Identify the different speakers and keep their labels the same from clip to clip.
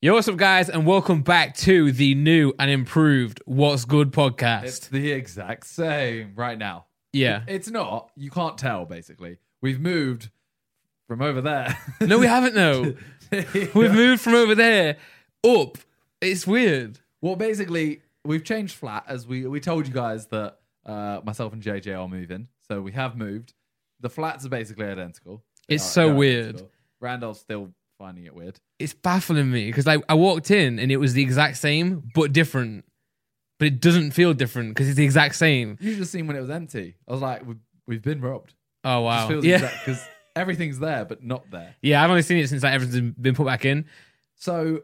Speaker 1: Yo, what's up, guys, and welcome back to the new and improved What's Good podcast.
Speaker 2: It's the exact same right now.
Speaker 1: yeah.
Speaker 2: It's not. You can't tell, basically. We've moved from over there.
Speaker 1: no, we haven't, though. We've moved from over there up. It's weird.
Speaker 2: well, basically, we've changed flat as we, we told you guys that uh, myself and JJ are moving. So we have moved. The flats are basically identical. They
Speaker 1: It's
Speaker 2: are-
Speaker 1: so
Speaker 2: they are
Speaker 1: weird.
Speaker 2: identical. Randolph's still finding it weird.
Speaker 1: It's baffling me because like, I walked in and it was the exact same, but different. But it doesn't feel different because it's the exact same.
Speaker 2: You should have seen when it was empty. I was like, we've, we've been robbed.
Speaker 1: Oh,
Speaker 2: It
Speaker 1: wow.
Speaker 2: just feels
Speaker 1: Yeah.
Speaker 2: Because everything's there, but not there.
Speaker 1: yeah, I've only seen it since like, everything's been put back in.
Speaker 2: So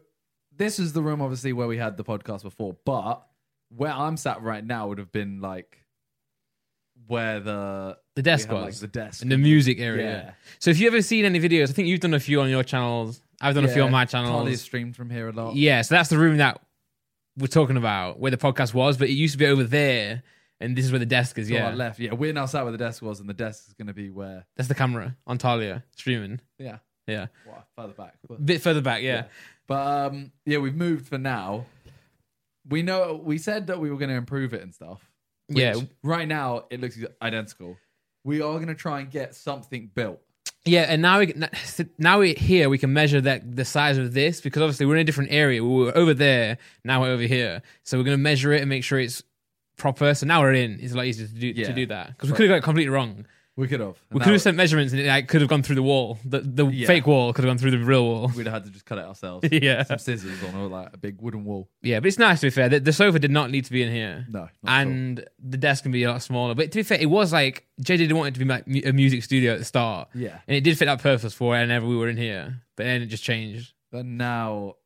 Speaker 2: this is the room, obviously, where we had the podcast before, but where I'm sat right now would have been like where the
Speaker 1: The desk
Speaker 2: we had,
Speaker 1: was.
Speaker 2: like the desk.
Speaker 1: In the music area.
Speaker 2: Yeah.
Speaker 1: So if you've ever seen any videos, I think you've done a few on your channels. I've done a few on my channels.
Speaker 2: Charlie streamed from here a lot.
Speaker 1: Oh. Yeah, so that's the room that we're talking about where the podcast was, but it used to be over there, and this is where the desk is.
Speaker 2: So I
Speaker 1: Yeah,
Speaker 2: left. Yeah, we're now sat where the desk was, and the desk is going to be where.
Speaker 1: that's the camera on Talia streaming.
Speaker 2: Yeah,
Speaker 1: Yeah,
Speaker 2: well, further back. But,
Speaker 1: bit further back. Yeah,
Speaker 2: but um, yeah, we've moved for now. We know we said that we were going to improve it and stuff. which
Speaker 1: yeah, yeah,
Speaker 2: Right now, it looks identical. We are going to try and get something built.
Speaker 1: and now we can- now we're here. We can measure that the size of this because obviously we're in a different area. We were over there, now we're over here. So we're gonna measure it and make sure it's proper. So now we're in. It's a lot easier to do
Speaker 2: Yeah.
Speaker 1: to do that because we could have got it completely wrong.
Speaker 2: We could have.
Speaker 1: We could have sent measurements and it like, could have gone through the wall. The the
Speaker 2: Yeah.
Speaker 1: fake wall could have gone through the real wall.
Speaker 2: We'd have had to just cut it ourselves.
Speaker 1: yeah.
Speaker 2: some scissors on or like a big wooden wall.
Speaker 1: Yeah, but it's nice to be fair. The, the sofa did not need to be in here.
Speaker 2: No, not at all.
Speaker 1: and the desk can be a lot smaller. But to be fair, it was like JJ didn't want it to be like mu- a music studio at the start.
Speaker 2: yeah.
Speaker 1: And it did fit that purpose for it whenever we were in here. But then it just changed.
Speaker 2: But now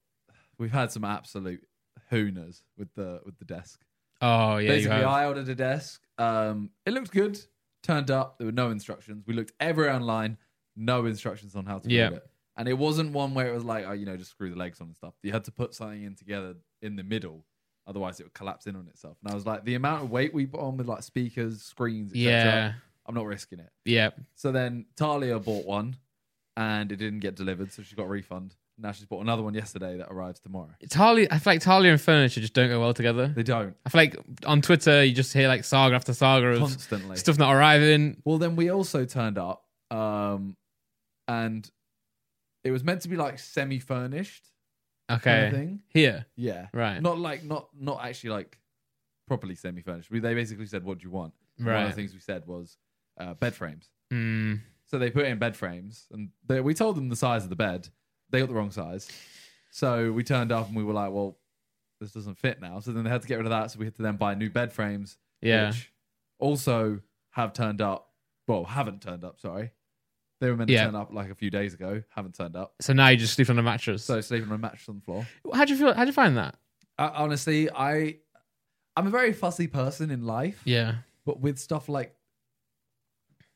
Speaker 2: we've had some absolute hooners with the with the desk.
Speaker 1: Oh, yeah. You
Speaker 2: Basically,
Speaker 1: have.
Speaker 2: I ordered a desk. Um, it looked good. Turned up, there were no instructions. We looked everywhere online, no instructions on how to
Speaker 1: Yeah.
Speaker 2: build it. And it wasn't one where it was like, oh, you know, just screw the legs on and stuff. You had to put something in together in the middle, otherwise it would collapse in on itself. And I was like, the amount of weight we put on with like speakers, screens, etc.
Speaker 1: yeah.
Speaker 2: I'm not risking it.
Speaker 1: Yeah.
Speaker 2: So then Talia bought one and it didn't get delivered, so she got a refund. Now she's bought another one yesterday that arrives tomorrow.
Speaker 1: Talia, I feel like Talia and furniture just don't go well together.
Speaker 2: They don't
Speaker 1: I feel like on Twitter, you just hear like saga after saga of
Speaker 2: constantly.
Speaker 1: stuff not arriving.
Speaker 2: Well, then we also turned up um, and it was meant to be like semi furnished kind of
Speaker 1: Okay.
Speaker 2: thing.
Speaker 1: Here.
Speaker 2: Yeah.
Speaker 1: Right.
Speaker 2: Not like, not, not actually like properly semi furnished. They basically said, What do you want? And One of
Speaker 1: Right.
Speaker 2: the things we said was uh, bed frames.
Speaker 1: Mm.
Speaker 2: So they put in bed frames, and they, we told them the size of the bed. They got the wrong size, so we turned up and we were like, "Well, this doesn't fit now." So then they had to get rid of that. So we had to then buy new bed frames,
Speaker 1: Yeah.
Speaker 2: which also have turned up. Well, haven't turned up. Sorry, they were meant to
Speaker 1: Yeah.
Speaker 2: turn up like a few days ago. Haven't turned up.
Speaker 1: So now you just sleep on a mattress.
Speaker 2: So sleeping on a mattress on the floor.
Speaker 1: how'd you feel? How'd you find that?
Speaker 2: Uh, honestly, I I'm a very fussy person in life.
Speaker 1: Yeah.
Speaker 2: but with stuff like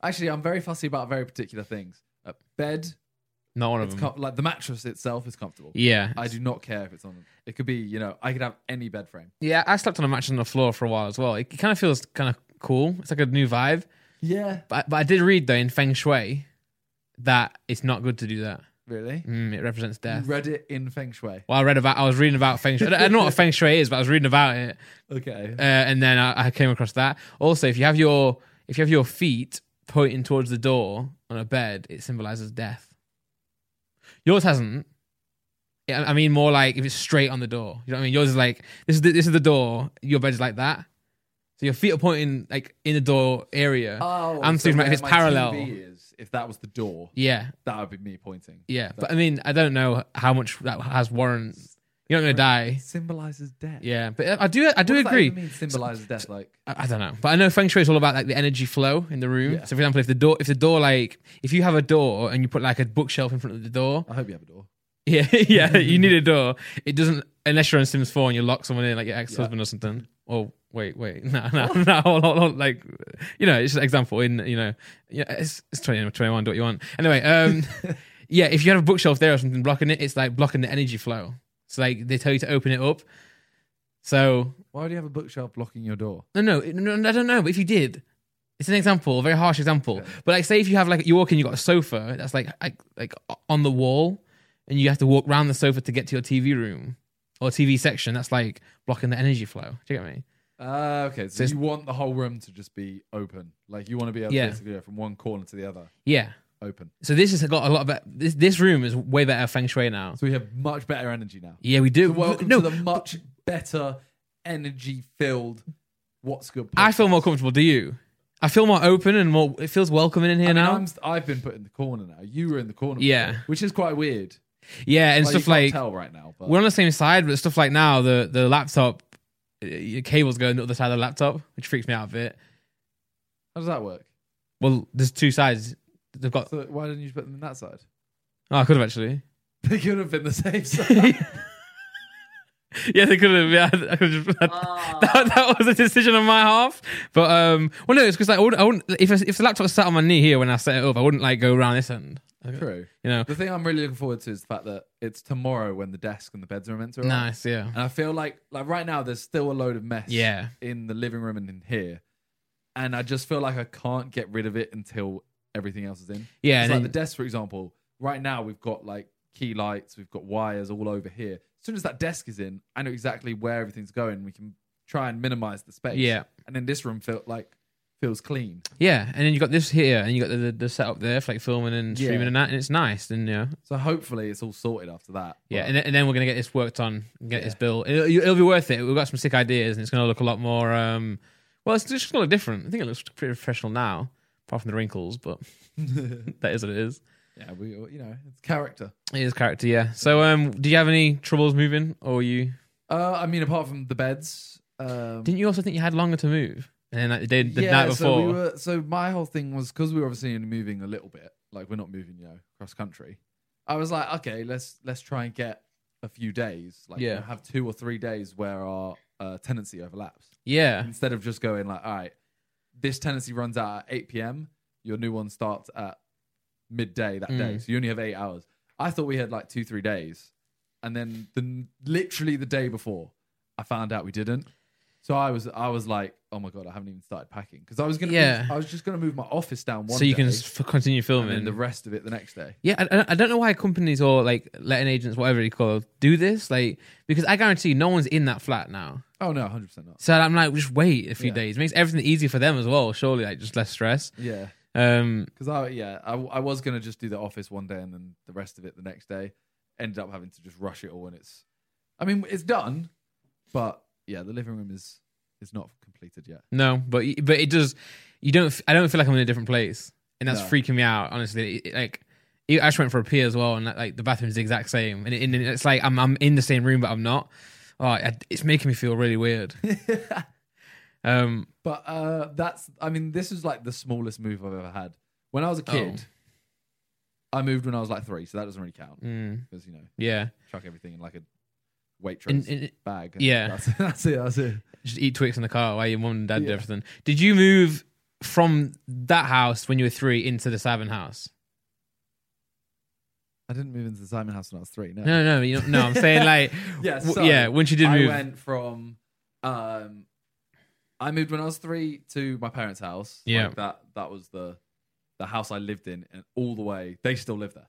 Speaker 2: actually i'm very fussy about very particular things a bed
Speaker 1: Not one of
Speaker 2: it's
Speaker 1: them.
Speaker 2: com- like the mattress itself is comfortable
Speaker 1: Yeah.
Speaker 2: i do not care if it's on it could be you know i could have any bed frame
Speaker 1: Yeah, I slept on a mattress on the floor for a while as well. It kind of feels kind of cool. It's like a new vibe.
Speaker 2: yeah
Speaker 1: But, but I did read, though, in Feng Shui that it's not good to do that.
Speaker 2: really
Speaker 1: Mm, it represents death.
Speaker 2: read it in feng shui
Speaker 1: Well, I read about, I was reading about Feng Shui. I don't- I don't know what Feng Shui is, but I was reading about it.
Speaker 2: okay
Speaker 1: Uh, and then I, I came across that. Also, if you have your, if you have your feet pointing towards the door on a bed, it symbolizes death. Yours hasn't. Yeah, I mean, more like if it's straight on the door. You know what I mean? Yours is like this is the, this is the door. Your bed's like that. So your feet are pointing like in the door area.
Speaker 2: oh
Speaker 1: I'm thinking about if
Speaker 2: where
Speaker 1: it's
Speaker 2: my
Speaker 1: parallel.
Speaker 2: TV is, if that was the door
Speaker 1: yeah,
Speaker 2: that would be me pointing
Speaker 1: yeah. But I mean, I don't know how much that has warrant. You're not gonna die.
Speaker 2: symbolizes death
Speaker 1: Yeah, but I do I do
Speaker 2: What does that
Speaker 1: agree.
Speaker 2: even mean symbolizes death like
Speaker 1: I I don't know, but I know feng shui is all about like the energy flow in the room.
Speaker 2: Yeah.
Speaker 1: So, for example, if the door, if the door, like if you have a door and you put like a bookshelf in front of the door,
Speaker 2: i hope you have a door
Speaker 1: yeah, yeah, you need a door. It doesn't unless you're on Sims Four and you lock someone in, like your ex husband or something. Oh, wait, wait, no, no, no, hold on, hold on, like you know, it's just an example in you know, yeah, it's it's 20, 21, do what you want. Anyway, um, yeah, if you have a bookshelf there or something blocking it, it's like blocking the energy flow. So like they tell you to open it up. So
Speaker 2: why do you have a bookshelf blocking your door
Speaker 1: no, no, no, no, I don't know. But if you did, it's an example, a very harsh example. But like, say if you have like you walk in, you got a sofa that's like like, like on the wall, and and you have to walk around the sofa to get to your TV room or TV section, that's like blocking the energy flow. Do you get me?
Speaker 2: Ah, okay. So,
Speaker 1: Uh, So it's-
Speaker 2: you want the whole room to just be open. Like you want to be able
Speaker 1: Yeah.
Speaker 2: to basically go from one corner to the other
Speaker 1: Yeah.
Speaker 2: open.
Speaker 1: So this has got a lot of bet- this. This room is way better feng shui now.
Speaker 2: So we have much better energy now.
Speaker 1: Yeah, we do.
Speaker 2: Welcome
Speaker 1: no,
Speaker 2: to the much better energy filled What's Good podcast.
Speaker 1: I feel more comfortable. Do you? I feel more open and more. It feels welcoming in here
Speaker 2: I mean,
Speaker 1: now.
Speaker 2: I'm, st- I've been put in the corner now. You were in the corner.
Speaker 1: Yeah.
Speaker 2: before, which is quite weird.
Speaker 1: yeah, and
Speaker 2: Like,
Speaker 1: stuff
Speaker 2: you can't
Speaker 1: like
Speaker 2: tell right now. But
Speaker 1: we're on the same side, but stuff like now the the laptop, uh, your cables go on the other side of the laptop, which freaks me out a bit.
Speaker 2: how does that work?
Speaker 1: Well, there's two sides. They've got.
Speaker 2: So why didn't you put them in that side?
Speaker 1: Oh, I could have actually.
Speaker 2: They could have been the same side.
Speaker 1: yeah, they could have. Yeah, I could have. That, that was a decision on my half. But um, well, no, it's because like, I wouldn't, I wouldn't. If if the laptop sat on my knee here when I set it up, I wouldn't like go around this end. You
Speaker 2: True.
Speaker 1: know,
Speaker 2: The thing I'm really looking forward to is the fact that it's tomorrow when the desk and the beds are meant to arrive.
Speaker 1: nice. Yeah,
Speaker 2: And I feel like like right now there's still a load of mess
Speaker 1: yeah.
Speaker 2: in the living room and in here. And I just feel like I can't get rid of it until everything else is in.
Speaker 1: Yeah,
Speaker 2: It's
Speaker 1: and
Speaker 2: like
Speaker 1: then-
Speaker 2: the desk, for example, right now we've got like key lights, we've got wires all over here. As soon as that desk is in, I know exactly where everything's going. We can try and minimize the space.
Speaker 1: Yeah.
Speaker 2: And then this room feel like feels clean.
Speaker 1: yeah. And then you got this here, and you got the the, the setup there for like filming and streaming
Speaker 2: Yeah.
Speaker 1: and that, and it's nice. And yeah,
Speaker 2: So hopefully it's all sorted after that.
Speaker 1: yeah.
Speaker 2: But
Speaker 1: And, then- and then we're gonna get this worked on, get this built. It'll, it'll be worth it. We've got some sick ideas, and it's gonna look a lot more. um Well, it's just gonna look different. I think it looks pretty professional now, apart from the wrinkles, but that is what it is.
Speaker 2: yeah, we you know, it's character.
Speaker 1: It is character, yeah. So, um, do you have any troubles moving, or you
Speaker 2: Uh I mean apart from the beds, um
Speaker 1: didn't you also think you had longer to move? And then, like the day, the
Speaker 2: yeah,
Speaker 1: night before,
Speaker 2: So, we were, so my whole thing was because we were obviously only moving a little bit, like we're not moving, you know, cross country. I was like, okay, let's let's try and get a few days, like you
Speaker 1: Yeah.
Speaker 2: know, have two or three days where our uh, tenancy overlaps
Speaker 1: yeah,
Speaker 2: instead of just going like, all right, this tenancy runs out at eight p.m. Your new one starts at midday that day,
Speaker 1: Mm.
Speaker 2: so you only have eight hours. I thought we had like two three days, and then the literally the day before, I found out we didn't. So I was I was like, oh my god, I haven't even started packing because I was gonna
Speaker 1: Yeah.
Speaker 2: move- I was just gonna move my office down one.
Speaker 1: so you
Speaker 2: day
Speaker 1: can s- f- continue
Speaker 2: and then
Speaker 1: filming.
Speaker 2: the rest of it the next day.
Speaker 1: yeah, I- I, I don't know why companies or like letting agents, whatever you call, it, do this. Like, because I guarantee no one's in that flat now.
Speaker 2: Oh no, hundred percent not.
Speaker 1: So I'm like, just wait a few
Speaker 2: Yeah.
Speaker 1: days. It makes everything easier for them as well. Surely, like just less stress.
Speaker 2: Yeah,
Speaker 1: Um,
Speaker 2: because I yeah I, I was gonna just do the office one day and then the rest of it the next day. Ended up having to just rush it all, and it's I mean it's done, but yeah, the living room is is not completed yet.
Speaker 1: no, but y- but it does. You don't. f- I don't feel like I'm in a different place, and that's
Speaker 2: No.
Speaker 1: freaking me out. Honestly, It- it, like. I just went for a pee as well, and like, like the bathroom's the exact same, and, it, and it's like I'm I'm in the same room, but I'm not. Oh, I, it's making me feel really weird. um,
Speaker 2: But uh that's I mean this is like the smallest move I've ever had. When I was a kid, I moved when I was like three, so that doesn't really count
Speaker 1: mm,
Speaker 2: because you know
Speaker 1: yeah,
Speaker 2: chuck everything in like a
Speaker 1: and,
Speaker 2: waitress
Speaker 1: and
Speaker 2: bag.
Speaker 1: yeah.
Speaker 2: that's, that's it. That's it.
Speaker 1: just eat Twix in the car while your mum and dad do
Speaker 2: Yeah.
Speaker 1: everything. Did you move from that house when you were three into the Savin house?
Speaker 2: I didn't move into the Simon House when I was three. No.
Speaker 1: No, no, you know, no. I'm saying like,
Speaker 2: Yeah,
Speaker 1: w-
Speaker 2: so
Speaker 1: yeah. Once you did
Speaker 2: I
Speaker 1: move,
Speaker 2: went from, um, I moved when I was three to my parents' house. Like,
Speaker 1: Yeah.
Speaker 2: that that was the the house I lived in, and all the way they still live there.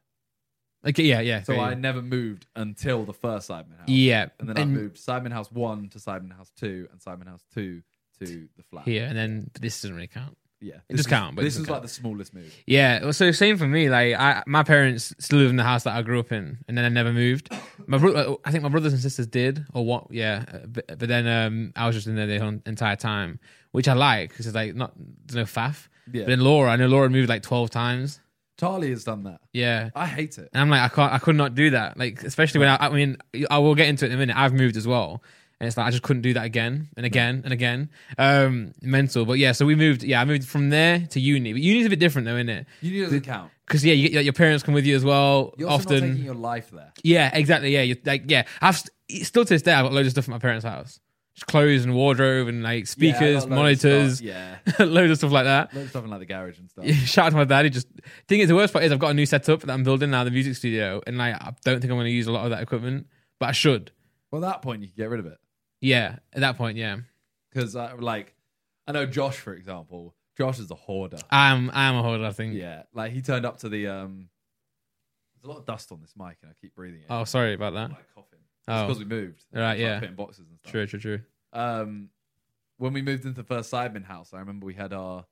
Speaker 1: okay, yeah, yeah.
Speaker 2: So
Speaker 1: got you.
Speaker 2: I never moved until the first Simon House.
Speaker 1: yeah,
Speaker 2: And then I moved Simon House 1 to Simon House 2 and Simon House 2 to the flat.
Speaker 1: here, and then this doesn't really count.
Speaker 2: Yeah.
Speaker 1: It does
Speaker 2: is-
Speaker 1: count, but it
Speaker 2: this
Speaker 1: doesn't
Speaker 2: is
Speaker 1: count.
Speaker 2: like the smallest move.
Speaker 1: Yeah, well, so same for me. Like, I my parents still live in the house that I grew up in, and then I never moved. My bro- uh, I think my brothers and sisters did, or what? Yeah, uh, but, but then um, I was just in there the whole entire time, which I like because it's like not there's no faff.
Speaker 2: Yeah.
Speaker 1: But then Laura, I know Laura moved like twelve times.
Speaker 2: Charlie has done that.
Speaker 1: Yeah,
Speaker 2: I hate it.
Speaker 1: and I'm like, I can't, I could not do that. Like, especially when I, I mean, I will get into it in a minute. I've moved as well. And it's like, I just couldn't do that again and again and again. Um, mental. But yeah, so we moved, yeah, I moved from there to uni. But uni's a bit different though, isn't it?
Speaker 2: You need doesn't count.
Speaker 1: Because yeah, you get, like, your parents come with you as well.
Speaker 2: You're also
Speaker 1: often,
Speaker 2: not taking your life there.
Speaker 1: yeah, exactly. Yeah, you like yeah. I've st- still to this day I've got loads of stuff at my parents' house, just clothes and wardrobe and like speakers, monitors,
Speaker 2: yeah.
Speaker 1: loads of stuff like that.
Speaker 2: Loads of stuff in like the garage and stuff.
Speaker 1: Yeah, shout out to my dad. He just thing is the worst part is I've got a new setup that I'm building now, the music studio, and like I don't think I'm going to use a lot of that equipment, but I should.
Speaker 2: Well, at that point, you can get rid of it.
Speaker 1: Yeah, at that point, yeah,
Speaker 2: Because, like, I know Josh, for example, Josh is a hoarder.
Speaker 1: I'm I'm a hoarder. I think.
Speaker 2: Yeah. Like, he turned up to the, um, There's a lot of dust on this mic, and I keep breathing it.
Speaker 1: Oh, sorry about that.
Speaker 2: I'm, like coughing.
Speaker 1: Oh.
Speaker 2: because we moved.
Speaker 1: Right,
Speaker 2: Like,
Speaker 1: yeah.
Speaker 2: Putting boxes and stuff.
Speaker 1: True, true, true.
Speaker 2: Um, when we moved into the first Sidemen house, I remember we had our,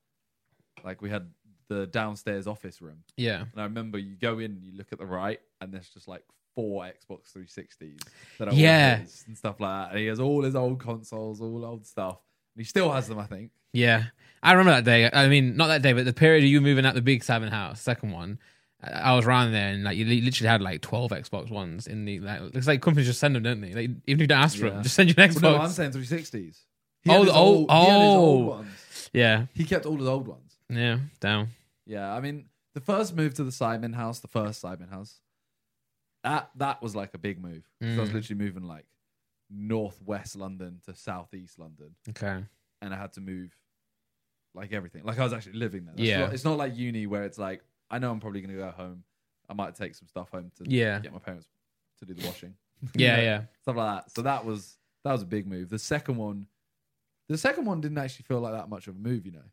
Speaker 2: like, we had the downstairs office room,
Speaker 1: Yeah.
Speaker 2: and I remember you go in, you look at the right, and there's just like four Xbox 360s that are
Speaker 1: Yeah.
Speaker 2: all his and stuff like that. And he has all his old consoles, all old stuff, and he still has them, I think.
Speaker 1: Yeah, I remember that day. I mean, not that day, but the period of you moving out the big Simon house, second one. I I was around there, and like you li- literally had like twelve Xbox ones in the like. It's like companies just send them, don't they? Like even if you don't ask for
Speaker 2: Yeah.
Speaker 1: them, just send you an
Speaker 2: Well,
Speaker 1: Xbox.
Speaker 2: no, I'm saying 360s. He
Speaker 1: Oh,
Speaker 2: had his
Speaker 1: the old-
Speaker 2: he had his
Speaker 1: oh.
Speaker 2: old ones.
Speaker 1: yeah,
Speaker 2: He kept all his old ones.
Speaker 1: yeah, down.
Speaker 2: Yeah, I mean, the first move to the Simon house, the first Simon house, that that was like a big move. 'Cause I was
Speaker 1: Mm.
Speaker 2: literally moving like northwest London to southeast London,
Speaker 1: Okay,
Speaker 2: and I had to move like everything. Like I was actually living there. That's
Speaker 1: Yeah.
Speaker 2: not- it's not like uni where it's like I know I'm probably gonna go home. I might take some stuff home to
Speaker 1: Yeah.
Speaker 2: get my parents to do the washing,
Speaker 1: yeah,
Speaker 2: Yeah.
Speaker 1: yeah,
Speaker 2: stuff like that. So that was that was a big move. The second one, the second one didn't actually feel like that much of a move, you know,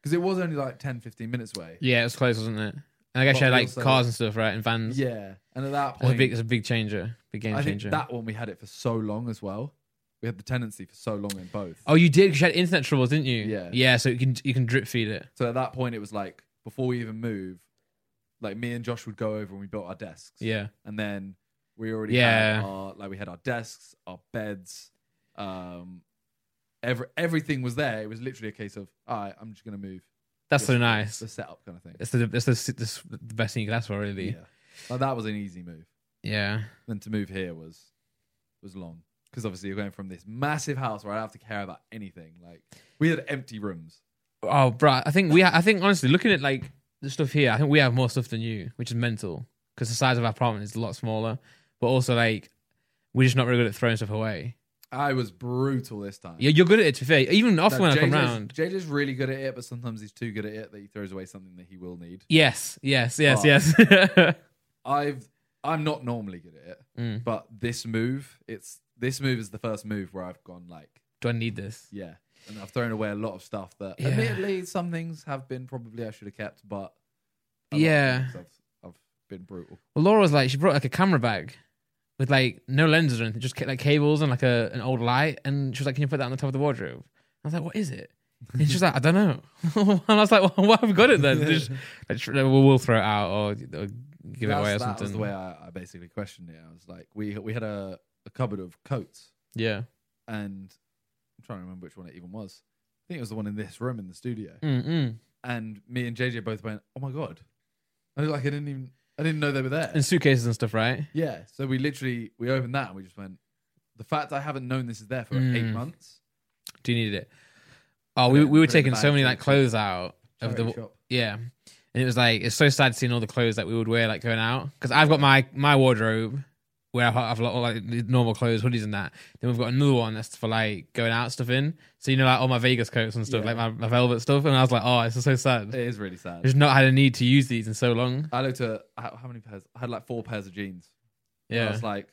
Speaker 2: because it was only like 10, 15 minutes away.
Speaker 1: yeah. It was close, wasn't it? And I guess
Speaker 2: But
Speaker 1: you had
Speaker 2: we
Speaker 1: like
Speaker 2: also-
Speaker 1: cars and stuff, right? And vans.
Speaker 2: Yeah, and at that
Speaker 1: it's a
Speaker 2: point,
Speaker 1: big, it's a big changer, big game
Speaker 2: I think
Speaker 1: changer.
Speaker 2: that one we had it for so long as well. We had the tenancy for so long in both.
Speaker 1: oh, you did because you had internet troubles, didn't you?
Speaker 2: Yeah.
Speaker 1: yeah. So you can you can drip feed it.
Speaker 2: So at that point, it was like before we even move, like me and Josh would go over and we built our desks.
Speaker 1: Yeah,
Speaker 2: and then we already
Speaker 1: Yeah.
Speaker 2: had our like we had our desks, our beds, um, every everything was there. It was literally a case of all right, I'm just gonna move
Speaker 1: that's so
Speaker 2: Yes.
Speaker 1: nice.
Speaker 2: the setup kind of thing.
Speaker 1: It's the it's the, it's the best thing you could ask for, really.
Speaker 2: Like, that was an easy move.
Speaker 1: yeah.
Speaker 2: Then to move here was was long because obviously you're going from this massive house where I don't have to care about anything. Like we had empty rooms.
Speaker 1: Oh, bruh, I think we. Ha- I think honestly, looking at like the stuff here, I think we have more stuff than you, which is mental because the size of our apartment is a lot smaller. But also, like, we're just not really good at throwing stuff away.
Speaker 2: I was brutal this time.
Speaker 1: Yeah, you're good at it. To be fair, even
Speaker 2: No,
Speaker 1: often when I come
Speaker 2: JJ's
Speaker 1: round.
Speaker 2: JJ's really good at it, but sometimes he's too good at it that he throws away something that he will need.
Speaker 1: Yes, yes, yes,
Speaker 2: Oh.
Speaker 1: yes.
Speaker 2: I've I'm not normally good at it,
Speaker 1: Mm.
Speaker 2: but this move, it's this move is the first move where I've gone like,
Speaker 1: Do I need this?
Speaker 2: yeah, and I've thrown away a lot of stuff that,
Speaker 1: Yeah.
Speaker 2: admittedly, some things have been probably I should have kept, but a lot of
Speaker 1: Yeah.
Speaker 2: things I've, I've been brutal.
Speaker 1: Well, Laura was like, she brought like a camera bag with like no lenses or anything, just ca- like cables and like a an old light. And she was like, "Can you put that on the top of the wardrobe?" I was like, "What is it?" And she was like, "I don't know." and I was like, "Well, why have we got it then? Just- like, tr- we'll, we'll throw it out or, or give it
Speaker 2: That's-
Speaker 1: away or
Speaker 2: that
Speaker 1: something."
Speaker 2: was the way I, I basically questioned it. I was like, we we had a, a cupboard of coats,
Speaker 1: yeah.
Speaker 2: and I'm trying to remember which one it even was. I think it was the one in this room in the studio.
Speaker 1: Mm-mm.
Speaker 2: And me and JJ both went, "Oh my god!" I was like, I didn't even I didn't know they were there.
Speaker 1: And suitcases and stuff, right?
Speaker 2: Yeah. So we literally we opened that and we just went. The fact I haven't known this is there for
Speaker 1: Mm.
Speaker 2: eight months.
Speaker 1: Do you need it? Oh, we
Speaker 2: Yeah,
Speaker 1: we were
Speaker 2: put it in the
Speaker 1: taking so many
Speaker 2: bag, put it
Speaker 1: like
Speaker 2: in-
Speaker 1: clothes out of
Speaker 2: Charity
Speaker 1: the
Speaker 2: shop.
Speaker 1: yeah, and it was like it's so sad seeing all the clothes that we would wear like going out because I've got my my wardrobe where I have a lot of like the normal clothes, hoodies and that. Then we've got another one that's for like going out stuff in. So you know like all my Vegas coats and stuff,
Speaker 2: Yeah.
Speaker 1: like my, my velvet stuff. And I was like, oh, this is so sad.
Speaker 2: It is really
Speaker 1: I've
Speaker 2: sad.
Speaker 1: just not had a need to use these in so long.
Speaker 2: I looked at how, how many pairs. I had like four pairs of jeans. And I
Speaker 1: Yeah.
Speaker 2: was like,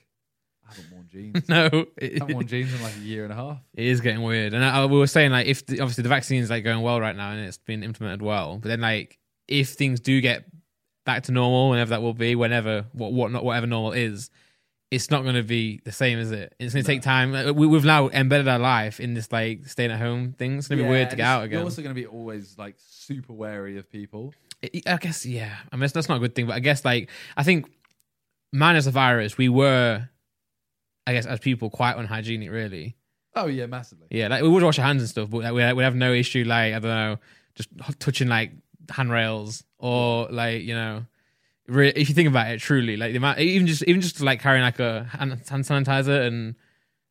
Speaker 2: I haven't worn jeans.
Speaker 1: No,
Speaker 2: I haven't worn jeans in like a year and a half.
Speaker 1: It is getting weird, and I, I- we were saying like if the, obviously the vaccine's like going well right now and it's been implemented well, but then like if things do get back to normal, whenever that will be, whenever what what not whatever normal is, it's not going to be the same, is it? It's going to take time. Like, We, we've now embedded our life in this like staying at home thing. It's going to
Speaker 2: Yeah,
Speaker 1: be weird to
Speaker 2: and
Speaker 1: get
Speaker 2: it's-
Speaker 1: out again.
Speaker 2: You're also going to be always like super wary of people.
Speaker 1: I- I guess yeah. I mean, that's not a good thing, but I guess like I think minus the virus, we were, I guess, as people quite unhygienic, really.
Speaker 2: Oh yeah, massively.
Speaker 1: Yeah, like we would wash our hands and stuff, but like, we we have no issue like I don't know, just touching like handrails or like you know, re- if you think about it, truly like the amount even just even just like carrying like a hand, hand sanitizer and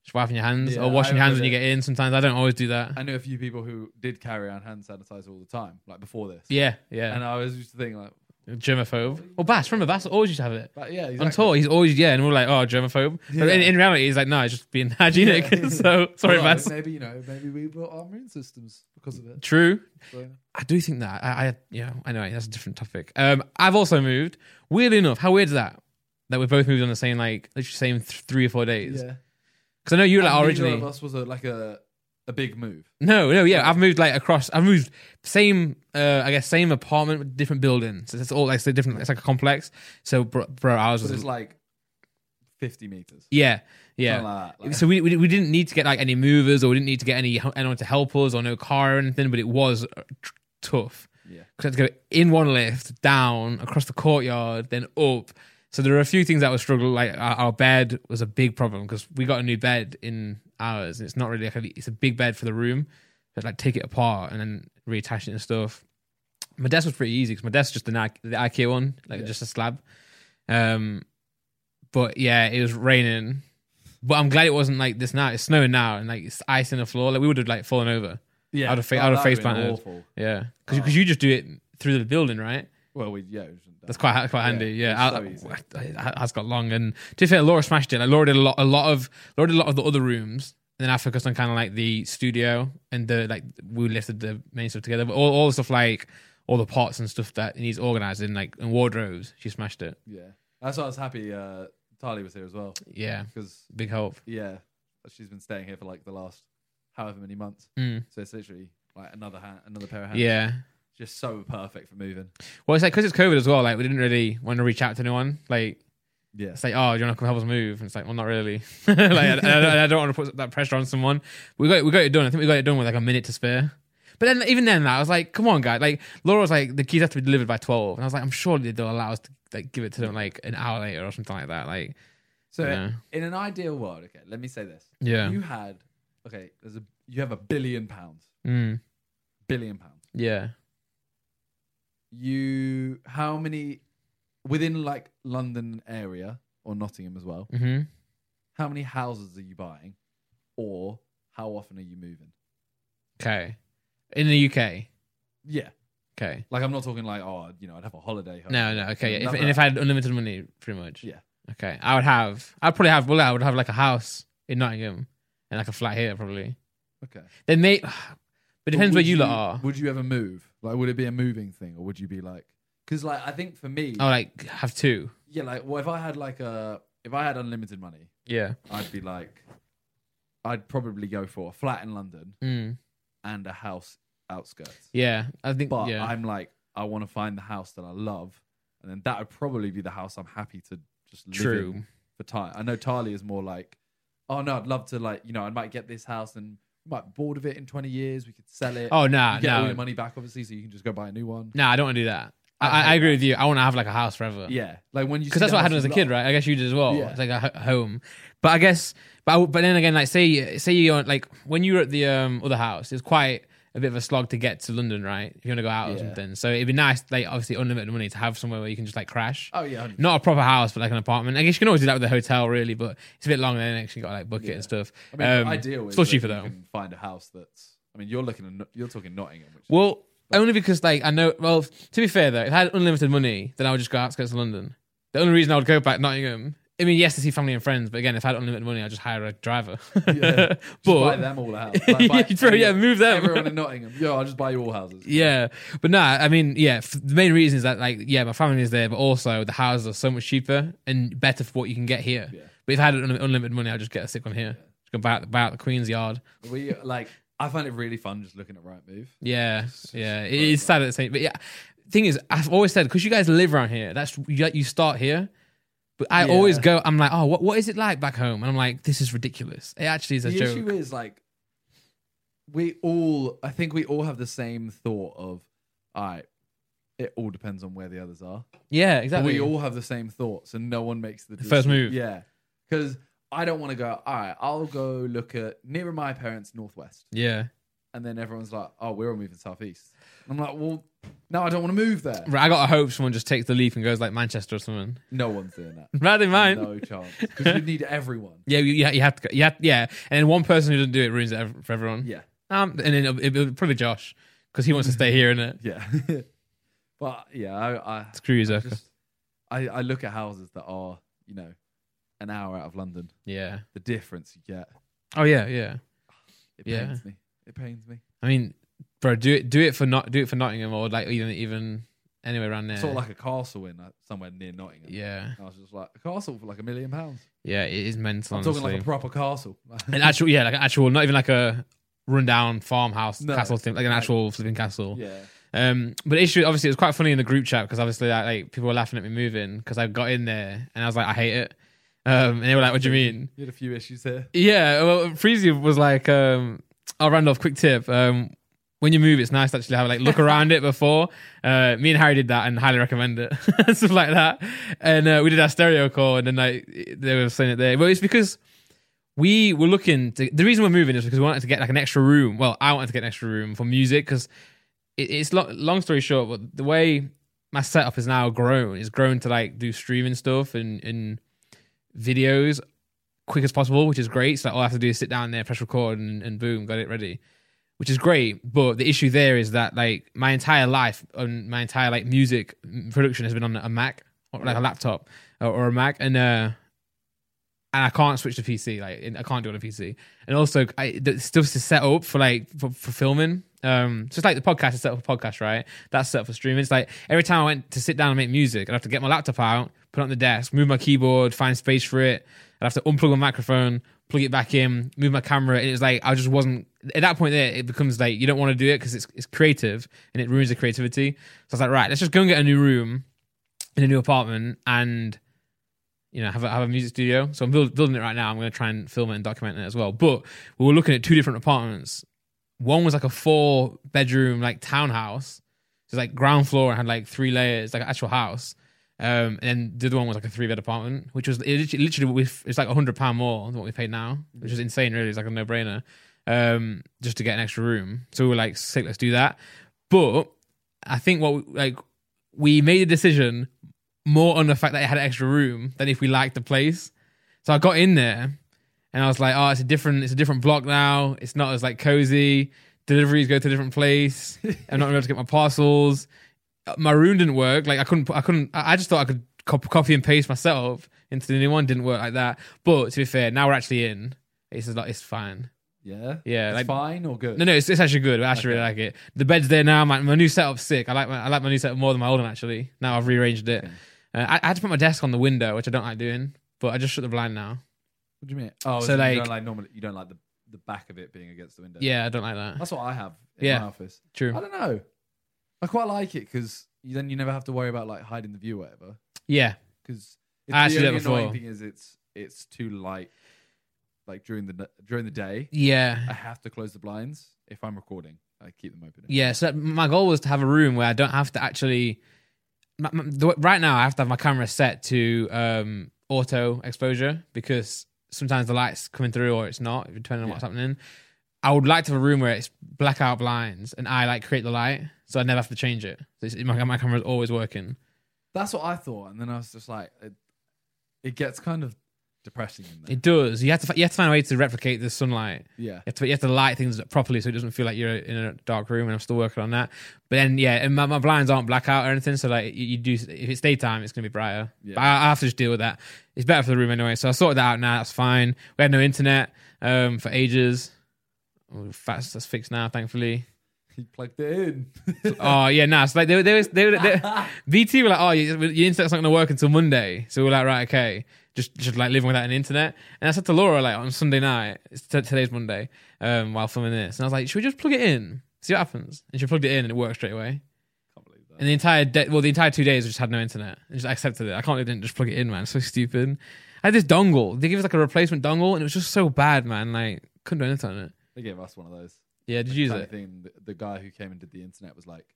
Speaker 1: just wiping your hands
Speaker 2: Yeah,
Speaker 1: or washing
Speaker 2: I
Speaker 1: your hands when you
Speaker 2: remember
Speaker 1: get in. Sometimes I don't always do that.
Speaker 2: I knew a few people who did carry around hand sanitizer all the time, like before this.
Speaker 1: yeah, yeah,
Speaker 2: And I was used to think like,
Speaker 1: germaphobe. Well, Bass, remember Bass always used to have it.
Speaker 2: but yeah,
Speaker 1: On
Speaker 2: exactly.
Speaker 1: tour, he's always yeah, and we're like, oh, germaphobe. But in,
Speaker 2: Yeah.
Speaker 1: in reality, he's like, no, it's just being hygienic.
Speaker 2: Yeah.
Speaker 1: so sorry,
Speaker 2: Although,
Speaker 1: Bass.
Speaker 2: Maybe you know, maybe we built our immune systems because of it.
Speaker 1: True,
Speaker 2: So-
Speaker 1: I do think that I, I yeah. Anyway, that's a different topic. Um, I've also moved. Weirdly enough, how weird is that? That we both moved on the same like literally same th- three or four days. Because
Speaker 2: Yeah.
Speaker 1: I know you were
Speaker 2: And
Speaker 1: like
Speaker 2: neither
Speaker 1: originally.
Speaker 2: of us was a, like a a big move.
Speaker 1: No, no, yeah. I've moved like across. I've moved same, uh, I guess, same apartment, with different buildings. It's all like so different. It's like a complex. So, bro, bro ours
Speaker 2: So
Speaker 1: was
Speaker 2: it's like 50 meters.
Speaker 1: yeah, yeah.
Speaker 2: Something like that, like-
Speaker 1: so we, we we didn't need to get like any movers, or we didn't need to get any anyone to help us, or no car or anything. But it was uh, tr- tough
Speaker 2: Yeah.
Speaker 1: because I had to go in one lift, down across the courtyard, then up. So there were a few things that were struggling. Like our, our bed was a big problem because we got a new bed in ours, and it's not really like a, it's a big bed for the room, but like take it apart and then reattach it and stuff. My desk was pretty easy because my desk just an I- the IKEA one, like
Speaker 2: Yeah.
Speaker 1: just a slab. Um, but yeah, it was raining. But I'm glad it wasn't like this now. It's snowing now, and like it's ice in the floor. Like we would have like fallen over.
Speaker 2: Yeah.
Speaker 1: I'd have fa-
Speaker 2: Oh,
Speaker 1: I'd have
Speaker 2: that would've
Speaker 1: face
Speaker 2: been
Speaker 1: planted.
Speaker 2: awful.
Speaker 1: Yeah, because you just do it through the building, right?
Speaker 2: Well, we, yeah. it was-
Speaker 1: That's quite that's quite handy.
Speaker 2: Yeah,
Speaker 1: Yeah,
Speaker 2: it's so
Speaker 1: I, I, I, has got long. And to be fair, Laura smashed it. Like Laura did a lot, a lot of Laura did a lot of the other rooms, and then I focused on kind of like the studio and the like. We lifted the main stuff together, but all all the stuff like all the pots and stuff that needs organizing, like and wardrobes. She smashed it.
Speaker 2: Yeah. That's why I was happy uh, Tali was here as well.
Speaker 1: Yeah,
Speaker 2: Because,
Speaker 1: big help.
Speaker 2: yeah, she's been staying here for like the last however many months.
Speaker 1: Mm.
Speaker 2: So it's literally like another hand, another pair of hands.
Speaker 1: Yeah.
Speaker 2: Just so perfect for moving.
Speaker 1: Well, it's like because it's COVID as well. Like we didn't really want to reach out to anyone. Like
Speaker 2: Yeah.
Speaker 1: it's like, oh, do you want to come help us move? And it's like, well, not really. like I, I don't, I don't want to put that pressure on someone. We got we got it done. I think we got it done with like a minute to spare. But then even then, like, I was like, come on, guy. Like Laura was like, the keys have to be delivered by twelve, and I was like, I'm sure they'll allow us to like give it to them like an hour later or something like that. Like
Speaker 2: So
Speaker 1: Yeah.
Speaker 2: in an ideal world, okay, let me say this.
Speaker 1: yeah,
Speaker 2: You had okay, there's a you have a billion pounds.
Speaker 1: mm,
Speaker 2: Billion pounds.
Speaker 1: yeah.
Speaker 2: You how many within like London area or Nottingham as well,
Speaker 1: hmm
Speaker 2: how many houses are you buying? Or how often are you moving?
Speaker 1: Okay, in the UK.
Speaker 2: Yeah.
Speaker 1: Okay.
Speaker 2: Like I'm not talking like, oh, you know, I'd have a holiday home.
Speaker 1: No, no, okay. Yeah. If,
Speaker 2: Nothing
Speaker 1: and if I
Speaker 2: like
Speaker 1: had unlimited money, pretty much.
Speaker 2: Yeah.
Speaker 1: Okay. I would have. I'd probably have. Well, I would have like a house in Nottingham and like a flat here, probably.
Speaker 2: Okay.
Speaker 1: Then may. But it depends
Speaker 2: But
Speaker 1: where
Speaker 2: would
Speaker 1: you, lot are.
Speaker 2: Would you ever move? Like would it be a moving thing or would you be like because like I think for me
Speaker 1: I would Oh, like have two.
Speaker 2: yeah, like well if I had like a if I had unlimited money,
Speaker 1: Yeah.
Speaker 2: I'd be like, I'd probably go for a flat in London
Speaker 1: Mm.
Speaker 2: and a house outskirts.
Speaker 1: Yeah. I think.
Speaker 2: But
Speaker 1: yeah.
Speaker 2: I'm like, I want to find the house that I love, and then that would probably be the house I'm happy to just live in
Speaker 1: True.
Speaker 2: for time. I know Tali is more like, oh no, I'd love to like, you know, I might get this house and I might be bored of it in 20 years. We could sell it.
Speaker 1: Oh
Speaker 2: you
Speaker 1: nah,
Speaker 2: get all
Speaker 1: no,
Speaker 2: your money back, obviously, so you can just go buy a new one.
Speaker 1: nah. I don't want to do that. I,
Speaker 2: I
Speaker 1: I, I
Speaker 2: hate
Speaker 1: agree with you. I want to have like a house forever.
Speaker 2: Yeah, like when you
Speaker 1: Because that's what I had as a kid, right? I guess you did as well.
Speaker 2: Yeah.
Speaker 1: It's like a ho- home, but I guess, but I w but then again, like say say you're like when you were at the um other house, it's quite a bit of a slog to get to London, right? If you want to go out or
Speaker 2: Yeah.
Speaker 1: something, so it'd be nice, like obviously unlimited money, to have somewhere where you can just like crash.
Speaker 2: Oh yeah, 100%.
Speaker 1: Not a proper house, but like an apartment. I guess you can always do that with a hotel, really, but it's a bit longer. Then actually got like bucket
Speaker 2: Yeah.
Speaker 1: and stuff.
Speaker 2: I mean,
Speaker 1: Um,
Speaker 2: ideal is
Speaker 1: still
Speaker 2: that
Speaker 1: cheaper
Speaker 2: you
Speaker 1: though.
Speaker 2: Can find a house that's. I mean, you're looking, at, Not- you're talking Nottingham, which is
Speaker 1: Well, only because like I know. Well, to be fair though, if I had unlimited money, then I would just go outskirts of London. The only reason I would go back Nottingham. I mean, yes, to see family and friends, but again, if I had unlimited money, I'd just hire a driver.
Speaker 2: Yeah. Just buy
Speaker 1: but
Speaker 2: them all out.
Speaker 1: You throw- yeah, move them.
Speaker 2: Everyone in Nottingham. Yeah, I'll just buy you all houses.
Speaker 1: yeah, but nah, I mean, yeah, f- the main reason is that like, yeah, my family is there, but also the houses are so much cheaper and better for what you can get here.
Speaker 2: Yeah.
Speaker 1: But if I had unlim- unlimited money, I'd just get a sick one here. Just go buy out, buy out the Queen's Yard.
Speaker 2: We like. I find it really fun just looking at Right Move.
Speaker 1: Yeah,
Speaker 2: just
Speaker 1: yeah, it
Speaker 2: very
Speaker 1: is sad at the same. But yeah, thing is, I've always said because you guys live around here, that's you, you start here. But I
Speaker 2: Yeah.
Speaker 1: always go. I'm like, oh, what what is it like back home? And I'm like, this is ridiculous. It actually is a
Speaker 2: the
Speaker 1: joke.
Speaker 2: issue is like, we all. I think we all have the same thought of, all right. It all depends on where the others are.
Speaker 1: yeah,
Speaker 2: But
Speaker 1: exactly.
Speaker 2: We all have the same thoughts, and no one makes the,
Speaker 1: The first
Speaker 2: decision.
Speaker 1: move.
Speaker 2: Yeah, because I don't want to go. All right, I'll go look at nearer my parents, northwest.
Speaker 1: yeah,
Speaker 2: and then everyone's like, "Oh, we're all moving southeast." And I'm like, "Well, no, I don't want to move there."
Speaker 1: Right, I gotta hope someone just takes the leap and goes like Manchester or something.
Speaker 2: No one's doing that.
Speaker 1: Rather than mine.
Speaker 2: No chance. Because you need everyone.
Speaker 1: Yeah, you, you ha- you have to. go- You have, yeah, and then one person who doesn't do it ruins it ev- for everyone.
Speaker 2: Yeah,
Speaker 1: Um, and then it'll, it'll probably Josh because he wants to stay here and it.
Speaker 2: yeah. but yeah, I, I
Speaker 1: Screw you, Zucker.
Speaker 2: just I, I look at houses that are you know an hour out of London.
Speaker 1: yeah.
Speaker 2: The difference you get,
Speaker 1: Oh yeah, yeah.
Speaker 2: it
Speaker 1: Yeah.
Speaker 2: pains me. It pains me.
Speaker 1: I mean, bro, do it, do it for not, do it for Nottingham or like even even anywhere around there.
Speaker 2: I saw like a castle in uh, somewhere near Nottingham.
Speaker 1: yeah,
Speaker 2: And I was just like a castle for like a million pounds.
Speaker 1: yeah, it is mental.
Speaker 2: I'm
Speaker 1: honestly.
Speaker 2: talking like a proper castle.
Speaker 1: an actual, yeah, like an actual, not even like a rundown farmhouse
Speaker 2: No.
Speaker 1: castle thing, like an
Speaker 2: Like-
Speaker 1: actual flipping castle.
Speaker 2: Yeah.
Speaker 1: Um, but the issue obviously it was quite funny in the group chat because obviously like, like people were laughing at me moving because I got in there and I was like I hate it, um, and they were like, "What do you mean?"
Speaker 2: You had a few issues here.
Speaker 1: Yeah, well, Freezy was like, um, "Oh, Randolph, quick tip: um, when you move, it's nice to actually have like look around it before." Uh, me and Harry did that and highly recommend it, stuff like that. And uh, we did our stereo call, and then like they were saying it there, but it's because we were looking to the reason we're moving is because we wanted to get like an extra room well i wanted to get an extra room for music because it, it's lo- long story short but the way my setup is now grown is grown to like do streaming stuff and, and videos quick as possible which is great so like, all i have to do is sit down there press record and, and boom got it ready which is great but the issue there is that like my entire life and my entire like music production has been on a mac or like a laptop or, or a mac and uh and I can't switch to PC. Like in- I can't do it on a PC. And also, I, the stuff is set up for like for, for filming. Um, so it's like the podcast is set up for podcast, right? That's set up for streaming. It's like every time I went to sit down and make music, I'd have to get my laptop out, put it on the desk, move my keyboard, find space for it. I'd have to unplug a microphone, plug it back in, move my camera. And it was like I just wasn't at that point. There, it becomes like you don't want to do it because it's it's creative and it ruins the creativity. So I was like, right, let's just go and get a new room in a new apartment and you know, have a, have a music studio. So I'm build, building it right now. I'm going to try and film it and document it as well. But we were looking at two different apartments. One was like a four bedroom like townhouse, so it's like ground floor and had like three layers, like an actual house. Um, and then the other one was like a three bed apartment, which was it literally, literally we it's like a hundred pound more than what we paid now, which is insane. Really, it's like a no brainer. Um, just to get an extra room. So we were like, sick, let's do that. But I think what we, like we made a decision more on the fact that it had an extra room than if we liked the place. So I got in there and I was like, oh, it's a different, it's a different block now. It's not as like cozy. Deliveries go to a different place. I'm not able to get my parcels. Uh, My room didn't work. Like I couldn't, put- I couldn't. I I just thought I could cop- copy and paste myself into the new one. Didn't work like that. But to be fair, now we're actually in. It's like it's fine.
Speaker 2: Yeah.
Speaker 1: Yeah,
Speaker 2: It's
Speaker 1: like-
Speaker 2: fine or good?
Speaker 1: No, no, it's, it's actually good. I actually really like it. The bed's there now. My, my new setup's sick. I like my I like my new setup more than my old one actually. Now I've rearranged it. Uh, I, I had to put my desk on the window, which I don't like doing, but I just shut the blind now.
Speaker 2: What do you mean? Oh,
Speaker 1: So,
Speaker 2: so like, you
Speaker 1: like-
Speaker 2: don't like normally you don't like the, the back of it being against the window.
Speaker 1: Yeah, I don't like that.
Speaker 2: That's what I have in
Speaker 1: Yeah.
Speaker 2: my office. I
Speaker 1: True.
Speaker 2: don't know. I quite like it because then you never have to worry about like hiding the view or whatever.
Speaker 1: Yeah,
Speaker 2: Because
Speaker 1: I actually
Speaker 2: the
Speaker 1: did
Speaker 2: only
Speaker 1: that before.
Speaker 2: annoying thing is it's it's too light. Like during the during the day, I
Speaker 1: yeah,
Speaker 2: have to close the blinds if I'm recording. I keep them open.
Speaker 1: yeah. So that, my goal was to have a room where I don't have to actually. My, my, the, right now, I have to have my camera set to um, auto exposure because sometimes the light's coming through or it's not, depending on what's happening. I would like to have a room where it's blackout blinds and I like create the light, so I never have to change it. So it's, my my camera's always working.
Speaker 2: That's what I thought, and then I was just like, it, it gets kind of depressing in there.
Speaker 1: It does. You have to fi- you have to find a way to replicate the sunlight.
Speaker 2: yeah,
Speaker 1: You have, to, you have to light things up properly so it doesn't feel like you're in a dark room and I'm still working on that. But then, yeah, and my, my blinds aren't blackout or anything. So, like, you, you do, if it's daytime, it's going to be brighter.
Speaker 2: Yeah.
Speaker 1: But I, I have to just deal with that. It's better for the room anyway. So I sorted that out now. That's fine. We had no internet um, for ages. Oh, That's, that's fixed now, thankfully.
Speaker 2: he plugged it in.
Speaker 1: oh, yeah, nah. So, like, they, were- they, was, they, were- they, BT were like, oh, your, your internet's not going to work until Monday. So we're like, right, okay, just just like living without an internet. And I said to Laura like on Sunday night, it's t- today's Monday, um, while filming this, and I was like, should we just plug it in? See what happens. And she plugged it in and it worked straight away.
Speaker 2: Can't believe that.
Speaker 1: And the entire de- well, the entire two days we just had no internet. I just accepted it. I can't. I didn't just plug it in, man. It's so stupid. I had this dongle. They gave us like a replacement dongle, and it was just so bad, man. Like couldn't do anything on it.
Speaker 2: They gave us one of those.
Speaker 1: Yeah, did you use
Speaker 2: Funny
Speaker 1: it?
Speaker 2: thing, the, the guy who came and did the internet was like,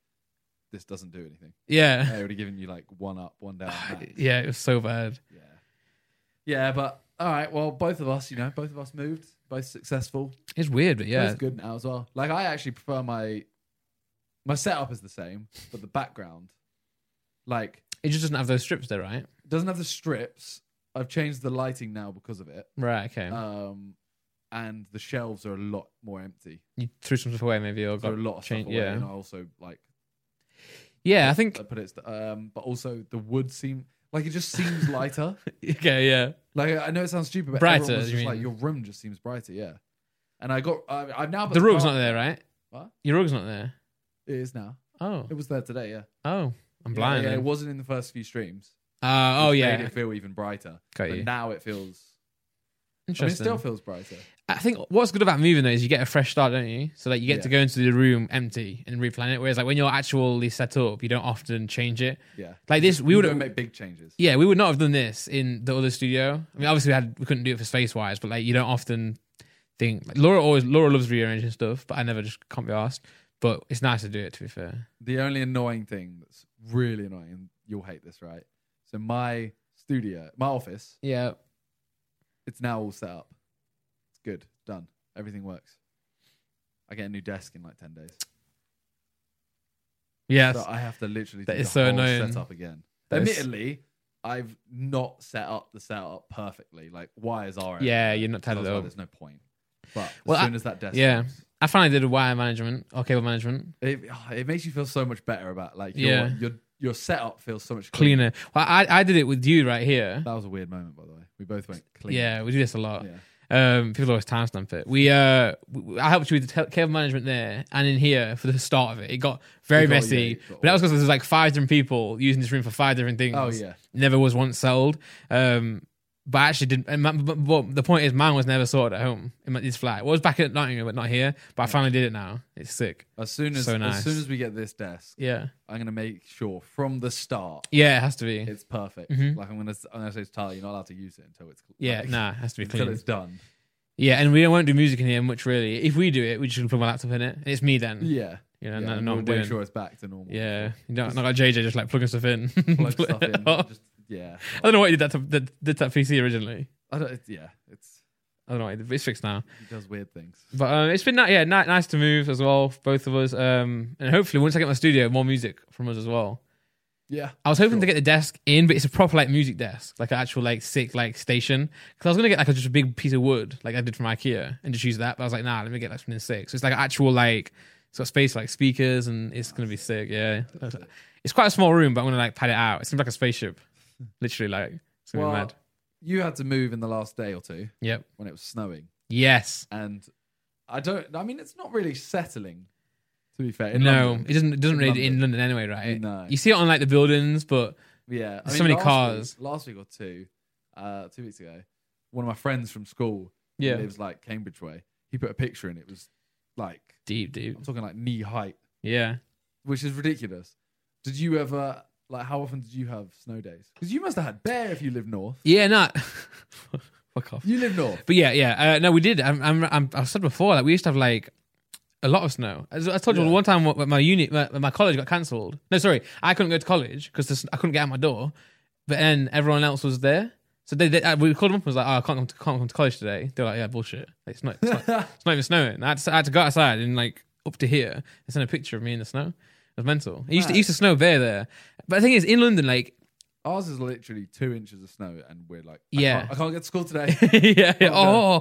Speaker 2: "This doesn't do anything."
Speaker 1: Yeah,
Speaker 2: They already given you like one up, one down. max.
Speaker 1: yeah, it was so bad.
Speaker 2: yeah, yeah. But all right, well, both of us, you know, both of us moved, both successful.
Speaker 1: It's weird, but yeah,
Speaker 2: both good now as well. Like I actually prefer my my setup is the same, but the background, like,
Speaker 1: it just doesn't have those strips there, right?
Speaker 2: it doesn't have the strips. I've changed the lighting now because of it,
Speaker 1: Right. Okay.
Speaker 2: um, and the shelves are a lot more empty.
Speaker 1: you threw some stuff away maybe or
Speaker 2: There
Speaker 1: got
Speaker 2: are a lot of
Speaker 1: change-
Speaker 2: stuff away,
Speaker 1: yeah.
Speaker 2: and I also like
Speaker 1: yeah i think
Speaker 2: I put it. Um, but also the wood seem like it just seems lighter.
Speaker 1: okay yeah
Speaker 2: like I know it sounds stupid, but
Speaker 1: Brighter,
Speaker 2: everyone was
Speaker 1: you
Speaker 2: just like
Speaker 1: mean?
Speaker 2: your room just seems brighter. Yeah, and I got. I, I've now put
Speaker 1: the rug's not
Speaker 2: carpet-
Speaker 1: there right
Speaker 2: Oh, What?
Speaker 1: your rug's not there
Speaker 2: It is now.
Speaker 1: oh
Speaker 2: It was there today. Yeah,
Speaker 1: oh i'm
Speaker 2: Yeah,
Speaker 1: blind
Speaker 2: Yeah,
Speaker 1: then.
Speaker 2: it wasn't in the first few streams.
Speaker 1: Uh, oh
Speaker 2: which
Speaker 1: yeah
Speaker 2: made it feel even brighter.
Speaker 1: got
Speaker 2: But
Speaker 1: you
Speaker 2: now it feels I mean, it
Speaker 1: Interesting.
Speaker 2: still feels brighter.
Speaker 1: I think what's good about moving though is you get a fresh start, don't you? So like you get to
Speaker 2: Yeah.
Speaker 1: go into the room empty and replan it. Whereas like when you're actually set up, you don't often change it.
Speaker 2: Yeah.
Speaker 1: Like this, we
Speaker 2: You
Speaker 1: would
Speaker 2: don't
Speaker 1: have.
Speaker 2: make big changes.
Speaker 1: Yeah, we would not have done this in the other studio. I mean, obviously we had we couldn't do it for space wise, but like you don't often think like, Laura always Laura loves rearranging stuff, but I never just can't be asked. But it's nice to do it. To be fair,
Speaker 2: The only annoying thing that's really annoying, and you'll hate this, right? So my studio, my office,
Speaker 1: yeah.
Speaker 2: it's now all set up. It's good, done. Everything works. I get a new desk in like ten days,
Speaker 1: Yes.
Speaker 2: so I have to literally
Speaker 1: That
Speaker 2: do
Speaker 1: is
Speaker 2: the
Speaker 1: so
Speaker 2: whole
Speaker 1: annoying.
Speaker 2: setup again.
Speaker 1: That is-
Speaker 2: Admittedly, I've not set up the setup perfectly. Like wires are
Speaker 1: Yeah,
Speaker 2: everywhere.
Speaker 1: you're not tied
Speaker 2: So I was
Speaker 1: it
Speaker 2: like,
Speaker 1: up.
Speaker 2: There's no point. But as
Speaker 1: Well, I-
Speaker 2: soon as that desk,
Speaker 1: yeah.
Speaker 2: works,
Speaker 1: I finally did a wire management or cable management
Speaker 2: it, oh, it makes you feel so much better about like your
Speaker 1: Yeah.
Speaker 2: your your setup feels so much cleaner.
Speaker 1: cleaner. Well, I I did it with you right here.
Speaker 2: That was a weird moment, by the way. We both went clean.
Speaker 1: Yeah, we do this a lot.
Speaker 2: Yeah.
Speaker 1: Um, people always timestamp it. We uh, w- I helped you with the te- cable management there and in here for the start of it. It got very
Speaker 2: It got-
Speaker 1: messy,
Speaker 2: yeah, it got
Speaker 1: but that was because there was like five different people using this room for five different things.
Speaker 2: Oh yeah.
Speaker 1: never was once sold. Um, but I actually didn't. And my, but, but the point is, mine was never sorted at home in my, this flat. It was back at Nottingham, but not here. But I finally did it now. It's sick.
Speaker 2: As soon as
Speaker 1: So nice.
Speaker 2: as soon as we get this desk,
Speaker 1: Yeah,
Speaker 2: I'm gonna make sure from the start
Speaker 1: yeah, it has to be.
Speaker 2: it's perfect.
Speaker 1: Mhm.
Speaker 2: Like I'm gonna s- I'm gonna say to Tyler, you're not allowed to use it until it's cl-
Speaker 1: Yeah,
Speaker 2: like,
Speaker 1: nah, it has to be
Speaker 2: until
Speaker 1: clean.
Speaker 2: it's done.
Speaker 1: Yeah, and we won't do music in here much really. If we do it, we just gonna put my laptop in it, and it's me then.
Speaker 2: Yeah,
Speaker 1: You know,
Speaker 2: yeah.
Speaker 1: no-
Speaker 2: and
Speaker 1: no,
Speaker 2: we'll
Speaker 1: I'm
Speaker 2: make
Speaker 1: doing.
Speaker 2: sure it's back to normal.
Speaker 1: Yeah, you don't, not like JJ just like plugging stuff in.
Speaker 2: plug stuff in.
Speaker 1: I
Speaker 2: Just yeah,
Speaker 1: don't know why you did that. To, that did that PC originally.
Speaker 2: I don't. It's, yeah, it's
Speaker 1: I don't know. why you did- but It's fixed now.
Speaker 2: he does weird things.
Speaker 1: But um, it's been ni- yeah, ni- nice to move as well, for both of us. Um, and hopefully once I get my studio, more music from us as well.
Speaker 2: Yeah,
Speaker 1: I was hoping to
Speaker 2: Sure.
Speaker 1: get the desk in, but it's a proper like music desk, like an actual like sick like station. Because I was gonna get like a, just a big piece of wood, like I did from IKEA, and just use that. But I was like, nah, let me get like something sick. So it's like actual like it's got space for, like speakers, and it's gonna be sick. Yeah, it's quite a small room, but I'm gonna like pad it out. It seems like a spaceship, literally. Like it's gonna
Speaker 2: well,
Speaker 1: be mad.
Speaker 2: you had to move in the last day or two
Speaker 1: Yep.
Speaker 2: when it was snowing,
Speaker 1: Yes.
Speaker 2: and I don't. I mean, it's not really settling. To be fair, in
Speaker 1: no,
Speaker 2: London.
Speaker 1: it doesn't. It doesn't
Speaker 2: In
Speaker 1: really in London anyway, right?
Speaker 2: No.
Speaker 1: You see it on like the buildings, but
Speaker 2: Yeah,
Speaker 1: There's so many
Speaker 2: last
Speaker 1: cars.
Speaker 2: Week, last week or two, uh, two weeks ago, one of my friends from school, who
Speaker 1: Yeah.
Speaker 2: lives like Cambridge way. He put a picture in. It was like
Speaker 1: deep, deep.
Speaker 2: I'm talking like knee height,
Speaker 1: Yeah.
Speaker 2: which is ridiculous. Did you ever like? How often did you have snow days? Because you must have had bear if you live north.
Speaker 1: Yeah. Not. Fuck off.
Speaker 2: You live north.
Speaker 1: But yeah, yeah. Uh, no, we did. I'm, I'm, I'm, I've said before that we used to have like a lot of snow. As I told you
Speaker 2: Yeah.
Speaker 1: one time when my uni, my, my college got cancelled. No, sorry, I couldn't go to college because I couldn't get out my door. But then everyone else was there, so they, they uh, we called them up and was like, "Oh, I can't come to, can't come to college today." They're like, "Yeah, bullshit. It's not, it's not, it's not even snowing." I had, to, I had to go outside and like up to here and send a picture of me in the snow. It was mental. It used to, it
Speaker 2: Mad.
Speaker 1: used to snow there, there. But the thing is, in London, like,
Speaker 2: Ours is literally two inches of snow, and we're like, I
Speaker 1: Yeah.
Speaker 2: can't- I can't get to school today.
Speaker 1: yeah, yeah,
Speaker 2: Oh,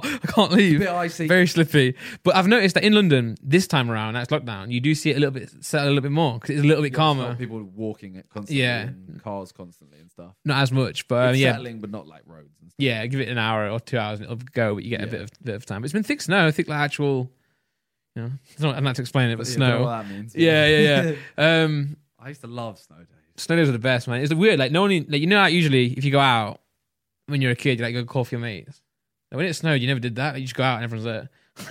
Speaker 1: oh, I can't leave.
Speaker 2: a bit icy.
Speaker 1: very slippy. But I've noticed that in London this time around, that's lockdown. You do see it a little bit settle a little bit more because it's a little bit
Speaker 2: Yeah,
Speaker 1: calmer,
Speaker 2: People walking it constantly,
Speaker 1: Yeah.
Speaker 2: and cars constantly and stuff.
Speaker 1: not as much. But um,
Speaker 2: It's
Speaker 1: yeah,
Speaker 2: settling, but not like roads and stuff.
Speaker 1: yeah, give it an hour or two hours and it'll go. But you get a
Speaker 2: Yeah.
Speaker 1: bit of bit of time. But it's been thick snow, thick like actual. You know, it's not, I'm not to explain it, but
Speaker 2: Yeah, I don't know
Speaker 1: snow.
Speaker 2: what that means.
Speaker 1: Yeah, yeah, yeah. um,
Speaker 2: I used to love snow days.
Speaker 1: snow days are the best, man. It's weird. Like no one, like you know, how usually if you go out when you're a kid, you like go call for your mates. Like, when it snowed, you never did that. You just go out and everyone's there.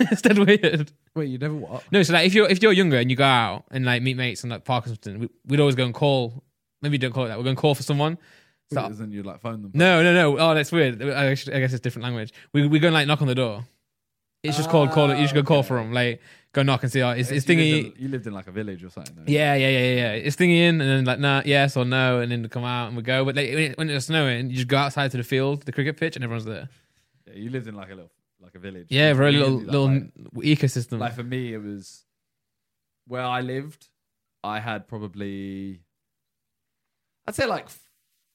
Speaker 1: it's dead weird.
Speaker 2: Wait, you never what?
Speaker 1: No, so like if you're if you're younger and you go out and like meet mates and like park or something, we, we'd always go and call. Maybe don't call it that. We're going to call for someone. So-
Speaker 2: Isn't you like phone them?
Speaker 1: No, no, no. Oh, that's weird. I guess, I guess it's different language. We we go and like knock on the door. It's just called call. You should go call for them. Like go knock and see. Oh, it's,
Speaker 2: I guess
Speaker 1: it's
Speaker 2: Ah, you lived
Speaker 1: thingy.
Speaker 2: in- You lived in like a village or something. Though.
Speaker 1: Yeah, yeah, yeah, yeah. It's thingy in, and then like nah, yes or no, and then come out and we go. But like, when, it, when it's snowing, you just go outside to the field, the cricket pitch, and everyone's there.
Speaker 2: Yeah, you lived in like a little like a village.
Speaker 1: Yeah, very
Speaker 2: You
Speaker 1: little
Speaker 2: lived in,
Speaker 1: little
Speaker 2: Like,
Speaker 1: ecosystem.
Speaker 2: like for me, it was where I lived. I had probably, I'd say like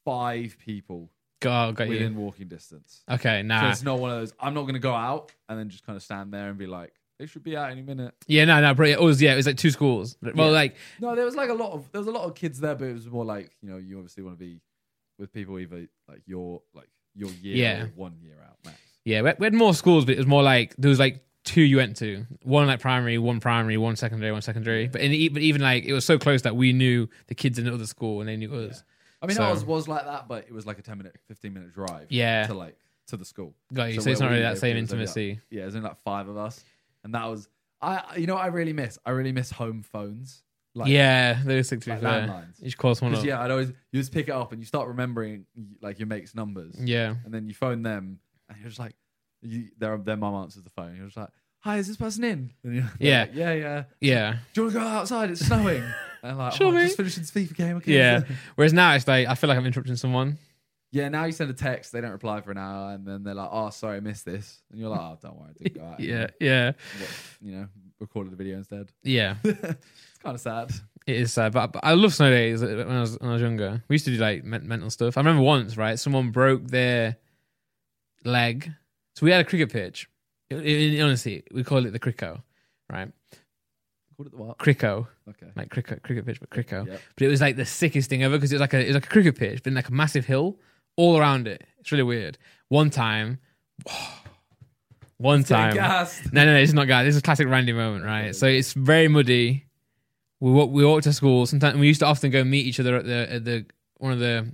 Speaker 2: five people
Speaker 1: God, oh, got
Speaker 2: within
Speaker 1: you.
Speaker 2: walking distance.
Speaker 1: Okay,
Speaker 2: So
Speaker 1: nah.
Speaker 2: it's not one of those. I'm not going to go out and then just kind of stand there and be like, they should be out any minute.
Speaker 1: yeah, no, no. Pretty, it was yeah. It was like two schools. Well,
Speaker 2: Yeah.
Speaker 1: like
Speaker 2: No, there was like a lot of there was a lot of kids there, but it was more like you know you obviously want to be with people either like your like your year
Speaker 1: Yeah.
Speaker 2: or one year out max.
Speaker 1: Yeah, we had, we had more schools, but it was more like there was like two you went to, one like primary, one primary, one secondary, one secondary. But in the, e, but even like it was so close that we knew the kids in the other school and they knew us.
Speaker 2: I mean,
Speaker 1: So-
Speaker 2: ours was like that, but it was like a ten minute, fifteen minute drive.
Speaker 1: Yeah.
Speaker 2: to like to the school.
Speaker 1: Got you. So,
Speaker 2: So
Speaker 1: it's
Speaker 2: where
Speaker 1: not really
Speaker 2: we
Speaker 1: that
Speaker 2: live,
Speaker 1: same
Speaker 2: it was only like-
Speaker 1: intimacy.
Speaker 2: Yeah, there's only like five of us, and that was I. You know, what I really miss. I really miss home phones. Like,
Speaker 1: yeah, those six
Speaker 2: like
Speaker 1: like there.
Speaker 2: landlines.
Speaker 1: Each calls one
Speaker 2: 'Cause,
Speaker 1: up. Yeah.
Speaker 2: yeah, I'd always you just pick it up and you start remembering like your mate's numbers,
Speaker 1: yeah.
Speaker 2: and then you phone them, and you're just like, you, their their mum answers the phone. You're just like, "Hi, is this person in?" And you're they're
Speaker 1: Yeah.
Speaker 2: like, yeah, yeah.
Speaker 1: Yeah.
Speaker 2: Do you want to go outside? It's snowing. and I'm like,
Speaker 1: Sure,
Speaker 2: oh, I
Speaker 1: mate.
Speaker 2: just finishing this FIFA game. Okay,
Speaker 1: Yeah. Whereas now it's like I feel like I'm interrupting someone.
Speaker 2: Yeah, now you send a text, they don't reply for an hour, and then they're like, "Oh, sorry, I missed this," and you're like, "Oh, don't worry, I didn't go out."
Speaker 1: Yeah. Yeah.
Speaker 2: What- you know, recorded a video instead.
Speaker 1: Yeah.
Speaker 2: it's kind of sad.
Speaker 1: It is sad, but, but I love snow days. uh, When I was when I was younger, we used to do like men- mental stuff. I remember once, right? Someone broke their leg, so we had a cricket pitch. I- I- honestly, we called it the crico, right?
Speaker 2: Called it the what?
Speaker 1: Crico,
Speaker 2: Okay.
Speaker 1: like cricket, cricket pitch, but crico.
Speaker 2: Yep.
Speaker 1: But it was like the sickest thing ever because it was like a it was like a cricket pitch, but in like a massive hill all around it. It's really weird. One time, one time,
Speaker 2: Gassed.
Speaker 1: no, no, no, this is not guys. This is a classic Randy moment, right? So it's very muddy. We walk, we walk to school. Sometimes we used to often go meet each other at the at the one of the.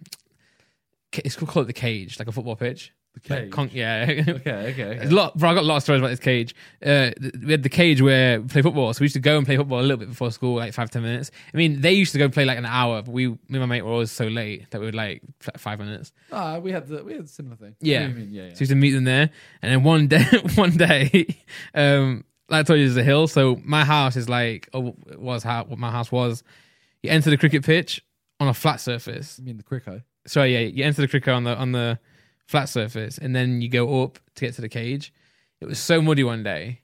Speaker 1: It's called, call it the cage, like a football pitch.
Speaker 2: The
Speaker 1: Like
Speaker 2: cage.
Speaker 1: con- yeah.
Speaker 2: okay, okay.
Speaker 1: A lot, bro, I got a lot of stories about this cage. Uh, th- we had the cage where we play football, so we used to go and play football a little bit before school, like five ten minutes. I mean, they used to go and play like an hour, but we, me and my mate, were always so late that we would like f- five minutes.
Speaker 2: Ah, we had the we had a similar thing.
Speaker 1: Yeah.
Speaker 2: What do you mean? Yeah, yeah.
Speaker 1: So we used to meet them there, and then one day, one day, um, like I told you, there's a hill. So my house is like, oh, it was how what my house was. You enter the cricket pitch on a flat surface.
Speaker 2: You mean the Crico?
Speaker 1: So yeah, you enter the cricket on the on the flat surface, and then you go up to get to the cage. It was so muddy one day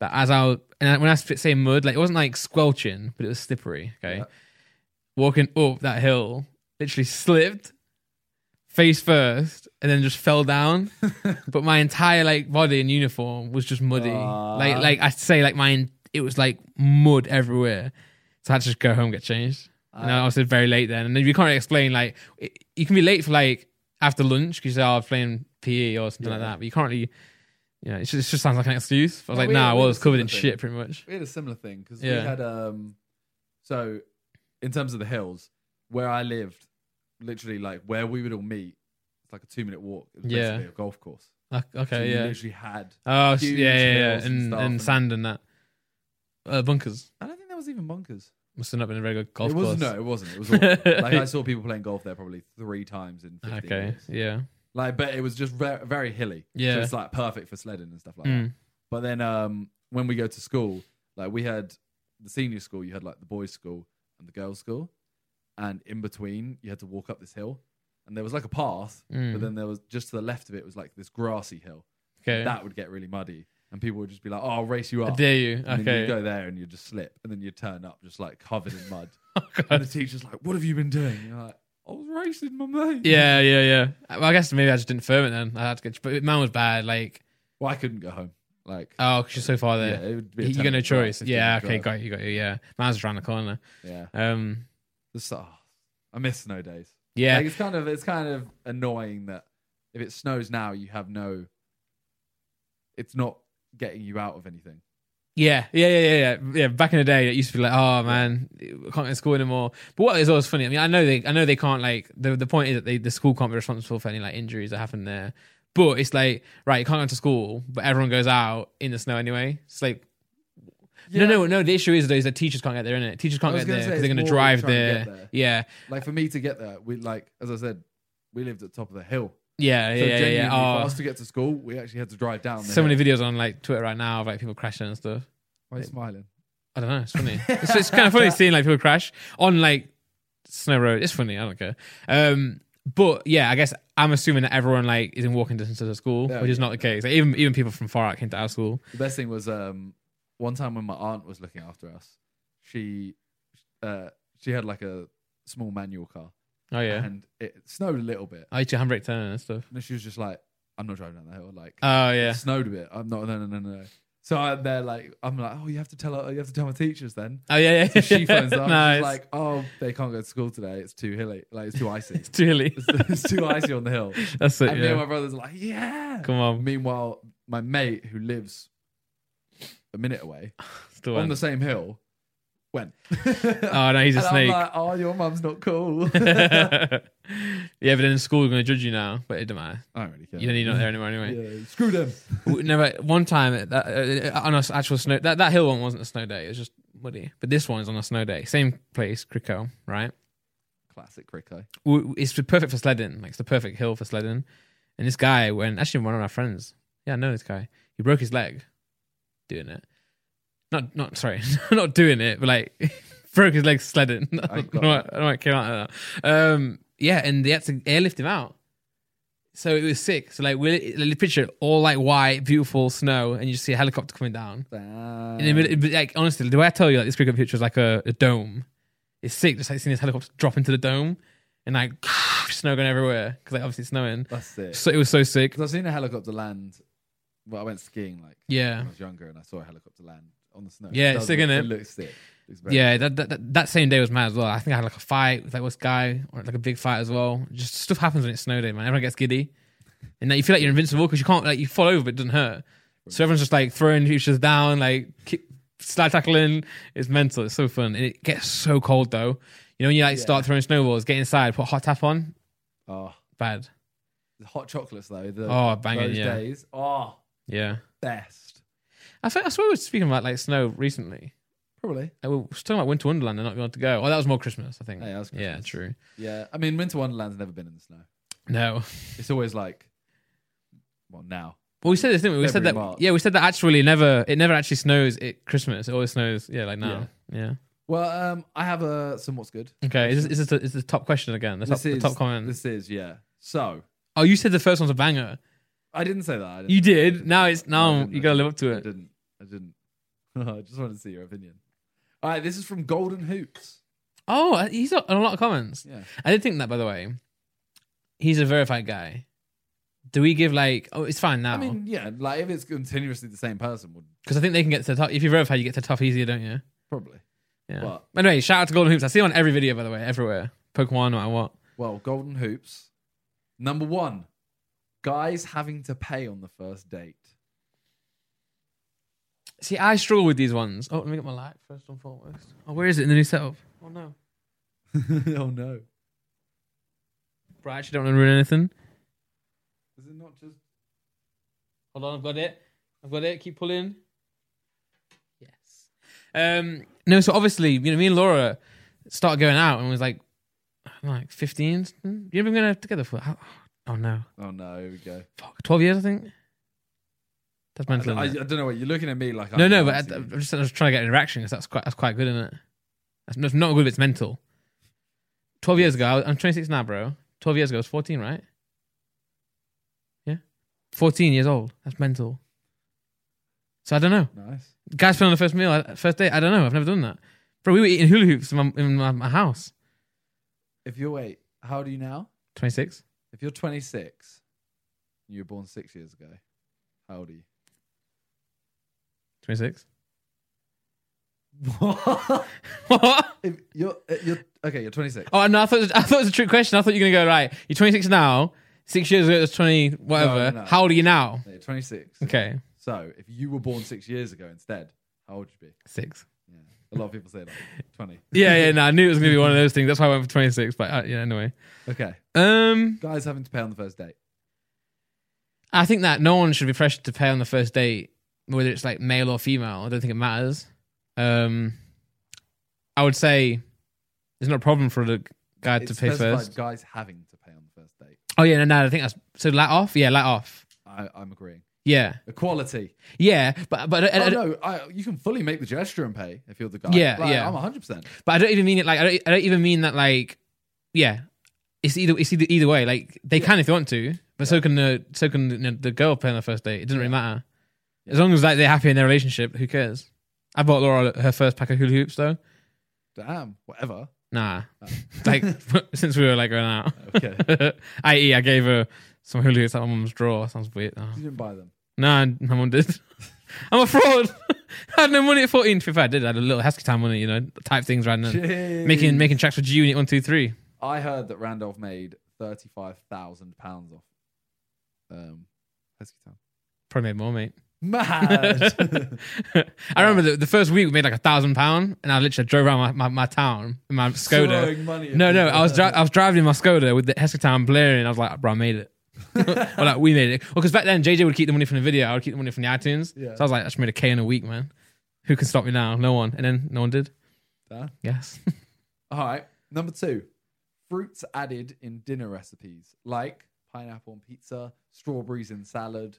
Speaker 1: that as I was, and I- when I say mud, like it wasn't like squelching, but it was slippery. Okay,
Speaker 2: Yeah.
Speaker 1: walking up that hill, literally slipped face first, and then just fell down. but my entire like body and uniform was just muddy.
Speaker 2: Aw.
Speaker 1: Like like I say, like mine, it was like mud everywhere. So I had to just go home get changed. And I was very late then. And then you can't really explain, like, it, you can be late for like after lunch because you say, oh, I was playing PE or something like
Speaker 2: Yeah.
Speaker 1: that. But you can't really, you know, it just, it just sounds like an excuse. But I was
Speaker 2: No,
Speaker 1: like,
Speaker 2: we-
Speaker 1: nah,
Speaker 2: we
Speaker 1: well, I
Speaker 2: had
Speaker 1: was
Speaker 2: a
Speaker 1: covered
Speaker 2: similar
Speaker 1: in
Speaker 2: thing.
Speaker 1: shit pretty much.
Speaker 2: we had a similar thing because
Speaker 1: Yeah.
Speaker 2: we had um. So, in terms of the hills, where I lived, literally like where we would all meet, it's like a two minute walk. It was
Speaker 1: Yeah.
Speaker 2: basically a golf course.
Speaker 1: Like,
Speaker 2: So
Speaker 1: okay,
Speaker 2: you
Speaker 1: yeah.
Speaker 2: literally had.
Speaker 1: Oh, s-
Speaker 2: huge
Speaker 1: yeah, yeah, yeah.
Speaker 2: hills and
Speaker 1: And,
Speaker 2: stuff
Speaker 1: and
Speaker 2: and-
Speaker 1: sand and that. Uh, bunkers.
Speaker 2: I don't think there was even bunkers.
Speaker 1: Must have not been a very good golf
Speaker 2: it
Speaker 1: course.
Speaker 2: was no, it wasn't. It was awful. like I saw people playing golf there probably three times in fifteen
Speaker 1: Okay,
Speaker 2: years.
Speaker 1: yeah.
Speaker 2: Like, but it was just very, very hilly.
Speaker 1: Yeah.
Speaker 2: so it's like perfect for sledding and stuff like that.
Speaker 1: Mm.
Speaker 2: But then um, when we go to school, like we had the senior school, you had like the boys' school and the girls' school, and in between you had to walk up this hill, and there was like a path,
Speaker 1: Mm.
Speaker 2: but then there was just to the left of it was like this grassy hill.
Speaker 1: okay.
Speaker 2: That would get really muddy, and people would just be like, "Oh, I'll race you
Speaker 1: I
Speaker 2: up."
Speaker 1: dare you.
Speaker 2: And then you
Speaker 1: Okay.
Speaker 2: go there and you just slip, and then you turn up just like covered in mud.
Speaker 1: Oh,
Speaker 2: and
Speaker 1: God.
Speaker 2: the teacher's like, "What have you been doing?" And you're like, "I was racing my mate."
Speaker 1: Yeah, yeah, yeah. Well, I guess maybe I just didn't firm it then. I had to get, but mine was bad. Like,
Speaker 2: Well, I couldn't go home. Like,
Speaker 1: oh, 'cause you're so far there.
Speaker 2: yeah, it would be a
Speaker 1: You got no
Speaker 2: 10 drive,
Speaker 1: choice.
Speaker 2: 15
Speaker 1: Yeah, okay,
Speaker 2: drive.
Speaker 1: got you, got you. Yeah, mine's just around the corner.
Speaker 2: Yeah,
Speaker 1: Um,
Speaker 2: This- oh, I miss snow days.
Speaker 1: yeah,
Speaker 2: Like, it's kind of it's kind of annoying that if it snows now, you have no. It's not getting you out of anything.
Speaker 1: yeah, yeah, yeah, yeah, yeah. Yeah, back in the day, it used to be like, oh man, I can't go to school anymore. But what is always funny? I mean, I know they, I know they can't like the the point is that they, the school can't be responsible for any like injuries that happen there. But it's like, right, you can't go to school, but everyone goes out in the snow anyway. It's like, no, no, no. The issue is though is that teachers can't get there, innit? Teachers can't
Speaker 2: I
Speaker 1: get
Speaker 2: was
Speaker 1: there
Speaker 2: gonna say,
Speaker 1: because
Speaker 2: it's
Speaker 1: they're going to
Speaker 2: more
Speaker 1: drive
Speaker 2: trying to
Speaker 1: there.
Speaker 2: get there.
Speaker 1: Yeah,
Speaker 2: Like for me to get there, we like as I said, we lived at the top of the hill.
Speaker 1: yeah, yeah,
Speaker 2: So
Speaker 1: yeah,
Speaker 2: genuinely,
Speaker 1: yeah.
Speaker 2: for
Speaker 1: Oh,
Speaker 2: us to get to school, we actually had to drive down. The
Speaker 1: so many
Speaker 2: hill.
Speaker 1: videos on like Twitter right now of like people crashing and stuff.
Speaker 2: Why are you smiling?
Speaker 1: I don't know. It's funny. it's, it's kind of funny seeing like people crash on like snow road. It's funny. I don't care. Um, but yeah, I guess I'm assuming that everyone like is in walking distance to the school,
Speaker 2: Yeah,
Speaker 1: which is not the case. Like, even even people from far out came to our school.
Speaker 2: The best thing was um, one time when my aunt was looking after us, she uh, she had like a small manual car,
Speaker 1: Oh yeah,
Speaker 2: and it snowed a little bit,
Speaker 1: I used to handbrake turn and stuff.
Speaker 2: and she was just like, "I'm not driving down the hill." Like,
Speaker 1: Oh
Speaker 2: it
Speaker 1: yeah,
Speaker 2: snowed a bit. I'm not. No, no, no, no. So I, they're like, I'm like, oh, you have to tell her, you have to tell my teachers then.
Speaker 1: oh yeah, yeah.
Speaker 2: So she phones up.
Speaker 1: Nice.
Speaker 2: She's like, oh, they can't go to school today. It's too hilly. Like it's too icy.
Speaker 1: it's too hilly.
Speaker 2: it's, it's too icy on the hill.
Speaker 1: That's it.
Speaker 2: And me and
Speaker 1: Yeah.
Speaker 2: my brothers are like, yeah.
Speaker 1: Come on,
Speaker 2: Meanwhile, my mate who lives a minute away
Speaker 1: still
Speaker 2: on
Speaker 1: went.
Speaker 2: the same hill when?
Speaker 1: Oh no, he's a
Speaker 2: And I'm
Speaker 1: snake.
Speaker 2: like, oh, your mum's not cool.
Speaker 1: yeah, but then in school we're gonna judge you now, but it don't matter.
Speaker 2: I don't really care.
Speaker 1: You know, you're not there anymore anyway.
Speaker 2: Yeah, screw them.
Speaker 1: We Never one time at that, uh, uh, on an actual snow that, that hill one wasn't a snow day. It was just muddy. But this one's on a snow day. Same place, Crico, right?
Speaker 2: Classic Rico.
Speaker 1: w- it's the perfect for sledding. Like it's the perfect hill for sledding. And this guy, when actually one of our friends, yeah, I know this guy. He broke his leg doing it. Not, not sorry, not doing it, but like broke his leg sledding. I
Speaker 2: got
Speaker 1: don't know what- I don't know what came out of that. Um, yeah, and they had to airlift him out. So it was sick. So like, we like, picture it, all like white, beautiful snow, and you just see a helicopter coming down. In the middle, but, like honestly, the way I tell you, like this cricket picture is like a, a dome. It's sick, just like seeing this helicopter drop into the dome and like snow going everywhere because like obviously it's snowing.
Speaker 2: That's it.
Speaker 1: So it was so sick.
Speaker 2: 'Cause I've seen a helicopter land. Well, I went skiing like
Speaker 1: Yeah,
Speaker 2: when I was younger, and I saw a helicopter land on the snow.
Speaker 1: Yeah,
Speaker 2: It
Speaker 1: it's
Speaker 2: does
Speaker 1: sick,
Speaker 2: look-
Speaker 1: innit?
Speaker 2: It looks sick. Looks very-
Speaker 1: yeah. That, that that- that same day was mad as well. I think I had like a fight with like this guy or like a big fight as well. Just stuff happens when it's snow day, man. Everyone gets giddy, and like, you feel like you're invincible because you can't like you fall over, but it doesn't hurt. So everyone's just like throwing each other down, like kick, slide tackling. It's mental. It's so fun. And it gets so cold though. You know when you like
Speaker 2: Yeah.
Speaker 1: start throwing snowballs, get inside, put a hot tap on,
Speaker 2: Oh,
Speaker 1: bad.
Speaker 2: the hot chocolates though. The,
Speaker 1: Oh, banging,
Speaker 2: Those
Speaker 1: yeah.
Speaker 2: days. Oh,
Speaker 1: Yeah.
Speaker 2: best.
Speaker 1: I think I swear we were speaking about like snow recently.
Speaker 2: Probably.
Speaker 1: Like, we were talking about Winter Wonderland and not being able to go. Oh, that was more Christmas, I think.
Speaker 2: Yeah, that was
Speaker 1: Yeah,
Speaker 2: Christmas.
Speaker 1: true.
Speaker 2: Yeah. I mean, Winter Wonderland's never been in the snow.
Speaker 1: No.
Speaker 2: It's always like, well, now.
Speaker 1: Well, we said this, didn't we? We said
Speaker 2: February,
Speaker 1: that.
Speaker 2: March.
Speaker 1: Yeah, we said that actually never, it never actually snows at Christmas. It always snows, yeah, like now. Yeah.
Speaker 2: Well, um, I have a some what's good.
Speaker 1: Okay. Is this, is, this the, is the top question again? The top,
Speaker 2: This
Speaker 1: the
Speaker 2: is-
Speaker 1: top comment.
Speaker 2: This is yeah. So
Speaker 1: oh, you said the first one's a banger.
Speaker 2: I didn't say that. I didn't.
Speaker 1: You did. Now it's,
Speaker 2: No, I
Speaker 1: now
Speaker 2: didn't,
Speaker 1: you
Speaker 2: I
Speaker 1: got to
Speaker 2: didn't.
Speaker 1: live up to
Speaker 2: I
Speaker 1: it.
Speaker 2: didn't. I didn't. I just wanted to see your opinion. All right, this is from Golden Hoops.
Speaker 1: Oh, he's got a lot of comments.
Speaker 2: Yeah.
Speaker 1: I did think that, by the way. He's a verified guy. Do we give like, oh, it's fine now.
Speaker 2: I mean, yeah, like if it's continuously the same person, would
Speaker 1: Because I think they can get to the top. If you verify, you get to the top easier, don't you?
Speaker 2: probably.
Speaker 1: Yeah.
Speaker 2: But-
Speaker 1: anyway, shout out to Golden Hoops. I see them on every video, by the way, everywhere. Pokemon, no matter what.
Speaker 2: Well, Golden Hoops. Number one, guys having to pay on the first date.
Speaker 1: See, I struggle with these ones. Oh, let me get my light first and foremost. Oh, where is it in the new setup? Oh, no.
Speaker 2: oh no!
Speaker 1: Bro, I actually don't want to ruin anything.
Speaker 2: Is it not just?
Speaker 1: Hold on, I've got it. I've got it. Keep pulling. Yes. Um, no, so obviously, you know, me and Laura started going out and was like, I'm like 15. You've been going together for, how- oh, no.
Speaker 2: Oh no! Here we go.
Speaker 1: Fuck, 12 years, I think. That's
Speaker 2: I,
Speaker 1: mental.
Speaker 2: I, I
Speaker 1: isn't it?
Speaker 2: don't know what you're looking at me like.
Speaker 1: no,
Speaker 2: I'm
Speaker 1: no, but I,
Speaker 2: asking
Speaker 1: I'm
Speaker 2: you.
Speaker 1: just, I was trying to get an interaction because that's quite that's quite good, isn't it? That's not, not good if it's mental. Twelve years ago, I was- I'm 26 now, bro. Twelve years ago, I was 14, right? Yeah, 14 years old. That's mental. So I don't know.
Speaker 2: nice.
Speaker 1: Guys, put on the first meal, I- first date. I don't know. I've never done that, bro. We were eating hula hoops in my, in my, my house.
Speaker 2: If you're wait, how old are you now?
Speaker 1: 26.
Speaker 2: If you're 26, you were born six years ago. How old are you?
Speaker 1: 26.
Speaker 2: What?
Speaker 1: oh
Speaker 2: if you're, uh, you're okay. You're 26.
Speaker 1: no! I thought it was, I thought it was a trick question. I thought you were gonna go right. You're 26 now. Six years ago, it was 20. Whatever.
Speaker 2: no.
Speaker 1: How old are you now?
Speaker 2: No, you're 26.
Speaker 1: Okay,
Speaker 2: So if you were born six years ago instead, how old would you be?
Speaker 1: six.
Speaker 2: Yeah. A lot of people say like 20.
Speaker 1: Yeah, yeah, no, I knew it was gonna be one of those things. That's why I went for 26. But uh, yeah, anyway.
Speaker 2: Okay.
Speaker 1: Um,
Speaker 2: Guys having to pay on the first date.
Speaker 1: I think that no one should be pressured to pay on the first date, whether it's like male or female. I don't think it matters. Um, I would say it's not a problem for the guy
Speaker 2: It
Speaker 1: to pay
Speaker 2: specified
Speaker 1: first.
Speaker 2: Guys having to pay on the first date.
Speaker 1: Oh yeah, no, no, I think that's so. Light off, yeah, light off,
Speaker 2: I, I'm agreeing.
Speaker 1: yeah,
Speaker 2: Equality.
Speaker 1: yeah. But but I, I-
Speaker 2: Oh,
Speaker 1: I-
Speaker 2: no, I, you can fully make the gesture and pay if you're the guy.
Speaker 1: Yeah,
Speaker 2: Like,
Speaker 1: yeah.
Speaker 2: I'm 100%.
Speaker 1: but I don't even mean it like I don't, I don't even mean that like yeah. It's either it's either either way. Like they can if they want to, but so can the so can the, you know, the girl pay on the first date. It doesn't really matter. As long as like they're happy in their relationship, who cares? I bought Laura her first pack of hula hoops though.
Speaker 2: Damn, whatever.
Speaker 1: Nah, like since we were like going out.
Speaker 2: Okay.
Speaker 1: I.e., I gave her some hula hoops out of my mum's drawer. Sounds weird. Oh.
Speaker 2: you didn't buy them.
Speaker 1: Nah, my mum did. I'm a fraud. I had no money at 14. To be fair, I did. I had a little Heskey time money, you know, type things random. Making making tracks for G Unit one two three.
Speaker 2: I heard that Randolph made thirty-five thousand pounds off. Um, Heskey Town.
Speaker 1: Probably made more, mate.
Speaker 2: Mad.
Speaker 1: I remember the, the first week we made like a thousand pound, and I literally drove around my, my, my town in my Skoda.
Speaker 2: Throwing money at
Speaker 1: No, no,
Speaker 2: people.
Speaker 1: I was dri- I was driving in my Skoda with the Hescatown blaring. and I was like, bro, I made it. or like we made it. Well, because back then JJ would keep the money from the video, I would keep the money from the iTunes.
Speaker 2: Yeah.
Speaker 1: So I was like, I just made a K in a week, man. Who can stop me now? No one. And then no one did.
Speaker 2: Damn.
Speaker 1: Yes.
Speaker 2: All right. Number two, fruits added in dinner recipes like pineapple on pizza, strawberries in salad.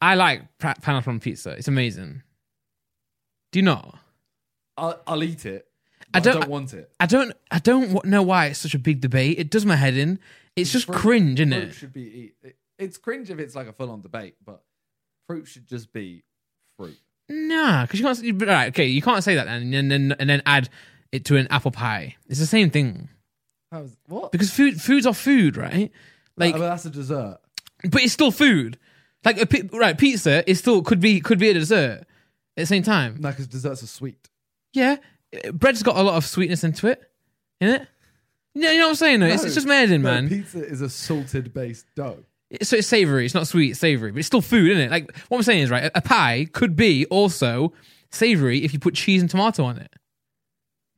Speaker 1: I like pra- pineapple on pizza. It's amazing. Do you not?
Speaker 2: I'll, I'll eat it.
Speaker 1: I
Speaker 2: I don't,
Speaker 1: don't-
Speaker 2: want it.
Speaker 1: I don't. I don't w- know why it's such a big debate. It does my head in. It's just
Speaker 2: Fruit-
Speaker 1: cringe, isn't
Speaker 2: Fruit
Speaker 1: it?
Speaker 2: should be eat. it- It's cringe if it's like a full-on debate, but fruit should just be fruit.
Speaker 1: Nah, because you can't. You, all right, okay, you can't say that then, and then and then add it to an apple pie. It's the same thing
Speaker 2: How is, what?
Speaker 1: because food foods are food, right? Like,
Speaker 2: Oh, but uh, that's a dessert.
Speaker 1: but it's still food. Like, a, pi- right, pizza is still could be could be a dessert at the same time.
Speaker 2: No, because desserts are sweet.
Speaker 1: Yeah, uh, bread's got a lot of sweetness into it, isn't it? No, you know what I'm saying. though? it's,
Speaker 2: No,
Speaker 1: it's just made in,
Speaker 2: no,
Speaker 1: man.
Speaker 2: Pizza is a salted-based dough.
Speaker 1: It's- so it's savory. It's not sweet. It's savory, but it's still food, isn't it? Like what I'm saying is right. A, a pie could be also savory if you put cheese and tomato on it.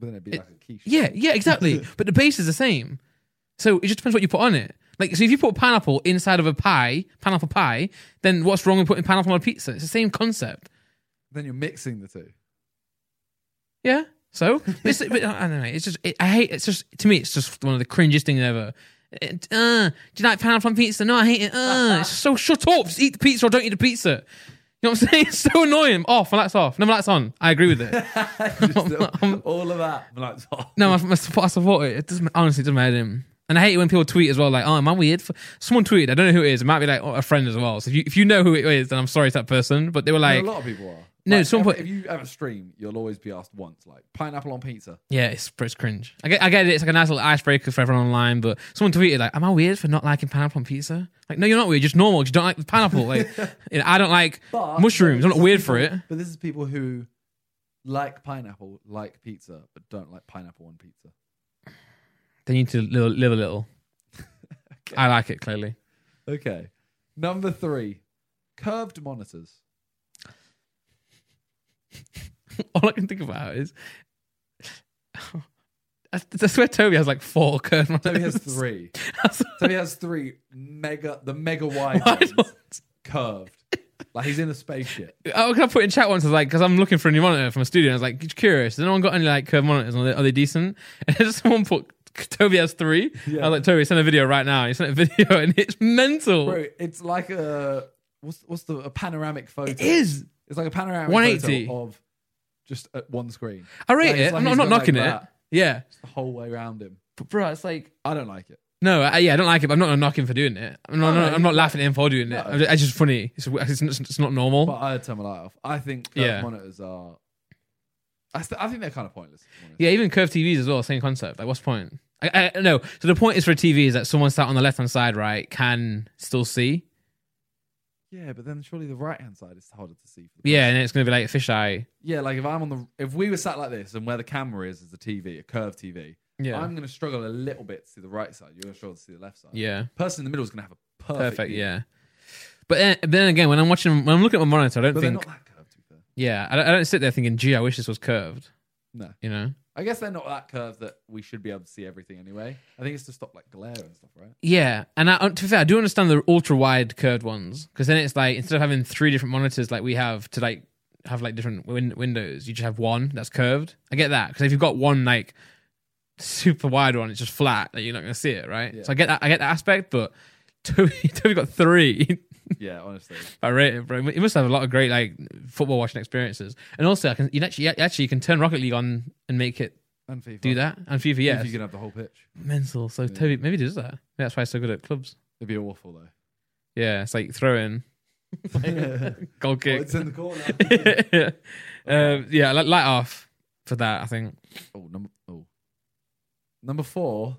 Speaker 2: But then it'd be like a quiche.
Speaker 1: Yeah, yeah, exactly. but the base is the same. So it just depends what you put on it. Like, so if you put pineapple inside of a pie, pineapple pie, then what's wrong with putting pineapple on a pizza? It's the same concept.
Speaker 2: Then you're mixing the two.
Speaker 1: Yeah. So this, but I don't know. It's just it, I hate. It's just to me, it's just one of the cringiest things ever. It, uh, do you like pineapple on pizza? No, I hate it. Uh, it's just so shut up. Just eat the pizza or don't eat the pizza. You know what I'm saying? It's so annoying. Off. My light's off. No, my light's on. I agree with it.
Speaker 2: Just all of that. I'm like, oh.
Speaker 1: No, I, I, support, I support it. It doesn't honestly it doesn't matter. to him. And I hate it when people tweet as well, like, "Oh, am I weird?" For, someone tweeted, I don't know who it is. It might be like a friend as well. So if you if you know who it is, then I'm sorry to that person. But they were
Speaker 2: No,
Speaker 1: like,
Speaker 2: a lot of people are.
Speaker 1: No,
Speaker 2: Like,
Speaker 1: at some
Speaker 2: if-
Speaker 1: point-
Speaker 2: If you ever stream, you'll always be asked once, like pineapple on pizza.
Speaker 1: "Yeah, it's it's cringe." I get I get it. It's like a nice little icebreaker for everyone online. But someone tweeted like, "Am I weird for not liking pineapple on pizza?" Like, no, you're not weird. You're just normal. 'cause You don't like the pineapple. Like, you know, I don't like
Speaker 2: But
Speaker 1: mushrooms. I'm
Speaker 2: this
Speaker 1: not
Speaker 2: is
Speaker 1: weird
Speaker 2: people-
Speaker 1: for it.
Speaker 2: But this is people who like pineapple, like pizza, but don't like pineapple on pizza.
Speaker 1: They need to live, live a little. I like it clearly.
Speaker 2: Okay. Number three, curved monitors.
Speaker 1: All I can think about is. I, I swear, Toby has like four curved.
Speaker 2: Toby has
Speaker 1: monitors.
Speaker 2: three. Toby has three mega, the mega wide
Speaker 1: Wide
Speaker 2: ones, curved. Like he's in a spaceship.
Speaker 1: Oh, can I put in chat once? I was like, because I'm looking for a new monitor from a studio. And I was like, just curious. Has anyone got any like curved monitors? Are they, are they decent? And just someone put Toby has three. I
Speaker 2: Yeah.
Speaker 1: was like, Toby, send a video right now. And He sent a video, and it's mental.
Speaker 2: Bro, it's like a what's what's the a panoramic photo?
Speaker 1: it is.
Speaker 2: It's like a panoramic
Speaker 1: 180.
Speaker 2: photo of just at one screen.
Speaker 1: I rate
Speaker 2: Like, it's
Speaker 1: it.
Speaker 2: like
Speaker 1: I'm not,
Speaker 2: he's
Speaker 1: I'm not
Speaker 2: got, like,
Speaker 1: knocking it.
Speaker 2: that.
Speaker 1: Yeah,
Speaker 2: It's the whole way around him.
Speaker 1: but bro, it's like
Speaker 2: I don't like it.
Speaker 1: no, I, yeah, I don't like it. But I'm not gonna knock him for doing it. I'm not,
Speaker 2: No,
Speaker 1: I'm
Speaker 2: no,
Speaker 1: not- I'm not laughing at him for doing
Speaker 2: No.
Speaker 1: it. I'm just, it's just funny. It's, it's, not- it's not normal.
Speaker 2: But I'd turn my light off. I think curved
Speaker 1: Yeah.
Speaker 2: monitors are. I, st- I think they're kind of pointless. to be honest.
Speaker 1: Yeah, even curved TVs as well. Same concept. Like, what's the point? I, I no. So the point is for a TV is that someone sat on the left hand side, right, can still see.
Speaker 2: Yeah, but then surely the right hand side is harder to see. For the
Speaker 1: Yeah,
Speaker 2: person.
Speaker 1: and it's gonna be like a fisheye.
Speaker 2: Yeah, like if I'm on the if we were sat like this and where the camera is is the TV, a curved TV.
Speaker 1: Yeah.
Speaker 2: I'm gonna struggle a little bit to see the right side. You're gonna struggle to see the left side.
Speaker 1: Yeah,
Speaker 2: Person in the middle is gonna have a perfect.
Speaker 1: perfect.
Speaker 2: view.
Speaker 1: yeah, but then, but then again, when I'm watching, when I'm looking at my monitor, I don't
Speaker 2: But they're
Speaker 1: think.
Speaker 2: not that curved. To be fair.
Speaker 1: yeah, I don't, I don't sit there thinking, "Gee, I wish this was curved."
Speaker 2: No.
Speaker 1: You know.
Speaker 2: I guess they're not that curved that we should be able to see everything anyway. I think it's to stop like glare and stuff, right?
Speaker 1: Yeah, and I, to be fair, I do understand the ultra wide curved ones because then it's like instead of having three different monitors like we have to like have like different win- windows, you just have one that's curved. I get that because if you've got one like super wide one, it's just flat that you're not gonna see it, right?
Speaker 2: Yeah.
Speaker 1: So I get that. I get that aspect, but Toby, Toby got three.
Speaker 2: yeah, honestly.
Speaker 1: I rate it, bro. He must have a lot of great like football watching experiences, and also I can you actually actually you can turn Rocket League on and make it
Speaker 2: And FIFA.
Speaker 1: do that and FIFA. Yeah,
Speaker 2: If you can have the whole pitch.
Speaker 1: mental. So Toby maybe does that. Maybe that's why he's so good at clubs.
Speaker 2: It'd be awful though.
Speaker 1: Yeah, it's like throwing goal
Speaker 2: Oh,
Speaker 1: kick.
Speaker 2: it's in the corner.
Speaker 1: um, yeah, li- light off for that. I think.
Speaker 2: oh, number oh. Number four,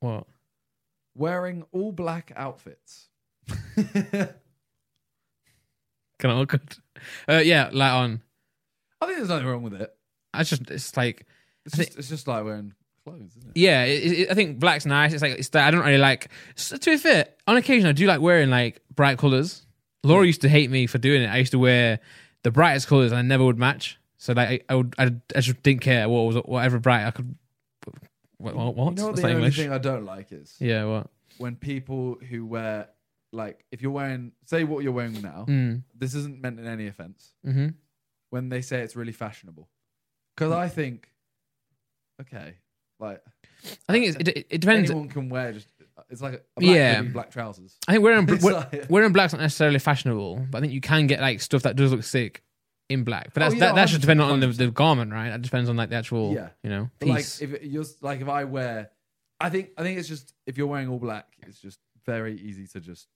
Speaker 1: What?
Speaker 2: wearing all black outfits.
Speaker 1: Can I look good? Uh, yeah, light on.
Speaker 2: I think there's nothing wrong with it.
Speaker 1: I just it's like
Speaker 2: It's
Speaker 1: I
Speaker 2: just
Speaker 1: think-
Speaker 2: it's just like wearing clothes, isn't it?
Speaker 1: yeah. It, it, I think black's nice. It's like it's that I don't really like. So to be fair, on occasion I do like wearing like bright colors.
Speaker 2: Hmm.
Speaker 1: Laura used to hate me for doing it. I used to wear the brightest colors and I never would match. So like I, I would, I, I just didn't care what was whatever bright I could. What? what, what?
Speaker 2: You know what
Speaker 1: That's
Speaker 2: the
Speaker 1: not
Speaker 2: only
Speaker 1: English.
Speaker 2: thing I don't like is
Speaker 1: Yeah. What?
Speaker 2: when people who wear like if you're wearing say what you're wearing now.
Speaker 1: Mm.
Speaker 2: This isn't meant in any offense.
Speaker 1: Mm-hmm.
Speaker 2: When they say it's really fashionable, because
Speaker 1: Mm.
Speaker 2: I think, okay, like
Speaker 1: I think it's, it, it depends.
Speaker 2: anyone can wear just it's like a black
Speaker 1: Yeah.
Speaker 2: hoodie, black trousers.
Speaker 1: I think wearing
Speaker 2: It's
Speaker 1: we-
Speaker 2: like-
Speaker 1: wearing black's not necessarily fashionable, but I think you can get like stuff that does look sick in black. But that's
Speaker 2: Oh, yeah,
Speaker 1: that, that should
Speaker 2: 100%,
Speaker 1: depend on the, the garment, right? That depends on like the actual,
Speaker 2: Yeah.
Speaker 1: you know,
Speaker 2: But like
Speaker 1: piece.
Speaker 2: if it- you're s- like if I wear, I think I think it's just if you're wearing all black, it's just very easy to just.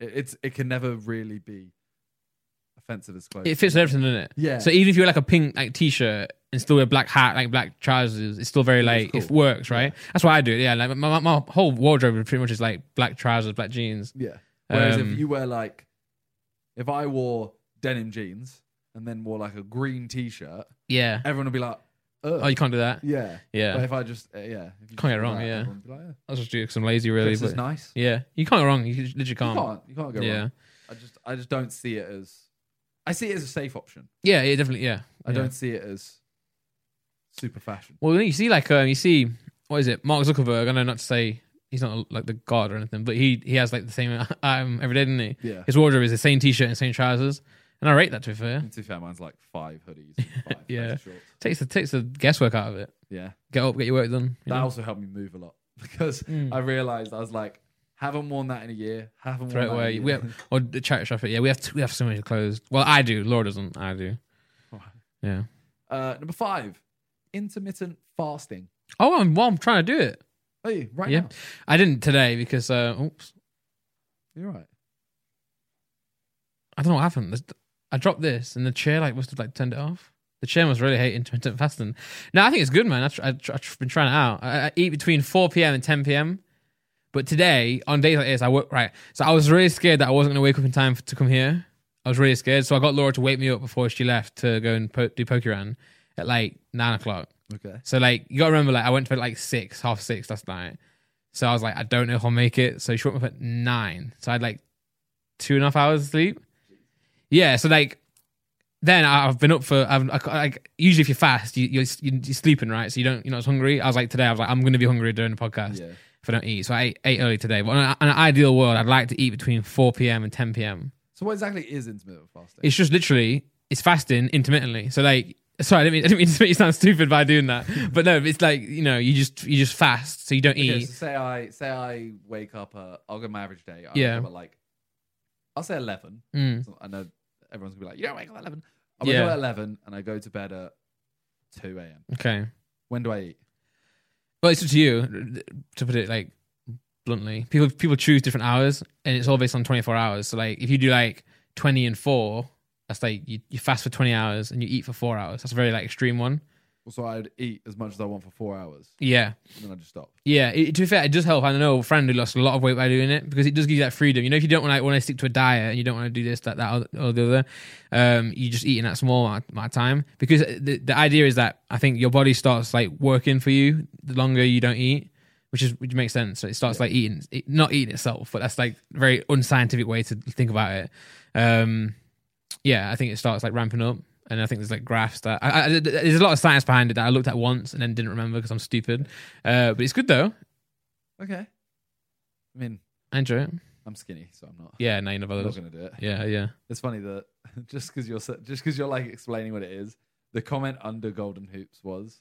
Speaker 2: It, it's it can never really be offensive as clothes.
Speaker 1: it fits everything, doesn't it?
Speaker 2: Yeah.
Speaker 1: So even if you're like a pink like t-shirt and still wear black hat, like black trousers, it's still very like
Speaker 2: cool.
Speaker 1: it works, right? That's why I do it. Yeah, like my, my, my whole wardrobe pretty much is like black trousers, black jeans.
Speaker 2: yeah. Whereas
Speaker 1: Um,
Speaker 2: if you wear like, if I wore denim jeans and then wore like a green t-shirt,
Speaker 1: Yeah.
Speaker 2: everyone would be like, Ugh.
Speaker 1: Oh, you can't do that.
Speaker 2: yeah.
Speaker 1: Yeah.
Speaker 2: But if I just uh, yeah, if you
Speaker 1: Can't get
Speaker 2: do
Speaker 1: wrong,
Speaker 2: that,
Speaker 1: yeah.
Speaker 2: everyone would be like, yeah.
Speaker 1: That's just do because I'm lazy, really.
Speaker 2: This is
Speaker 1: but-
Speaker 2: nice.
Speaker 1: Yeah, you can't go wrong. You literally
Speaker 2: You
Speaker 1: can't.
Speaker 2: can't you can't go
Speaker 1: yeah,
Speaker 2: wrong. I just I just don't see it as. I see it as a safe option.
Speaker 1: yeah, yeah, definitely. Yeah,
Speaker 2: I
Speaker 1: Yeah.
Speaker 2: don't see it as super fashion.
Speaker 1: Well, you see, like, um, you see, what is it? Mark Zuckerberg. I know not to say he's not like the god or anything, but he he has like the same item every day, doesn't he?
Speaker 2: Yeah.
Speaker 1: His wardrobe is the same t-shirt and same trousers, and I rate that. To be fair,
Speaker 2: And to be fair, mine's like five hoodies, and five
Speaker 1: Yeah.
Speaker 2: pairs of shorts.
Speaker 1: takes the takes the guesswork out of it.
Speaker 2: Yeah,
Speaker 1: Get up, get your work done. you
Speaker 2: that
Speaker 1: know?
Speaker 2: also helped me move a lot because
Speaker 1: Mm.
Speaker 2: I realized I was like, haven't worn that in a year. Haven't
Speaker 1: Throw it
Speaker 2: worn that
Speaker 1: away.
Speaker 2: in a
Speaker 1: We
Speaker 2: year.
Speaker 1: have, or the charity shop. it. Yeah, we have to, we have so many clothes. Well, I do. Laura doesn't. I do. Yeah.
Speaker 2: uh, number five, intermittent fasting.
Speaker 1: Oh, I'm well. I'm trying to do it.
Speaker 2: Hey, right
Speaker 1: yeah,
Speaker 2: now,
Speaker 1: I didn't today because uh, oops,
Speaker 2: you're right.
Speaker 1: I don't know what happened. This- I dropped this, and the chair like must have like turned it off. The chair must really hate intermittent fasting. No, I think it's good, man. I've, tr- I've, tr- I've been trying it out. I, I eat between four p.m. and ten p.m. But today, on days like this, I work right. So I was really scared that I wasn't going to wake up in time for, to come here. I was really scared, so I got Laura to wake me up before she left to go and po- do Pokemon at like nine o'clock.
Speaker 2: Okay.
Speaker 1: So like you gotta remember, like I went to bed at, like six, half six last night. So I was like, I don't know if I'll make it. So she woke me up at nine. So I had like two and a half hours of sleep. Yeah. So like then I- I've been up for I've, I, like usually if you fast, you, you're, you're sleeping right, so you don't you're not as hungry. I was like today, I was like I'm gonna be hungry during the podcast
Speaker 2: Yeah.
Speaker 1: if I don't eat. So I ate, ate early today. But in an, an ideal world, I'd like to eat between four p.m. and ten p.m.
Speaker 2: So what exactly is intermittent fasting?
Speaker 1: It's just literally it's fasting intermittently. So like sorry, I didn't mean I didn't mean to make you sound stupid by doing that. but no, it's like, you know, you just you just fast, so you don't
Speaker 2: Okay,
Speaker 1: eat.
Speaker 2: so say I say I wake up. Uh, I'll go my average day. I
Speaker 1: Yeah.
Speaker 2: Wake up at like, I'll say eleven.
Speaker 1: Mm.
Speaker 2: So I know everyone's gonna be like, you don't wake up at eleven. I wake
Speaker 1: Yeah.
Speaker 2: up at eleven and I go to bed at two a.m.
Speaker 1: Okay.
Speaker 2: When do I eat?
Speaker 1: Well it's up to you to put it like bluntly. People people choose different hours and it's all based on twenty four hours. So like if you do like twenty and four, that's like you, you fast for twenty hours and you eat for four hours. That's a very like extreme one.
Speaker 2: So I'd eat as much as I want for four hours,
Speaker 1: Yeah.
Speaker 2: and then I just stop.
Speaker 1: Yeah, it, to be fair, it does help. I know a friend who lost a lot of weight by doing it because it does give you that freedom. You know, if you don't want to want to stick to a diet and you don't want to do this, that, that, or, or the other, um, you just eat in that small amount amount of time because the the idea is that I think your body starts like working for you the longer you don't eat, which is which makes sense. So it starts like eating, it, not eating itself, but that's like a very unscientific way to think about it. Um, yeah, I think it starts like ramping up. And I think there's like graphs that I, I, there's a lot of science behind it that I looked at once and then didn't remember because I'm stupid. Uh, but it's good though.
Speaker 2: Okay. I mean,
Speaker 1: I enjoy it.
Speaker 2: I'm skinny, so I'm not.
Speaker 1: Yeah, nine of
Speaker 2: I'm not
Speaker 1: others.
Speaker 2: gonna do it.
Speaker 1: Yeah, yeah.
Speaker 2: It's funny that just because you're so- just because you're like explaining what it is, the comment under Golden Hoops was,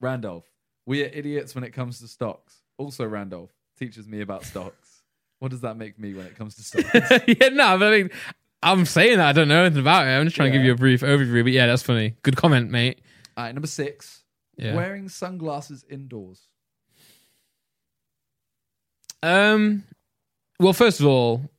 Speaker 2: Randolph, we are idiots when it comes to stocks. Also, Randolph teaches me about stocks. What does that make me when it comes to stocks?
Speaker 1: yeah, no, but I mean, I'm saying that I don't know anything about it. I'm just trying to give
Speaker 2: Yeah.
Speaker 1: you a brief overview. But yeah, that's funny. Good comment, mate.
Speaker 2: All right, number six,
Speaker 1: Yeah.
Speaker 2: wearing sunglasses indoors.
Speaker 1: Um. Well, first of all,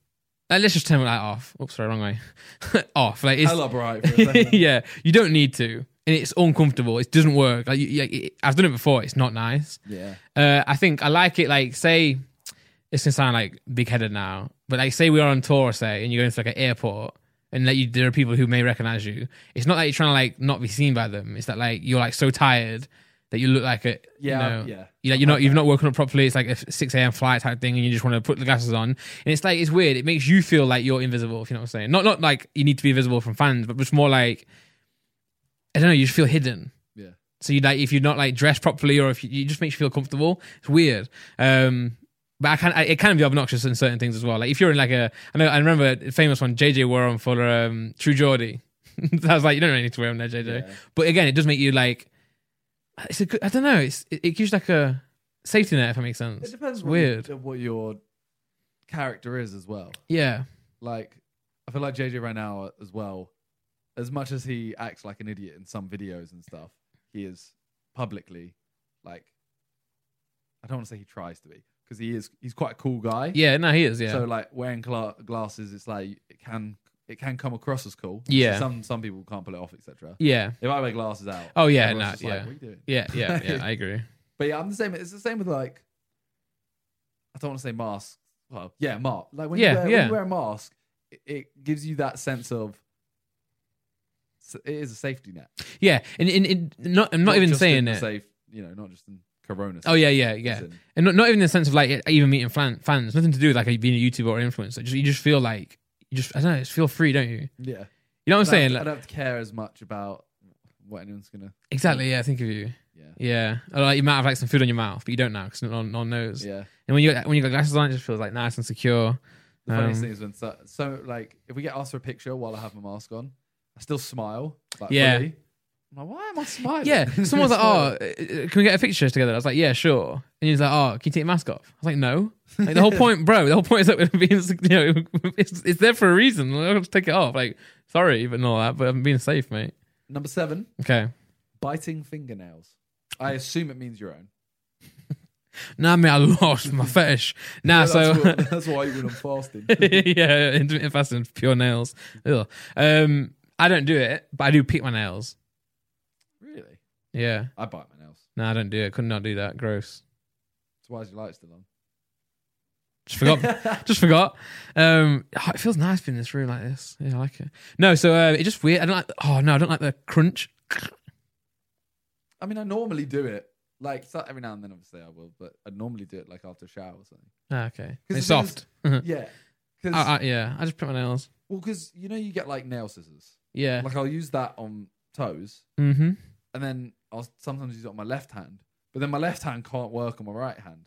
Speaker 1: uh, let's just turn that off. Oops, sorry, wrong way. off. Like it's
Speaker 2: Hell upright for a second.
Speaker 1: yeah, you don't need to, and it's uncomfortable. It doesn't work. Like, you, yeah, it, I've done it before. It's not nice.
Speaker 2: yeah.
Speaker 1: Uh, I think I like it. Like, say, it's gonna sound like big headed now, but like, say we are on tour, say, and you're going to like an airport, and like, you, there are people who may recognize you. It's not that you're trying to like not be seen by them. It's that like you're like so tired that you look like a
Speaker 2: Yeah,
Speaker 1: you know,
Speaker 2: yeah.
Speaker 1: you know, you're not you've not woken up properly. It's like a six a.m. flight type thing, and you just want to put the glasses on. And it's like it's weird. It makes you feel like you're invisible. If you know what I'm saying, not not like you need to be visible from fans, but it's more like I don't know. You just feel hidden.
Speaker 2: Yeah.
Speaker 1: So you like if you're not like dressed properly, or if you, you just makes you feel comfortable. It's weird. Um, but I can I, it can be obnoxious in certain things as well. Like if you're in like a I know I remember a famous one JJ wore on for um, True Geordie. I was like, you don't really need to wear them there, JJ.
Speaker 2: Yeah.
Speaker 1: But again, it does make you like. It's a good. I don't know. It's it, it gives you like a safety net if that makes
Speaker 2: It
Speaker 1: sense.
Speaker 2: depends
Speaker 1: It's
Speaker 2: what
Speaker 1: weird.
Speaker 2: Your, what your character is as well.
Speaker 1: Yeah.
Speaker 2: Like, I feel like JJ right now as well, as much as he acts like an idiot in some videos and stuff, he is publicly like. I don't want to say he tries to be because he is. He's quite a cool guy.
Speaker 1: Yeah. No, he is. Yeah.
Speaker 2: So like wearing gla- glasses, it's like it can it can come across as cool.
Speaker 1: Yeah.
Speaker 2: Some some people can't pull it off, etc.
Speaker 1: yeah.
Speaker 2: If I wear glasses out,
Speaker 1: Oh, yeah,
Speaker 2: everyone's
Speaker 1: nah,
Speaker 2: just like,
Speaker 1: yeah.
Speaker 2: what are you doing?
Speaker 1: Yeah. Yeah. Yeah. I agree.
Speaker 2: But yeah, I'm the same. It's the same with like, I don't want to say mask. Well, yeah, mask. Like when,
Speaker 1: Yeah,
Speaker 2: you, wear, when
Speaker 1: yeah.
Speaker 2: you wear a mask, it, it gives you that sense of s- it is a safety net.
Speaker 1: Yeah. And, and, and not I'm not, even
Speaker 2: just in
Speaker 1: saying
Speaker 2: the
Speaker 1: it.
Speaker 2: Safe, you know, not just in Corona.
Speaker 1: Oh yeah. Yeah.
Speaker 2: sense,
Speaker 1: Yeah.
Speaker 2: as in-
Speaker 1: And not, not even in the sense of like even meeting fan, fans. Nothing to do with like being a YouTuber or an influencer. Just, you just feel like you just I don't know. Just feel free, don't you? You
Speaker 2: yeah.
Speaker 1: know what I'm
Speaker 2: I don't-
Speaker 1: saying?
Speaker 2: I
Speaker 1: Like,
Speaker 2: don't have to care as much about what anyone's gonna.
Speaker 1: exactly. Yeah. Think of you.
Speaker 2: Yeah.
Speaker 1: Yeah. Or, like you might have like some food on your mouth, but you don't now because no, one- no one knows.
Speaker 2: Yeah.
Speaker 1: And when you when you got glasses on, it just feels like nice and secure.
Speaker 2: The funniest
Speaker 1: Um,
Speaker 2: thing is when so, so like if we get asked for a picture while I have my mask on, I still smile. Like,
Speaker 1: Yeah.
Speaker 2: fully. I'm like, why am I smiling?
Speaker 1: Yeah, someone was like,
Speaker 2: Smile.
Speaker 1: "Oh, uh, can we get a picture together?" I was like, "Yeah, sure." And he was like, "Oh, can you take your mask off?" I was like, "No." Like the whole point, bro. The whole point is that we're being, you know, it's, it's there for a reason. I'll just take it off. Like, sorry, but and all that. But I'm being safe, mate.
Speaker 2: Number seven,
Speaker 1: Okay.
Speaker 2: biting fingernails. I assume it means your own.
Speaker 1: Nah, mate, I lost my fetish. Nah,
Speaker 2: Yeah,
Speaker 1: Ah, so
Speaker 2: that's, what- that's why you went on fasting.
Speaker 1: yeah, intermittent fasting, pure nails. Ugh. Um, I don't do it, but I do pick my nails.
Speaker 2: really?
Speaker 1: Yeah.
Speaker 2: I bite my nails.
Speaker 1: No, I don't do it. Could not do that. Gross.
Speaker 2: That's why is your light still on?
Speaker 1: Just forgot. just forgot. Um, oh, it feels nice being in this room like this. Yeah, I like it. No, so uh, it's just weird. I don't like. Oh no, I don't like the crunch.
Speaker 2: I mean, I normally do it. Like so every now and then, obviously I will, but I normally do it like after a shower or something.
Speaker 1: Ah, okay,
Speaker 2: the
Speaker 1: it's
Speaker 2: thing
Speaker 1: soft.
Speaker 2: Yeah, because
Speaker 1: I, I, yeah, I just print my nails.
Speaker 2: well, because you know you get like nail scissors.
Speaker 1: Yeah.
Speaker 2: Like I'll use that on toes,
Speaker 1: mm-hmm.
Speaker 2: and then I'll sometimes use it on my left hand, but then my left hand can't work on my right hand.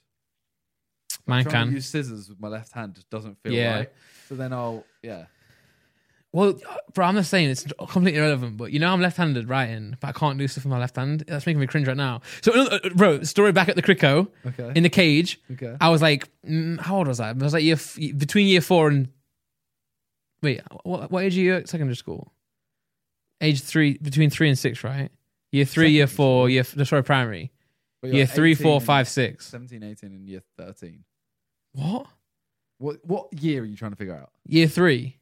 Speaker 1: Mine
Speaker 2: Trying to
Speaker 1: can.
Speaker 2: use scissors with my left hand just doesn't feel
Speaker 1: Yeah.
Speaker 2: right. So then I'll yeah.
Speaker 1: Well, bro, I'm just saying it's completely irrelevant. But you know, I'm left-handed writing, but I can't do stuff with my left hand. That's making me cringe right now. So, another, uh, bro, story back at the Crico
Speaker 2: Okay.
Speaker 1: in the cage.
Speaker 2: okay.
Speaker 1: I was like, mm, how old was I? I was like year f- between year four and wait, what, what age are you at secondary school? Age three, between three and six, right? Year three, year
Speaker 2: Secondary
Speaker 1: four, year f- no, sorry, primary.
Speaker 2: But
Speaker 1: year
Speaker 2: you're
Speaker 1: three, four,
Speaker 2: 18,
Speaker 1: five, six.
Speaker 2: 17, 18, and year 13.
Speaker 1: What?
Speaker 2: What what year are you trying to figure out?
Speaker 1: Year three?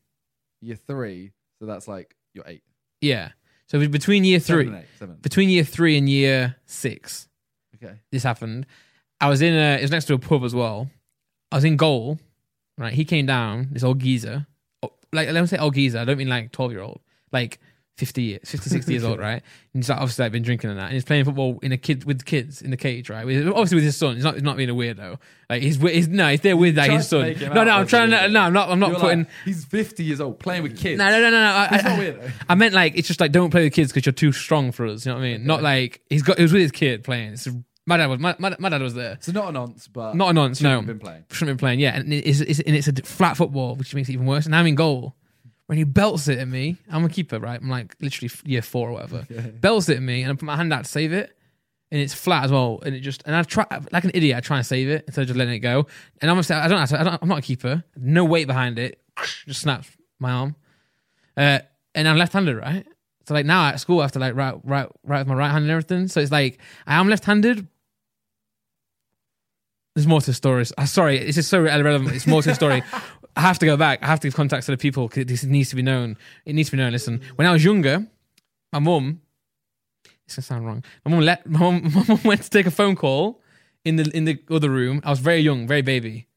Speaker 2: Year three, so that's like you're eight.
Speaker 1: Yeah. So be- between year
Speaker 2: Seven
Speaker 1: three,
Speaker 2: and eight, seven.
Speaker 1: between year three and year six,
Speaker 2: Okay.
Speaker 1: this happened. I was in a, it was next to a pub as well. I was in goal, right? He came down, this old geezer. Oh, Like, let me say old geezer. I don't mean like 12 year old, like 50 years, 50, 60 years old, right? And he's like, obviously, like, been drinking and that. And he's playing football in a kid with kids in the cage, right? With, obviously, with his son. He's not, he's not being a weirdo. Like, he's, wi- he's no, he's there with like,
Speaker 2: Trying
Speaker 1: his
Speaker 2: to
Speaker 1: son.
Speaker 2: make him
Speaker 1: No,
Speaker 2: out
Speaker 1: no, I'm
Speaker 2: as a
Speaker 1: trying to,
Speaker 2: weirdo.
Speaker 1: no, I'm not, I'm not
Speaker 2: You're
Speaker 1: putting,
Speaker 2: like, he's 50 years old playing with kids.
Speaker 1: no, no, no, no, no. I,
Speaker 2: He's
Speaker 1: I-
Speaker 2: not weirdo.
Speaker 1: I meant like it's just like don't play with kids because you're too strong for us. You know what I mean? Not like he's got. He was with his kid playing. It's, my dad was my, my, my dad was there.
Speaker 2: So not an nonce, but
Speaker 1: Not a nonce. No,
Speaker 2: been playing.
Speaker 1: shouldn't be playing. Yeah, and it's, it's and it's a flat football, which makes it even worse. And I'm in goal. When he belts it at me, I'm a keeper, right? I'm like literally f- year four or whatever. Belts it at me, and I put my hand out to save it, and it's flat as well. And it just and I try like an idiot, I try and save it instead of just letting it go. And I'm I don't, I don't I'm not a keeper. No weight behind it. Just snaps my arm, uh, and I'm left-handed, right? So like now at school, I have to like write write write with my right hand and everything. So it's like I am left-handed, there's more to the story. Uh, Sorry, this is so irrelevant. It's more to the story. I have to go back. I have to give context to the people 'cause this needs to be known. It needs to be known. Listen, when I was younger, my mum, this is gonna sound wrong. My mum let my mum, my mum went to take a phone call in the in the other room. I was very young, very baby.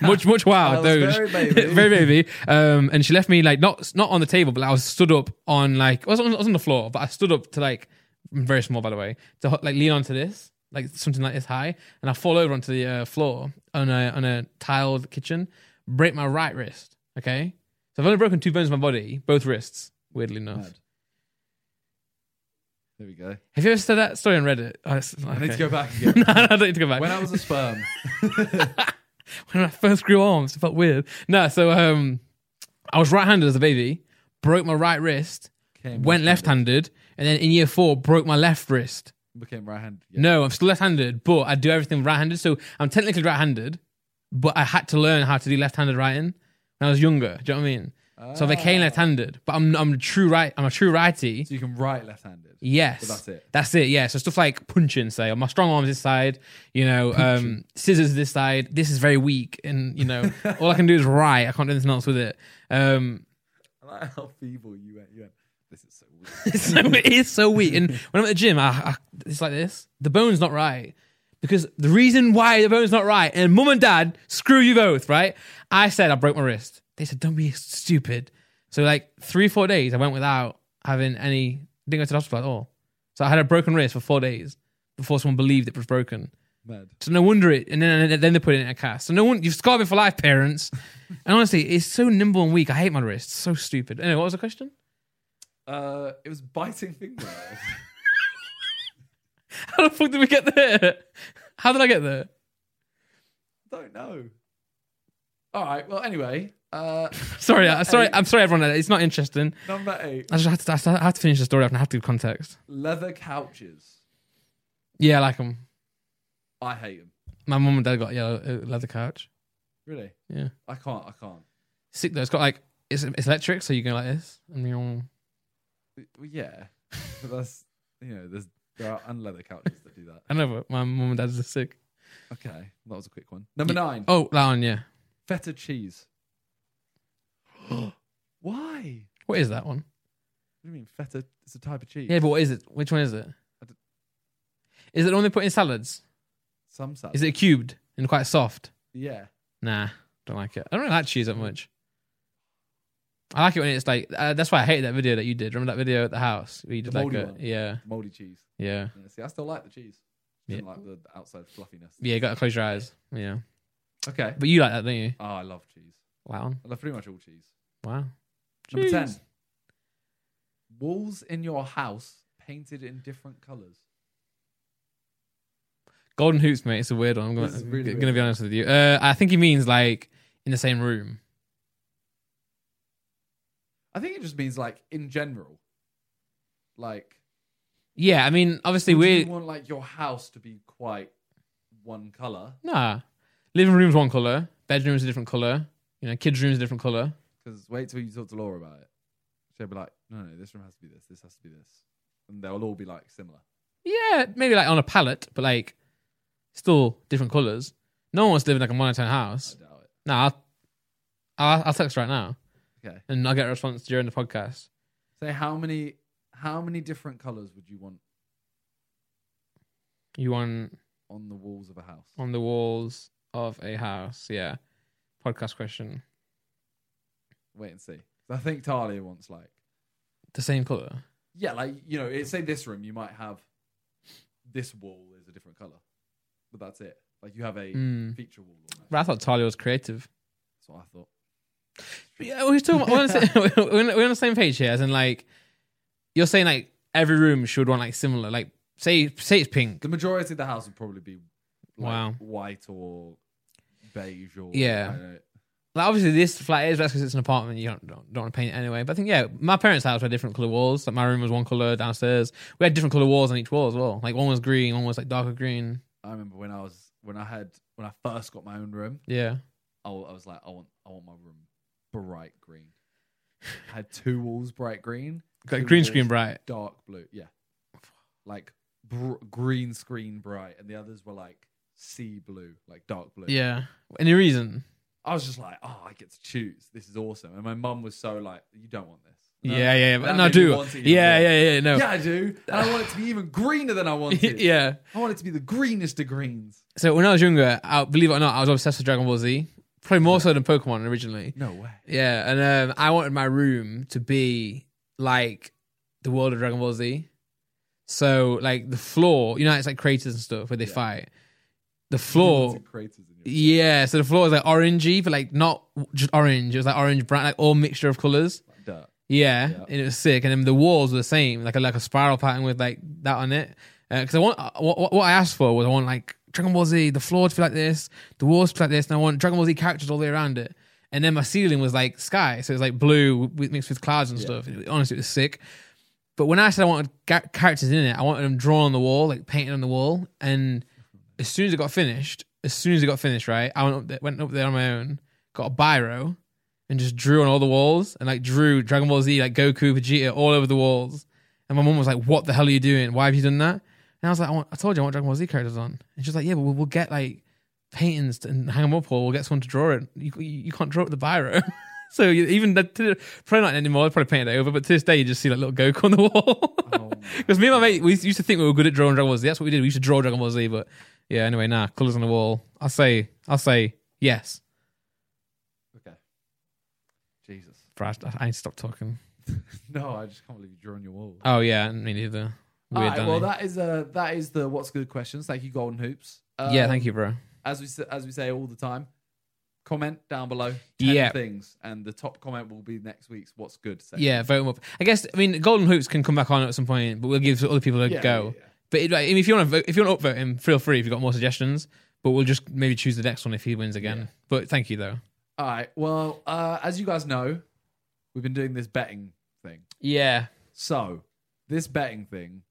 Speaker 1: Much much
Speaker 2: I
Speaker 1: wow,
Speaker 2: was
Speaker 1: those
Speaker 2: very baby.
Speaker 1: Ah, very baby. Um, and she left me like not not on the table, but I was stood up on like I was on, I was on the floor, but I stood up to like very small by the way, to ho- like lean onto this, like something like this high, and I fall over onto the uh, floor on a on a tiled kitchen, break my right wrist. Okay, so I've only broken two bones in my body, both wrists. Weirdly enough,
Speaker 2: Mad. There we go.
Speaker 1: have you ever said that story on Reddit? Oh, it's-
Speaker 2: I need to
Speaker 1: okay.
Speaker 2: go back
Speaker 1: no,
Speaker 2: again.
Speaker 1: no, I don't need to go back.
Speaker 2: when I was a sperm,
Speaker 1: when I first grew arms, it felt weird. No, so um, I was right-handed as a baby, broke my right wrist,
Speaker 2: came
Speaker 1: went left-handed, and then in year four broke my left wrist.
Speaker 2: became right-handed. Yeah.
Speaker 1: No, I'm still left-handed, but I do everything right-handed. So I'm technically right-handed, but I had to learn how to do left-handed writing when I was younger. Do you know what I mean? So I became
Speaker 2: Ah.
Speaker 1: left-handed, but I'm I'm a true right. I'm a true righty.
Speaker 2: So you can write left-handed.
Speaker 1: Yes,
Speaker 2: But that's it.
Speaker 1: That's it. Yeah. So stuff like punching, say, or my strong arms this side. You know, um, scissors this side. This is very weak, and you know, all I can do is right. I can't do anything else with it. Um,
Speaker 2: I like how feeble you went. You went. This is so weird.
Speaker 1: so it is so weak. And when I'm at the gym, I, I, it's like this. The bone's not right. Because the reason why the bone's not right, and mum and dad, screw you both, right? I said I broke my wrist. They said, don't be stupid. So, like, three, four days, I went without having any, didn't go to the hospital at all. So, I had a broken wrist for four days before someone believed it was broken.
Speaker 2: Mad.
Speaker 1: So no wonder it, and then and then they put it in a cast. So no one, you've scarred me for life, parents. and honestly, it's so nimble and weak. I hate my wrist. So stupid. Anyway, what was the question?
Speaker 2: Uh, it was biting fingernails.
Speaker 1: How the fuck did we get there? How did I get there?
Speaker 2: Don't know. All right. Well, anyway, uh,
Speaker 1: Sorry, I,
Speaker 2: Number
Speaker 1: sorry,
Speaker 2: eight.
Speaker 1: I'm sorry, everyone. It's not interesting.
Speaker 2: number eight:
Speaker 1: I just had to, I sta- I had to finish the story. off and I have to give context.
Speaker 2: leather couches.
Speaker 1: Yeah, I like them.
Speaker 2: I hate them.
Speaker 1: My mum and dad got a yellow uh, leather couch.
Speaker 2: Really?
Speaker 1: Yeah,
Speaker 2: I can't. I can't.
Speaker 1: sick though. It's got like it's, it's electric, so you go like this, and you're
Speaker 2: Well, yeah, but that's you know, there's there are unleather couches that do that.
Speaker 1: I know, but my mum and dad's are sick.
Speaker 2: Okay, that was a quick one. Number nine:
Speaker 1: Oh, that one, yeah.
Speaker 2: feta cheese. Why?
Speaker 1: What is that one?
Speaker 2: What do you mean feta? It's a type of cheese.
Speaker 1: Yeah, but what is it? Which one is it?
Speaker 2: I don't-
Speaker 1: Is it the one they put in salads?
Speaker 2: Some salad.
Speaker 1: Is it cubed and quite soft?
Speaker 2: Yeah.
Speaker 1: Nah, don't like it. I don't really like cheese that much. I like it when it's like uh, that's why I hated that video that you did. Remember that video at the house where you did
Speaker 2: The
Speaker 1: like
Speaker 2: moldy
Speaker 1: a,
Speaker 2: one.
Speaker 1: yeah,
Speaker 2: Moldy cheese.
Speaker 1: yeah,
Speaker 2: Yeah, see, I still like the cheese.
Speaker 1: Yeah.
Speaker 2: Didn't like the outside fluffiness.
Speaker 1: yeah. You got to close your eyes. Yeah,
Speaker 2: Okay.
Speaker 1: but you like that, don't you?
Speaker 2: Oh, I love cheese.
Speaker 1: Wow,
Speaker 2: I love pretty much all cheese.
Speaker 1: wow.
Speaker 2: Number ten.
Speaker 1: Cheese.
Speaker 2: Walls in your house painted in different colours.
Speaker 1: Golden hoops, mate. It's a weird one. I'm
Speaker 2: This
Speaker 1: gonna,
Speaker 2: is really
Speaker 1: gonna
Speaker 2: weird.
Speaker 1: be honest with you. Uh, I think he means like in the same room.
Speaker 2: I think it just means like in general. Like
Speaker 1: Yeah, I mean, obviously
Speaker 2: would
Speaker 1: we
Speaker 2: you want like your house to be quite one colour
Speaker 1: nah. Living room's one color, bedroom's a different color. You know, kids' room's a different color.
Speaker 2: because wait till you talk to Laura about it. She'll be like, no, no, this room has to be this. This has to be this, and they'll all be like similar.
Speaker 1: Yeah, maybe like on a palette, but like still different colors. No one wants to live in like a monotone
Speaker 2: I
Speaker 1: house.
Speaker 2: doubt it.
Speaker 1: No, I'll, I'll, I'll text right now
Speaker 2: Okay.
Speaker 1: and I'll get a response during the podcast.
Speaker 2: Say how many how many different colours would you want
Speaker 1: You on
Speaker 2: on the walls of a house?
Speaker 1: on the walls of a house? Yeah. Podcast question.
Speaker 2: Wait and see. I think Talia wants like
Speaker 1: The same color.
Speaker 2: yeah, like you know, it, say this room, you might have this wall is a different color, but that's it. Like you have a
Speaker 1: Mm.
Speaker 2: feature wall. Almost.
Speaker 1: But I thought Talia was creative.
Speaker 2: That's what I thought.
Speaker 1: But yeah, we're talking. We're on, the same, we're on- we're on the same page here. As in, like, you're saying like every room should want like similar. Like, say say it's pink.
Speaker 2: The majority of the house would probably be like,
Speaker 1: Wow.
Speaker 2: white or beige or
Speaker 1: Yeah.
Speaker 2: I don't know.
Speaker 1: Like obviously this flat is that's because it's an apartment. You don't, don't don't want to paint it anyway. But I think yeah, my parents' house had different color walls. Like my room was one color downstairs. We had different color walls on each wall as well. Like one was green, one was like darker green.
Speaker 2: I remember when I was when I had when I first got my own room,
Speaker 1: Yeah,
Speaker 2: I, wa- I was like, I want I want my room bright green. I had two walls bright green,
Speaker 1: Got
Speaker 2: two
Speaker 1: green
Speaker 2: walls
Speaker 1: screen bright.
Speaker 2: dark blue. Yeah, like br- green screen bright, and the others were like sea blue, like dark blue.
Speaker 1: Yeah. Any reason?
Speaker 2: I was just like, oh, I get to choose. This is awesome. And my mum was so like, you don't want this. And
Speaker 1: yeah,
Speaker 2: I was
Speaker 1: yeah, yeah.
Speaker 2: like,
Speaker 1: But
Speaker 2: "That
Speaker 1: no, I
Speaker 2: made me
Speaker 1: do.
Speaker 2: want it even
Speaker 1: Yeah,
Speaker 2: more."
Speaker 1: yeah, yeah. No.
Speaker 2: Yeah, I do. And I want it to be even greener than I wanted.
Speaker 1: yeah.
Speaker 2: I want it to be the greenest of greens.
Speaker 1: So when I was younger, I, believe it or not, I was obsessed with Dragon Ball Z. Probably more so than Pokemon originally.
Speaker 2: No way.
Speaker 1: Yeah, and um, I wanted my room to be like the world of Dragon Ball Z. So like the floor, you know, how it's like craters and stuff where they
Speaker 2: Yeah.
Speaker 1: fight. The floor,
Speaker 2: Lots of craters in your-
Speaker 1: yeah. So the floor was like orangey, but like not just orange. It was like orange, brown, like all mixture of colors.
Speaker 2: like dirt.
Speaker 1: Yeah,
Speaker 2: Yeah.
Speaker 1: and it was sick. And then the walls were the same, like a, like a spiral pattern with like that on it. Because I want uh, what, what I asked for was I want like Dragon Ball Z, the floor to be like this, the walls to be like this, and I want Dragon Ball Z characters all the way around it. And then my ceiling was like sky, so it was like blue with, mixed with clouds and stuff. It- honestly, it was sick. But when I said I wanted ga- characters in it, I wanted them drawn on the wall, like painted on the wall. And as soon as it got finished, as soon as it got finished, right, I went up there, went up there on my own, got a biro, and just drew on all the walls and like drew Dragon Ball Z, like Goku, Vegeta, all over the walls. And my mum was like, "What the hell are you doing? Why have you done that?" And I was like, "I, want, I told you I want Dragon Ball Z characters on." And she's like, "Yeah, but we'll, we'll get like paintings to- and hang them up, or we'll get someone to draw it. You, you, you can't draw it with the biro." so you, even that, to- probably not anymore. I probably painted it over, but to this day, you just see like little Goku on the wall.
Speaker 2: Oh my
Speaker 1: Because me and my mate, we used to think we were good at drawing Dragon Ball Z. That's what we did. We used to draw Dragon Ball Z, but yeah. Anyway, nah, colors on the wall. I'll say, I'll say yes.
Speaker 2: Okay. Jesus.
Speaker 1: Bro, I, I need to stop talking.
Speaker 2: No, I just can't believe you drew on your wall.
Speaker 1: Oh yeah, me neither. Weird,
Speaker 2: Alright,
Speaker 1: Danny.
Speaker 2: well, that is uh, that is the what's good questions. Thank you, Golden Hoops. Um,
Speaker 1: yeah, thank you, bro.
Speaker 2: As we s- as we say all the time, comment down below ten
Speaker 1: Yeah.
Speaker 2: things, and the top comment will be next week's what's good. Section.
Speaker 1: Yeah, vote 'em up. I guess I mean Golden Hoops can come back on at some point, but we'll give other people a
Speaker 2: Yeah,
Speaker 1: go.
Speaker 2: yeah, yeah.
Speaker 1: But it, like, if you want to vote, if you want to upvote him, feel free. If you've got more suggestions, but we'll just maybe choose the next one if he wins again.
Speaker 2: Yeah.
Speaker 1: But thank you though.
Speaker 2: All right. Well, uh, as you guys know, we've been doing this betting thing.
Speaker 1: Yeah,
Speaker 2: So this betting thing,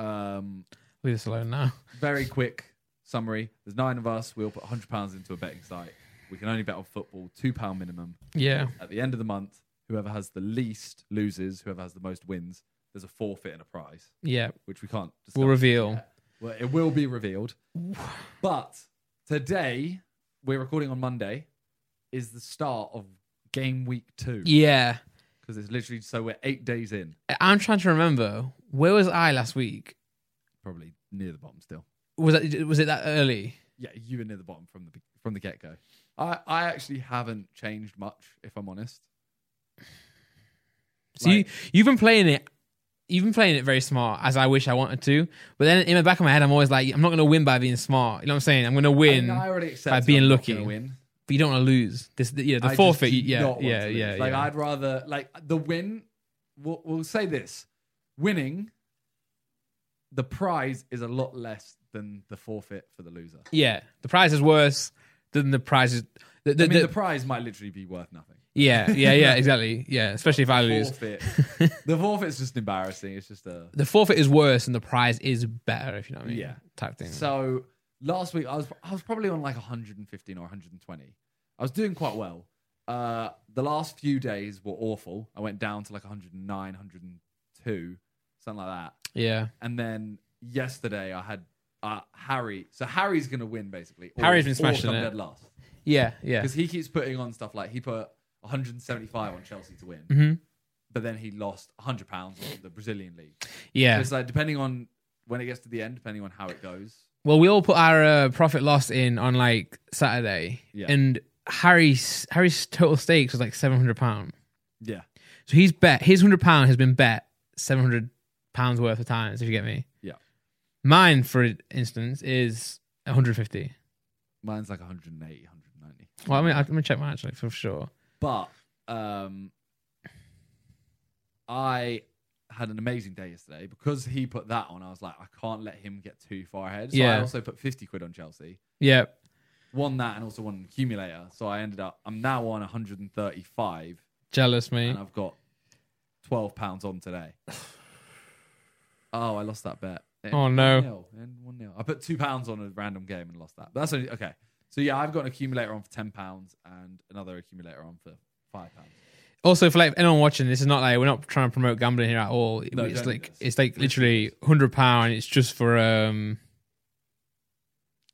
Speaker 2: um,
Speaker 1: leave this alone now.
Speaker 2: very quick summary. There's nine of us. We'll put hundred pounds into a betting site. We can only bet on football, two pound minimum.
Speaker 1: Yeah,
Speaker 2: At the end of the month, whoever has the least loses. Whoever has the most wins. There's a forfeit and a prize,
Speaker 1: yeah,
Speaker 2: which we can't. Discuss
Speaker 1: we'll reveal.
Speaker 2: Yeah. Well, it will be revealed. But today, we're recording on Monday, is the start of game week two.
Speaker 1: Yeah,
Speaker 2: Because it's literally, so we're eight days in,
Speaker 1: I'm trying to remember where was I last week?
Speaker 2: probably near the bottom still.
Speaker 1: Was that was it that early?
Speaker 2: Yeah, you were near the bottom from the be- from the get go. I, I actually haven't changed much, if I'm honest.
Speaker 1: So
Speaker 2: Like-
Speaker 1: you, you've been playing it, you've been playing it very smart, as I wish I wanted to. But then in the back of my head, I'm always like, I'm not going to win by being smart. You know what I'm saying? I'm going to
Speaker 2: I
Speaker 1: win,
Speaker 2: mean, I already accepted
Speaker 1: being
Speaker 2: I'm not
Speaker 1: lucky.
Speaker 2: gonna Win.
Speaker 1: but you don't want to lose. This, the, yeah, the
Speaker 2: I just
Speaker 1: forfeit.
Speaker 2: do
Speaker 1: you- Yeah,
Speaker 2: not want
Speaker 1: yeah,
Speaker 2: to lose.
Speaker 1: yeah,
Speaker 2: Like
Speaker 1: yeah.
Speaker 2: I'd rather like the win. We'll, we'll say this: winning, the prize is a lot less than the forfeit for the loser.
Speaker 1: yeah. The prize is worse than the prize is. The, the,
Speaker 2: I mean,
Speaker 1: the-
Speaker 2: the prize might literally be worth nothing.
Speaker 1: yeah, yeah, yeah, exactly. Yeah, especially if I lose.
Speaker 2: Forfeit. the forfeit's just embarrassing. It's just a
Speaker 1: The forfeit is worse and the prize is better, if you know what I mean.
Speaker 2: Yeah.
Speaker 1: Type thing.
Speaker 2: So last week I was I was probably on like 115 or 120. I was doing quite well. Uh, the last few days were awful. I went down to like 109, 102, something like that.
Speaker 1: yeah.
Speaker 2: And then yesterday I had uh, Harry. So Harry's gonna win basically. Or,
Speaker 1: Harry's been
Speaker 2: or
Speaker 1: smashing
Speaker 2: come
Speaker 1: it.
Speaker 2: dead last
Speaker 1: Yeah, yeah.
Speaker 2: because he keeps putting on stuff like he put 175 on Chelsea to win,
Speaker 1: Mhm.
Speaker 2: but then he lost 100 pounds on the Brazilian league. So
Speaker 1: Yeah.
Speaker 2: it's like depending on when it gets to the end, depending on how it goes.
Speaker 1: Well, we all put our uh, profit loss in on like Saturday,
Speaker 2: Yeah.
Speaker 1: and Harry's Harry's total stakes was like seven hundred pound.
Speaker 2: Yeah,
Speaker 1: So he's bet his hundred pound has been bet seven hundred pounds worth of times. If you get me,
Speaker 2: Yeah.
Speaker 1: Mine, for instance, is one hundred fifty.
Speaker 2: mine's like 180, 190.
Speaker 1: Well, I mean, I'm gonna check mine actually for sure.
Speaker 2: But um, I had an amazing day yesterday because he put that on. I was like, I can't let him get too far ahead. So I
Speaker 1: Yeah.
Speaker 2: also put 50 quid on Chelsea.
Speaker 1: Yeah,
Speaker 2: Won that and also won an accumulator. So I ended up, I'm now on 135
Speaker 1: jealous mate.
Speaker 2: and I've got 12 pounds on today. Oh, I lost that bet. It
Speaker 1: Oh,
Speaker 2: ended
Speaker 1: no.
Speaker 2: 1-0, it ended 1-0. I put two pounds on a random game and lost that. But that's only, okay. So yeah, I've got an accumulator on for 10 pounds and another accumulator on for five pounds.
Speaker 1: Also, for like anyone watching, this is not like we're not trying to promote gambling here at all.
Speaker 2: No,
Speaker 1: it's
Speaker 2: don't do
Speaker 1: like
Speaker 2: this.
Speaker 1: it's like literally hundred pound. It's just for um.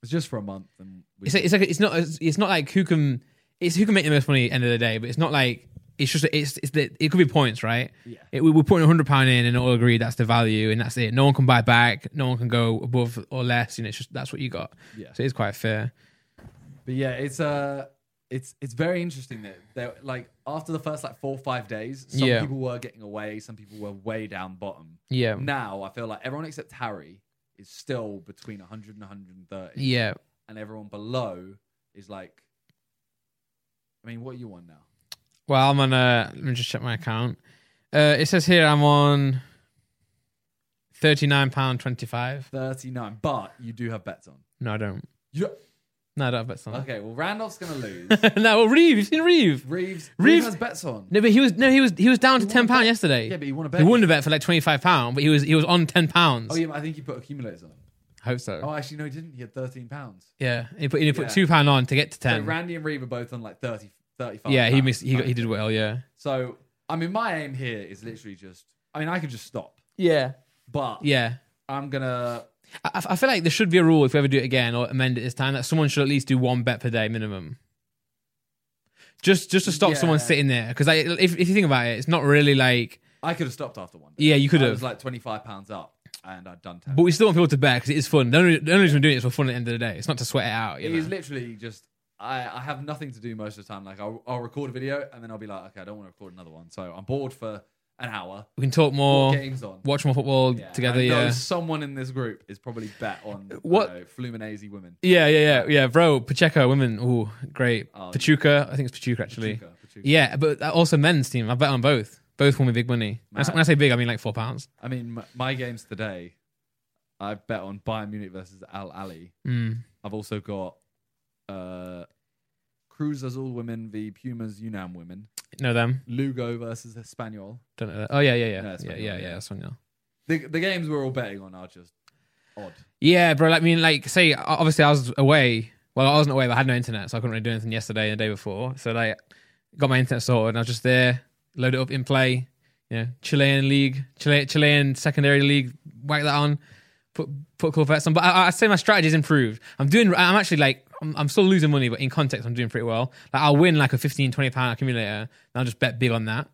Speaker 2: It's just for a month, and we
Speaker 1: it's like, it's like it's not it's not like who can it's who can make the most money at the end of the day, but it's not like it's just it's it's the, it could be points, right?
Speaker 2: yeah,
Speaker 1: It, we- we're putting a hundred pound in, and all agree that's the value, and that's it. No one can buy back, no one can go above or less, you know. It's just that's what you got.
Speaker 2: yeah.
Speaker 1: So it's quite fair.
Speaker 2: But yeah, it's uh it's it's very interesting that they like after the first like four or five days, some
Speaker 1: Yeah.
Speaker 2: people were getting away, some people were way down bottom.
Speaker 1: Yeah.
Speaker 2: Now I feel like everyone except Harry is still between 100 and 130,
Speaker 1: Yeah.
Speaker 2: and everyone below is like, I mean, what are you on now?
Speaker 1: Well, I'm on. Uh, let me just check my account. Uh, it says here I'm on thirty nine pound twenty five.
Speaker 2: 39, but you do have bets on.
Speaker 1: No, I don't.
Speaker 2: You
Speaker 1: No, I don't have bets on.
Speaker 2: okay? Well, Randolph's gonna lose.
Speaker 1: no, well, Reeve. You've seen Reeve.
Speaker 2: Reeves,
Speaker 1: Reeves-
Speaker 2: Reeves has bets on.
Speaker 1: No, but he was no, he was he was down to
Speaker 2: He
Speaker 1: ten
Speaker 2: won
Speaker 1: pound
Speaker 2: the-
Speaker 1: yesterday.
Speaker 2: Yeah, but you want to
Speaker 1: he
Speaker 2: bet.
Speaker 1: won the bet for like twenty five pound, but he was he was on ten pounds.
Speaker 2: Oh yeah, but I think he put accumulators on.
Speaker 1: I hope so.
Speaker 2: Oh, actually, no, he didn't. He had 13 pounds.
Speaker 1: yeah, he put he put
Speaker 2: Yeah.
Speaker 1: two pound on to get to
Speaker 2: So
Speaker 1: ten.
Speaker 2: Randy and Reeve are both on like 30, 35.
Speaker 1: yeah, he
Speaker 2: pounds.
Speaker 1: missed. He got, he did well. Yeah.
Speaker 2: So, I mean, my aim here is literally just. I mean, I could just stop,
Speaker 1: Yeah.
Speaker 2: but
Speaker 1: Yeah.
Speaker 2: I'm gonna.
Speaker 1: I, I- I feel like there should be a rule if we ever do it again or amend it this time that someone should at least do one bet per day minimum. Just just to stop someone
Speaker 2: Yeah.
Speaker 1: sitting there because if if you think about it, it's not really like
Speaker 2: I could have stopped after one. Day.
Speaker 1: yeah you could
Speaker 2: I
Speaker 1: have,
Speaker 2: was like 25 pounds up, and I'd done 10.
Speaker 1: but we still want people to bet because it is fun. The only, the only reason we're doing it is for fun at the end of the day. It's not to sweat it out. You
Speaker 2: it
Speaker 1: know?
Speaker 2: is literally just. I, I have nothing to do most of the time. Like I'll, I'll record a video and then I'll be like, okay, I don't want to record another one. So I'm bored for an hour.
Speaker 1: we can talk
Speaker 2: What
Speaker 1: more,
Speaker 2: games on
Speaker 1: watch more football
Speaker 2: Yeah,
Speaker 1: Oh. together.
Speaker 2: I know
Speaker 1: Yeah.
Speaker 2: someone in this group is probably bet on
Speaker 1: What-
Speaker 2: what Fluminese women.
Speaker 1: Yeah, yeah, yeah, yeah, bro. Pacheco, women, ooh, great.
Speaker 2: Oh,
Speaker 1: Pachuca, I think it's Pachuca actually.
Speaker 2: Pachuca, Pachuca.
Speaker 1: Yeah, but also men's team. I bet on both. Both won me big money. When I s-
Speaker 2: Mad.
Speaker 1: when I say big, I mean like four pounds.
Speaker 2: I mean, m- my games today, I bet on Bayern Munich versus Al Ali.
Speaker 1: Mm.
Speaker 2: I've also got uh, Cruz as all women v Pumas Unam women.
Speaker 1: Know them.
Speaker 2: Lugo versus Espanol.
Speaker 1: Don't know that. Oh yeah, yeah, yeah,
Speaker 2: Yeah,
Speaker 1: yeah,
Speaker 2: it's
Speaker 1: yeah,
Speaker 2: Spaniel,
Speaker 1: yeah,
Speaker 2: yeah.
Speaker 1: yeah. Spaniel.
Speaker 2: The, the games we're all betting on are just odd.
Speaker 1: Yeah, bro. Like, I mean, like, say, o- obviously, I was away. Well, I wasn't away, but I had no internet, so I couldn't really do anything yesterday and the day before. So, like, got my internet sorted, and I was just there, load it up in play. You know, Chilean league, Chile, Chilean secondary league. Whack that on. Put put a couple bets on. But I, I- I'd say my strategy's improved. I'm doing. I'm actually like. I'm, I'm still losing money, but in context, I'm doing pretty well. Like, I'll win like a 15, 20 pound accumulator, and I'll just bet big on that.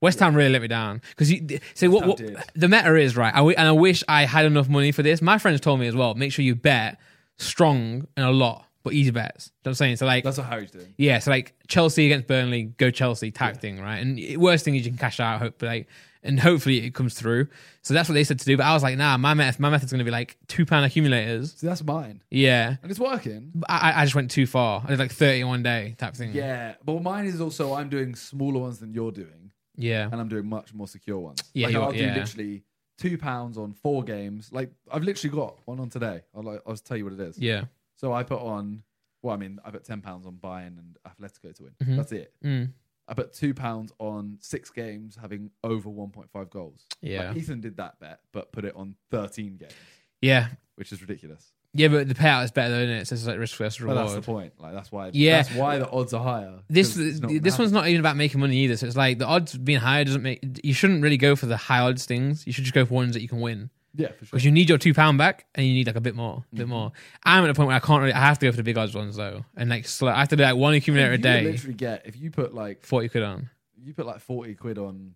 Speaker 1: West Ham really let me down because you so what,
Speaker 2: Ham
Speaker 1: what
Speaker 2: did.
Speaker 1: the matter is right. I w- and I wish I had enough money for this. My friends told me as well. Make sure you bet strong and a lot, but easy bets. You know what I'm saying so like
Speaker 2: That's what Harry's doing.
Speaker 1: yeah, so like Chelsea against Burnley, go Chelsea type thing, right? And it- worst thing is you can cash out, hopefully, like, and hopefully it comes through. So that's what they said to do. But I was like, nah, my method, my method's gonna be like two pound accumulators.
Speaker 2: See, that's mine.
Speaker 1: Yeah,
Speaker 2: And it's working.
Speaker 1: but I, I just went too far. I did like thirty in one day type thing.
Speaker 2: Yeah. But mine is also, I'm doing smaller ones than you're doing.
Speaker 1: yeah,
Speaker 2: and I'm doing much more secure ones.
Speaker 1: Yeah,
Speaker 2: like,
Speaker 1: you-
Speaker 2: I'll
Speaker 1: yeah.
Speaker 2: do literally two pounds on four games. Like I've literally got one on today. I'll like, I'll just tell you what it is.
Speaker 1: yeah.
Speaker 2: So I put on. Well, I mean, I put ten pounds on Bayern and Atletico to win.
Speaker 1: Mhm.
Speaker 2: That's it.
Speaker 1: Mm.
Speaker 2: I put two pounds on six games having over one point five goals.
Speaker 1: Yeah.
Speaker 2: Like, Ethan did that bet, but put it on thirteen games,
Speaker 1: yeah,
Speaker 2: which is ridiculous.
Speaker 1: yeah. But the payout is better, though, isn't it? So it's like risk versus
Speaker 2: But
Speaker 1: reward.
Speaker 2: that's the point. Like that's why.
Speaker 1: Yeah.
Speaker 2: That's why the odds are higher.
Speaker 1: this
Speaker 2: 'cause it's not
Speaker 1: this
Speaker 2: gonna
Speaker 1: one's not even about making money either. So it's like the odds being higher doesn't make. You shouldn't really go for the high odds things. You should just go for ones that you can win.
Speaker 2: happen. Yeah, for sure.
Speaker 1: because you need your two pound back and you need like a bit more,
Speaker 2: Mm-hmm.
Speaker 1: a bit more. I'm at a point where I can't really. I have to go for the big odds ones though, and like slow. I have to do like one
Speaker 2: You
Speaker 1: accumulator a
Speaker 2: could
Speaker 1: day,
Speaker 2: literally get if you put like
Speaker 1: forty quid on.
Speaker 2: you put like 40 quid on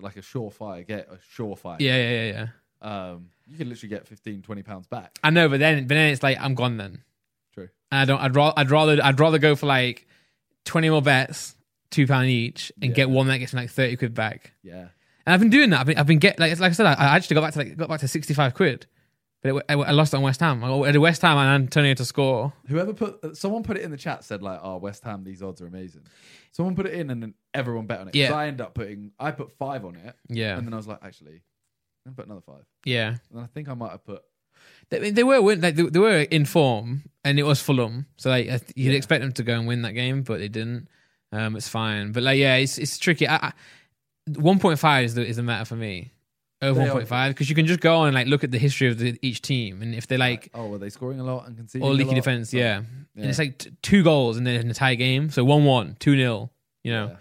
Speaker 2: like a surefire get a surefire
Speaker 1: Yeah, yeah, yeah, yeah.
Speaker 2: um you can literally get 15 20 pounds back
Speaker 1: I know, but then, but then it's like I'm gone then,
Speaker 2: true
Speaker 1: and I don't. I'd rather, I'd rather, I'd rather go for like twenty more bets, two pound each, and
Speaker 2: Yeah.
Speaker 1: get one that gets me like thirty quid back.
Speaker 2: yeah
Speaker 1: And I've been doing that. I've been, I've been get like, like I said, I, I actually got back to like got back to sixty five quid, but it, I, I lost it on West Ham. I had West Ham and Antonio to score.
Speaker 2: whoever put uh, someone put it in the chat said like oh west ham these odds are amazing someone put it in and then everyone bet on it 'Cause
Speaker 1: Yeah.
Speaker 2: i end up putting i put five on it
Speaker 1: Yeah,
Speaker 2: and then i was like actually i'm gonna put another five
Speaker 1: yeah.
Speaker 2: and then i think i might have put
Speaker 1: They, they were win, like they, they were in form, and it was Fulham, so like I th- you'd
Speaker 2: Yeah.
Speaker 1: expect them to go and win that game, but they didn't. Um, it's fine, but like yeah, it's it's tricky. I, I, one point five is the is the matter for me. Over
Speaker 2: They
Speaker 1: one
Speaker 2: are-
Speaker 1: point five because you can just go on and like look at the history of the, each team, and if they're like
Speaker 2: oh were they scoring a lot and conceding
Speaker 1: all
Speaker 2: a
Speaker 1: leaky
Speaker 2: lot?
Speaker 1: defense,
Speaker 2: So,
Speaker 1: yeah. and
Speaker 2: yeah.
Speaker 1: it's like t- two goals and then an entire game, so one one, two 0 You know
Speaker 2: yeah.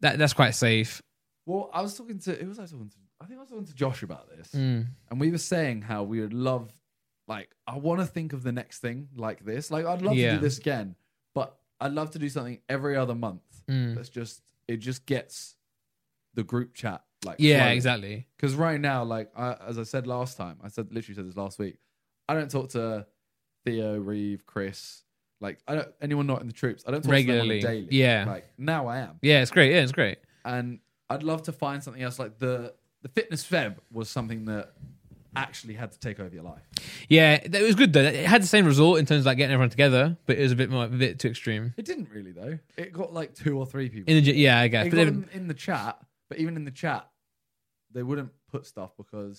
Speaker 1: that that's quite safe.
Speaker 2: well i was talking to who was i talking to i think i was talking to josh about this
Speaker 1: Mm.
Speaker 2: and we were saying how we would love like i want to think of the next thing like this like i'd love
Speaker 1: Yeah.
Speaker 2: to do this again but i'd love to do something every other month
Speaker 1: Mm.
Speaker 2: that's just it just gets the group chat like
Speaker 1: Yeah, exactly.
Speaker 2: because right now like I, as i said last time i said literally said this last week i don't talk to theo reeve chris Like I don't anyone not in the troops. I don't talk
Speaker 1: Regularly.
Speaker 2: to them on a daily.
Speaker 1: Yeah.
Speaker 2: Like now I am,
Speaker 1: Yeah, it's great. Yeah, it's great.
Speaker 2: and I'd love to find something else. Like the the fitness feb was something that actually had to take over your life.
Speaker 1: Yeah, it was good though. It had the same result in terms of like getting everyone together, but it was a bit more, a bit too extreme.
Speaker 2: It didn't really though. It got like two or three people.
Speaker 1: In the, gy- yeah, I guess.
Speaker 2: It
Speaker 1: But
Speaker 2: got
Speaker 1: then-
Speaker 2: them in the chat, but even in the chat, they wouldn't put stuff because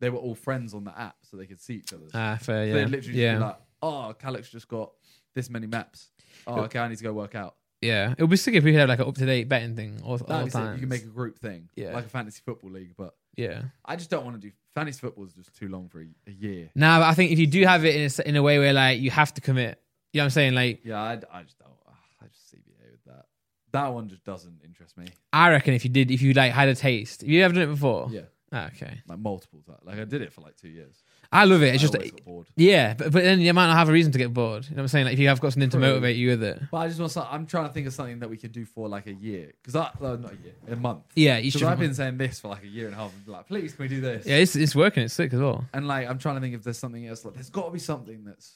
Speaker 2: they were all friends on the app, so they could see each other.
Speaker 1: ah, fair.
Speaker 2: So
Speaker 1: Yeah,
Speaker 2: They'd literally just
Speaker 1: yeah,
Speaker 2: be like, "Oh, Calix just got this many maps. Oh, okay, I need to go work out."
Speaker 1: yeah. It would be sick if we had like an up to date betting thing all, all
Speaker 2: That'd
Speaker 1: the
Speaker 2: be sick.
Speaker 1: time.
Speaker 2: You can make a group thing,
Speaker 1: Yeah.
Speaker 2: like a fantasy football league. But
Speaker 1: yeah.
Speaker 2: I just don't want to do fantasy football is just too long for a, a year.
Speaker 1: Nah, but I think if you do have it in a, s- in a way where like you have to commit, you know what I'm saying? Like,
Speaker 2: Yeah, I, I just don't. ah, I just CBA with that. That one just doesn't interest me.
Speaker 1: I reckon if you did, if you like had a taste, have you ever done it before?
Speaker 2: Yeah,
Speaker 1: Ah, okay.
Speaker 2: like multiple times. Like I did it for like two years.
Speaker 1: I love it. It's
Speaker 2: I
Speaker 1: just,
Speaker 2: always got bored.
Speaker 1: yeah, but, but then you might not have a reason to get bored. You know what I'm saying? Like, if you have got something
Speaker 2: True.
Speaker 1: to motivate you with it.
Speaker 2: But I just want. Some, I'm trying to think of something that we could do for like a year. Because I well, not a year, a month.
Speaker 1: Yeah, each
Speaker 2: Because
Speaker 1: different
Speaker 2: I've been saying this for like a year and a half. and Like, please, can we do this?
Speaker 1: Yeah, it's, it's working. It's sick as well.
Speaker 2: And like, I'm trying to think if there's something else. Like, there's got to be something that's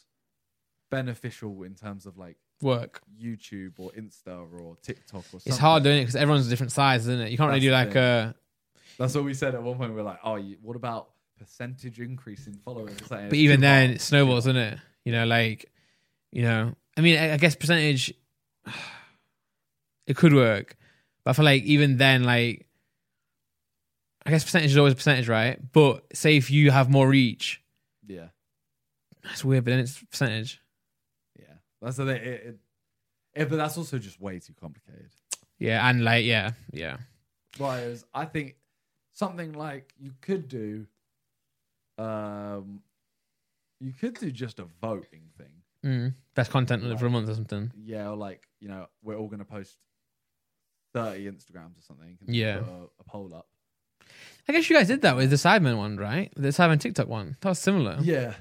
Speaker 2: beneficial in terms of like
Speaker 1: Work.
Speaker 2: YouTube or Insta or TikTok or something.
Speaker 1: It's hard doing it because everyone's a different size, isn't it? You can't really do
Speaker 2: That's
Speaker 1: like
Speaker 2: the
Speaker 1: a.
Speaker 2: That's what we said at one point. We were like, oh, you, what about percentage increase in followers? It's like,
Speaker 1: But even
Speaker 2: too
Speaker 1: then,
Speaker 2: hard.
Speaker 1: it snowballs, isn't it? You know, like, you know, I mean, I I guess percentage, it could work, but I feel like even then, like, I guess percentage is always a percentage, right? But say if you have more reach,
Speaker 2: yeah,
Speaker 1: that's weird. But then it's percentage.
Speaker 2: yeah. That's the thing. It, it, yeah, but that's also just way too complicated.
Speaker 1: Yeah, and like, yeah, yeah,
Speaker 2: Whereas I think something like you could do, um, you could do just a voting thing.
Speaker 1: mm. best content for a month or something.
Speaker 2: yeah, or like you know, we're all gonna post thirty Instagrams or something. and
Speaker 1: Yeah.
Speaker 2: put a, a poll up.
Speaker 1: I guess you guys did that with the Sidemen one, right? The Sidemen TikTok one. That was similar.
Speaker 2: Yeah,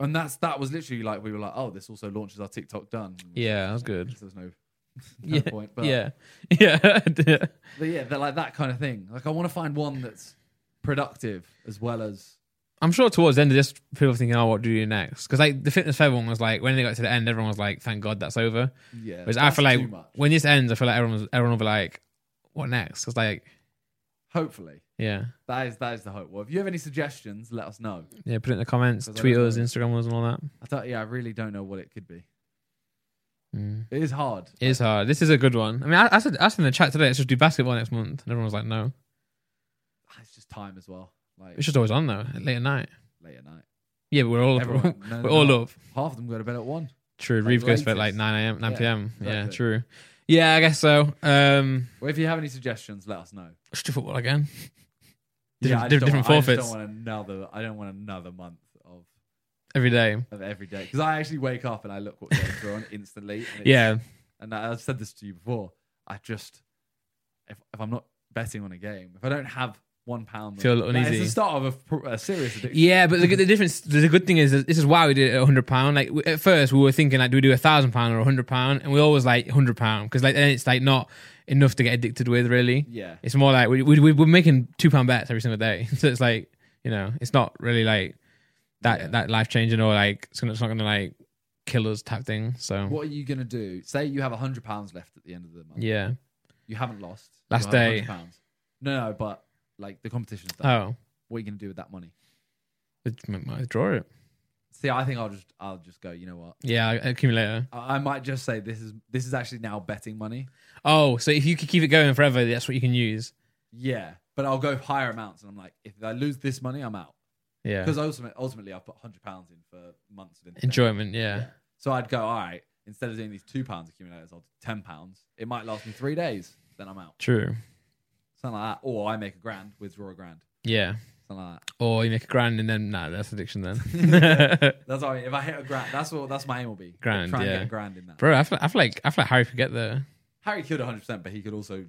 Speaker 2: and that's that was literally like we were like, oh, this also launches our TikTok done.
Speaker 1: Yeah, that was good.
Speaker 2: There's no, no point, but
Speaker 1: yeah, yeah,
Speaker 2: but yeah, they're like that kind of thing. Like I want to find one that's productive as well as
Speaker 1: I'm sure towards the end of this, people were thinking, "Oh, what do you do next?" Because like the fitness fair one was like, when they got to the end, everyone was like, "Thank God that's over."
Speaker 2: yeah.
Speaker 1: Whereas I
Speaker 2: that's
Speaker 1: feel like
Speaker 2: too much.
Speaker 1: when this ends, I feel like everyone was, everyone will be like, "What next?" Because like,
Speaker 2: hopefully
Speaker 1: yeah,
Speaker 2: that is that is the hope. Well, if you have any suggestions, let us know.
Speaker 1: yeah, put it in the comments,
Speaker 2: 'Cause I
Speaker 1: tweet
Speaker 2: don't
Speaker 1: us,
Speaker 2: know.
Speaker 1: Instagram us, and all that.
Speaker 2: I thought yeah, I really don't know what it could be.
Speaker 1: Mm.
Speaker 2: It is hard.
Speaker 1: It is hard. This is a good one. I mean, I, I said, I said in the chat today, let's just do basketball next month, and everyone was like, "No,
Speaker 2: Ah, It's just time as well. Like
Speaker 1: it's just always on though, late at night."
Speaker 2: late at night.
Speaker 1: Yeah, but we're all
Speaker 2: Everyone, no,
Speaker 1: we're
Speaker 2: no,
Speaker 1: all
Speaker 2: no.
Speaker 1: up.
Speaker 2: Half of them go to bed at one.
Speaker 1: True.
Speaker 2: Like
Speaker 1: Reeve goes for like
Speaker 2: latest.
Speaker 1: nine a.m., nine
Speaker 2: Yeah,
Speaker 1: p.m. Yeah,
Speaker 2: exactly.
Speaker 1: true. Yeah, I guess so. Um,
Speaker 2: Well, if you have any suggestions, let us know.
Speaker 1: let's do football again. Different-
Speaker 2: I just
Speaker 1: diff-
Speaker 2: don't
Speaker 1: different
Speaker 2: want- I
Speaker 1: forfeits.
Speaker 2: just don't want another. I don't want another month of,
Speaker 1: every day.
Speaker 2: of every day because I actually wake up and I look what games are on instantly. And it's-
Speaker 1: Yeah,
Speaker 2: and I- I've said this to you before. I just if if I'm not betting on a game, if I don't have one pound,
Speaker 1: Feel
Speaker 2: like,
Speaker 1: uneasy.
Speaker 2: It's the start of a, pr- a serious addiction.
Speaker 1: yeah, but the, good- the difference, the good thing is, that this is why we did it at hundred pound. Like we- at first, we were thinking like, do we do a thousand pound or a hundred pound? And we always like hundred pound because like then it's like not enough to get addicted with. Really,
Speaker 2: Yeah.
Speaker 1: it's more like we, we we're making two pound bets every single day, so it's like you know, it's not really like that
Speaker 2: Yeah.
Speaker 1: that life changing or like it's, gonna, it's not going to like kill us type thing. So
Speaker 2: What are you gonna do? Say you have a hundred pounds left at the end of the month.
Speaker 1: yeah.
Speaker 2: You haven't lost.
Speaker 1: Last
Speaker 2: You'll have
Speaker 1: day.
Speaker 2: £100. No, no, but like the competition's done.
Speaker 1: Oh,
Speaker 2: What are you gonna do with that money?
Speaker 1: it might- might draw it.
Speaker 2: See, I think I'll just I'll just go. You know what?
Speaker 1: Yeah, accumulator.
Speaker 2: I I might just say this is this is actually now betting money.
Speaker 1: Oh, so if you could keep it going forever, that's what you can use.
Speaker 2: Yeah, but I'll go higher amounts, and I'm like, if I lose this money, I'm out
Speaker 1: Yeah,
Speaker 2: because ultimately, ultimately, I've put hundred pounds in for months of internet.
Speaker 1: enjoyment. yeah.
Speaker 2: So I'd go, all right. Instead of doing these two pounds accumulators, I'll do ten pounds. It might last me three days. Then I'm out.
Speaker 1: True.
Speaker 2: Something like that. Or I make a grand, withdraw a grand.
Speaker 1: Yeah.
Speaker 2: Something like that.
Speaker 1: Or you make a grand and then nah, that's addiction then.
Speaker 2: That's all. I mean. If I hit a grand, that's what that's my aim will be.
Speaker 1: Grand,
Speaker 2: Try and
Speaker 1: yeah.
Speaker 2: get a grand in that.
Speaker 1: Bro, I feel, I feel like I feel like Harry could get there.
Speaker 2: Harry could 100, percent but he could also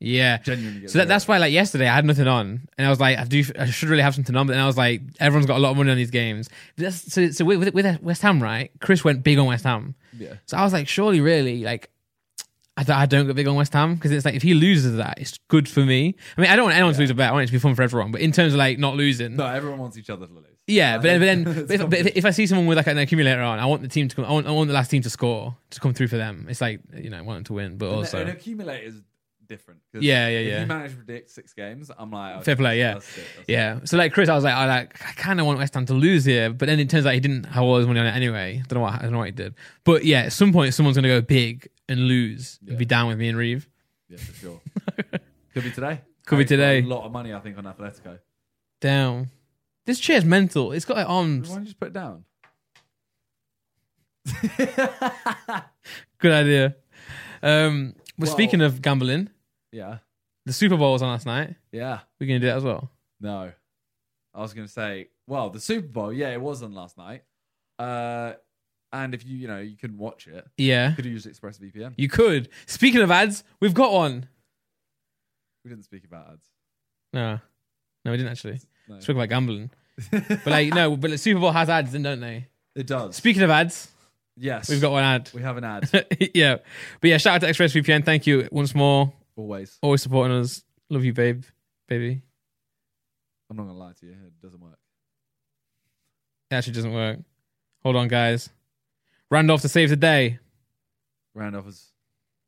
Speaker 1: Yeah.
Speaker 2: genuinely get.
Speaker 1: So that,
Speaker 2: zero.
Speaker 1: that's why like yesterday I had nothing on and I was like I do I should really have something on but then I was like everyone's got a lot of money on these games. But that's, so so with, with West Ham right, Chris went big on West Ham.
Speaker 2: Yeah.
Speaker 1: So I was like surely really like I, don't- I don't get big on West Ham because it's like if he loses that, it's good for me. I mean, I don't want anyone to lose a bet. I want it to be fun for everyone. But in terms of like not losing,
Speaker 2: No, everyone wants each other to lose.
Speaker 1: yeah. But then, but then,
Speaker 2: It's
Speaker 1: but if, but if, if I see someone with like an accumulator on, I want the team to come. I want, I want the last team to score to come through for them. It's like you know, I want them to win, but
Speaker 2: An- an
Speaker 1: also
Speaker 2: accumulator is different. 'cause
Speaker 1: Yeah, yeah,
Speaker 2: if
Speaker 1: yeah.
Speaker 2: you manage to predict six games, I'm like, okay,
Speaker 1: Fair play, yeah.
Speaker 2: that's it, that's it.
Speaker 1: yeah. So like Chris, I was like, I like, I kind of want West Ham to lose here, but then it turns out he didn't have all his money on it anyway. Don't know what I don't know what he did, but yeah, at some point someone's gonna go big and lose and be down with me and Reeve.
Speaker 2: yeah, for sure. Could be today.
Speaker 1: Could be
Speaker 2: Harry's got
Speaker 1: today.
Speaker 2: A lot of money, I think, on Atletico.
Speaker 1: Down. This chair's mental. It's got like
Speaker 2: Why
Speaker 1: arms.
Speaker 2: don't you just put it down?
Speaker 1: Good idea. Um, but
Speaker 2: Well-
Speaker 1: speaking of gambling,
Speaker 2: yeah,
Speaker 1: the Super Bowl was on last night.
Speaker 2: yeah.
Speaker 1: We're gonna do that as well.
Speaker 2: No, I was going to say, well, the Super Bowl, yeah, it was on last night. Uh, and if you, you know, you couldn't watch it,
Speaker 1: Yeah,
Speaker 2: you could have used ExpressVPN.
Speaker 1: you could. Speaking of ads, we've got one.
Speaker 2: We didn't speak about ads.
Speaker 1: No, no, we didn't actually.
Speaker 2: No.
Speaker 1: Spoke about gambling, but like no, but the Super Bowl has ads, don't they?
Speaker 2: It does.
Speaker 1: Speaking of ads,
Speaker 2: Yes,
Speaker 1: we've got one ad.
Speaker 2: we have an ad
Speaker 1: yeah. But yeah, shout out to ExpressVPN. Thank you once more.
Speaker 2: always.
Speaker 1: Always supporting us. Love you, babe. Baby.
Speaker 2: I'm not gonna lie to you, it doesn't work.
Speaker 1: It actually doesn't work. Hold on, guys. Randolph to save the day.
Speaker 2: Randolph has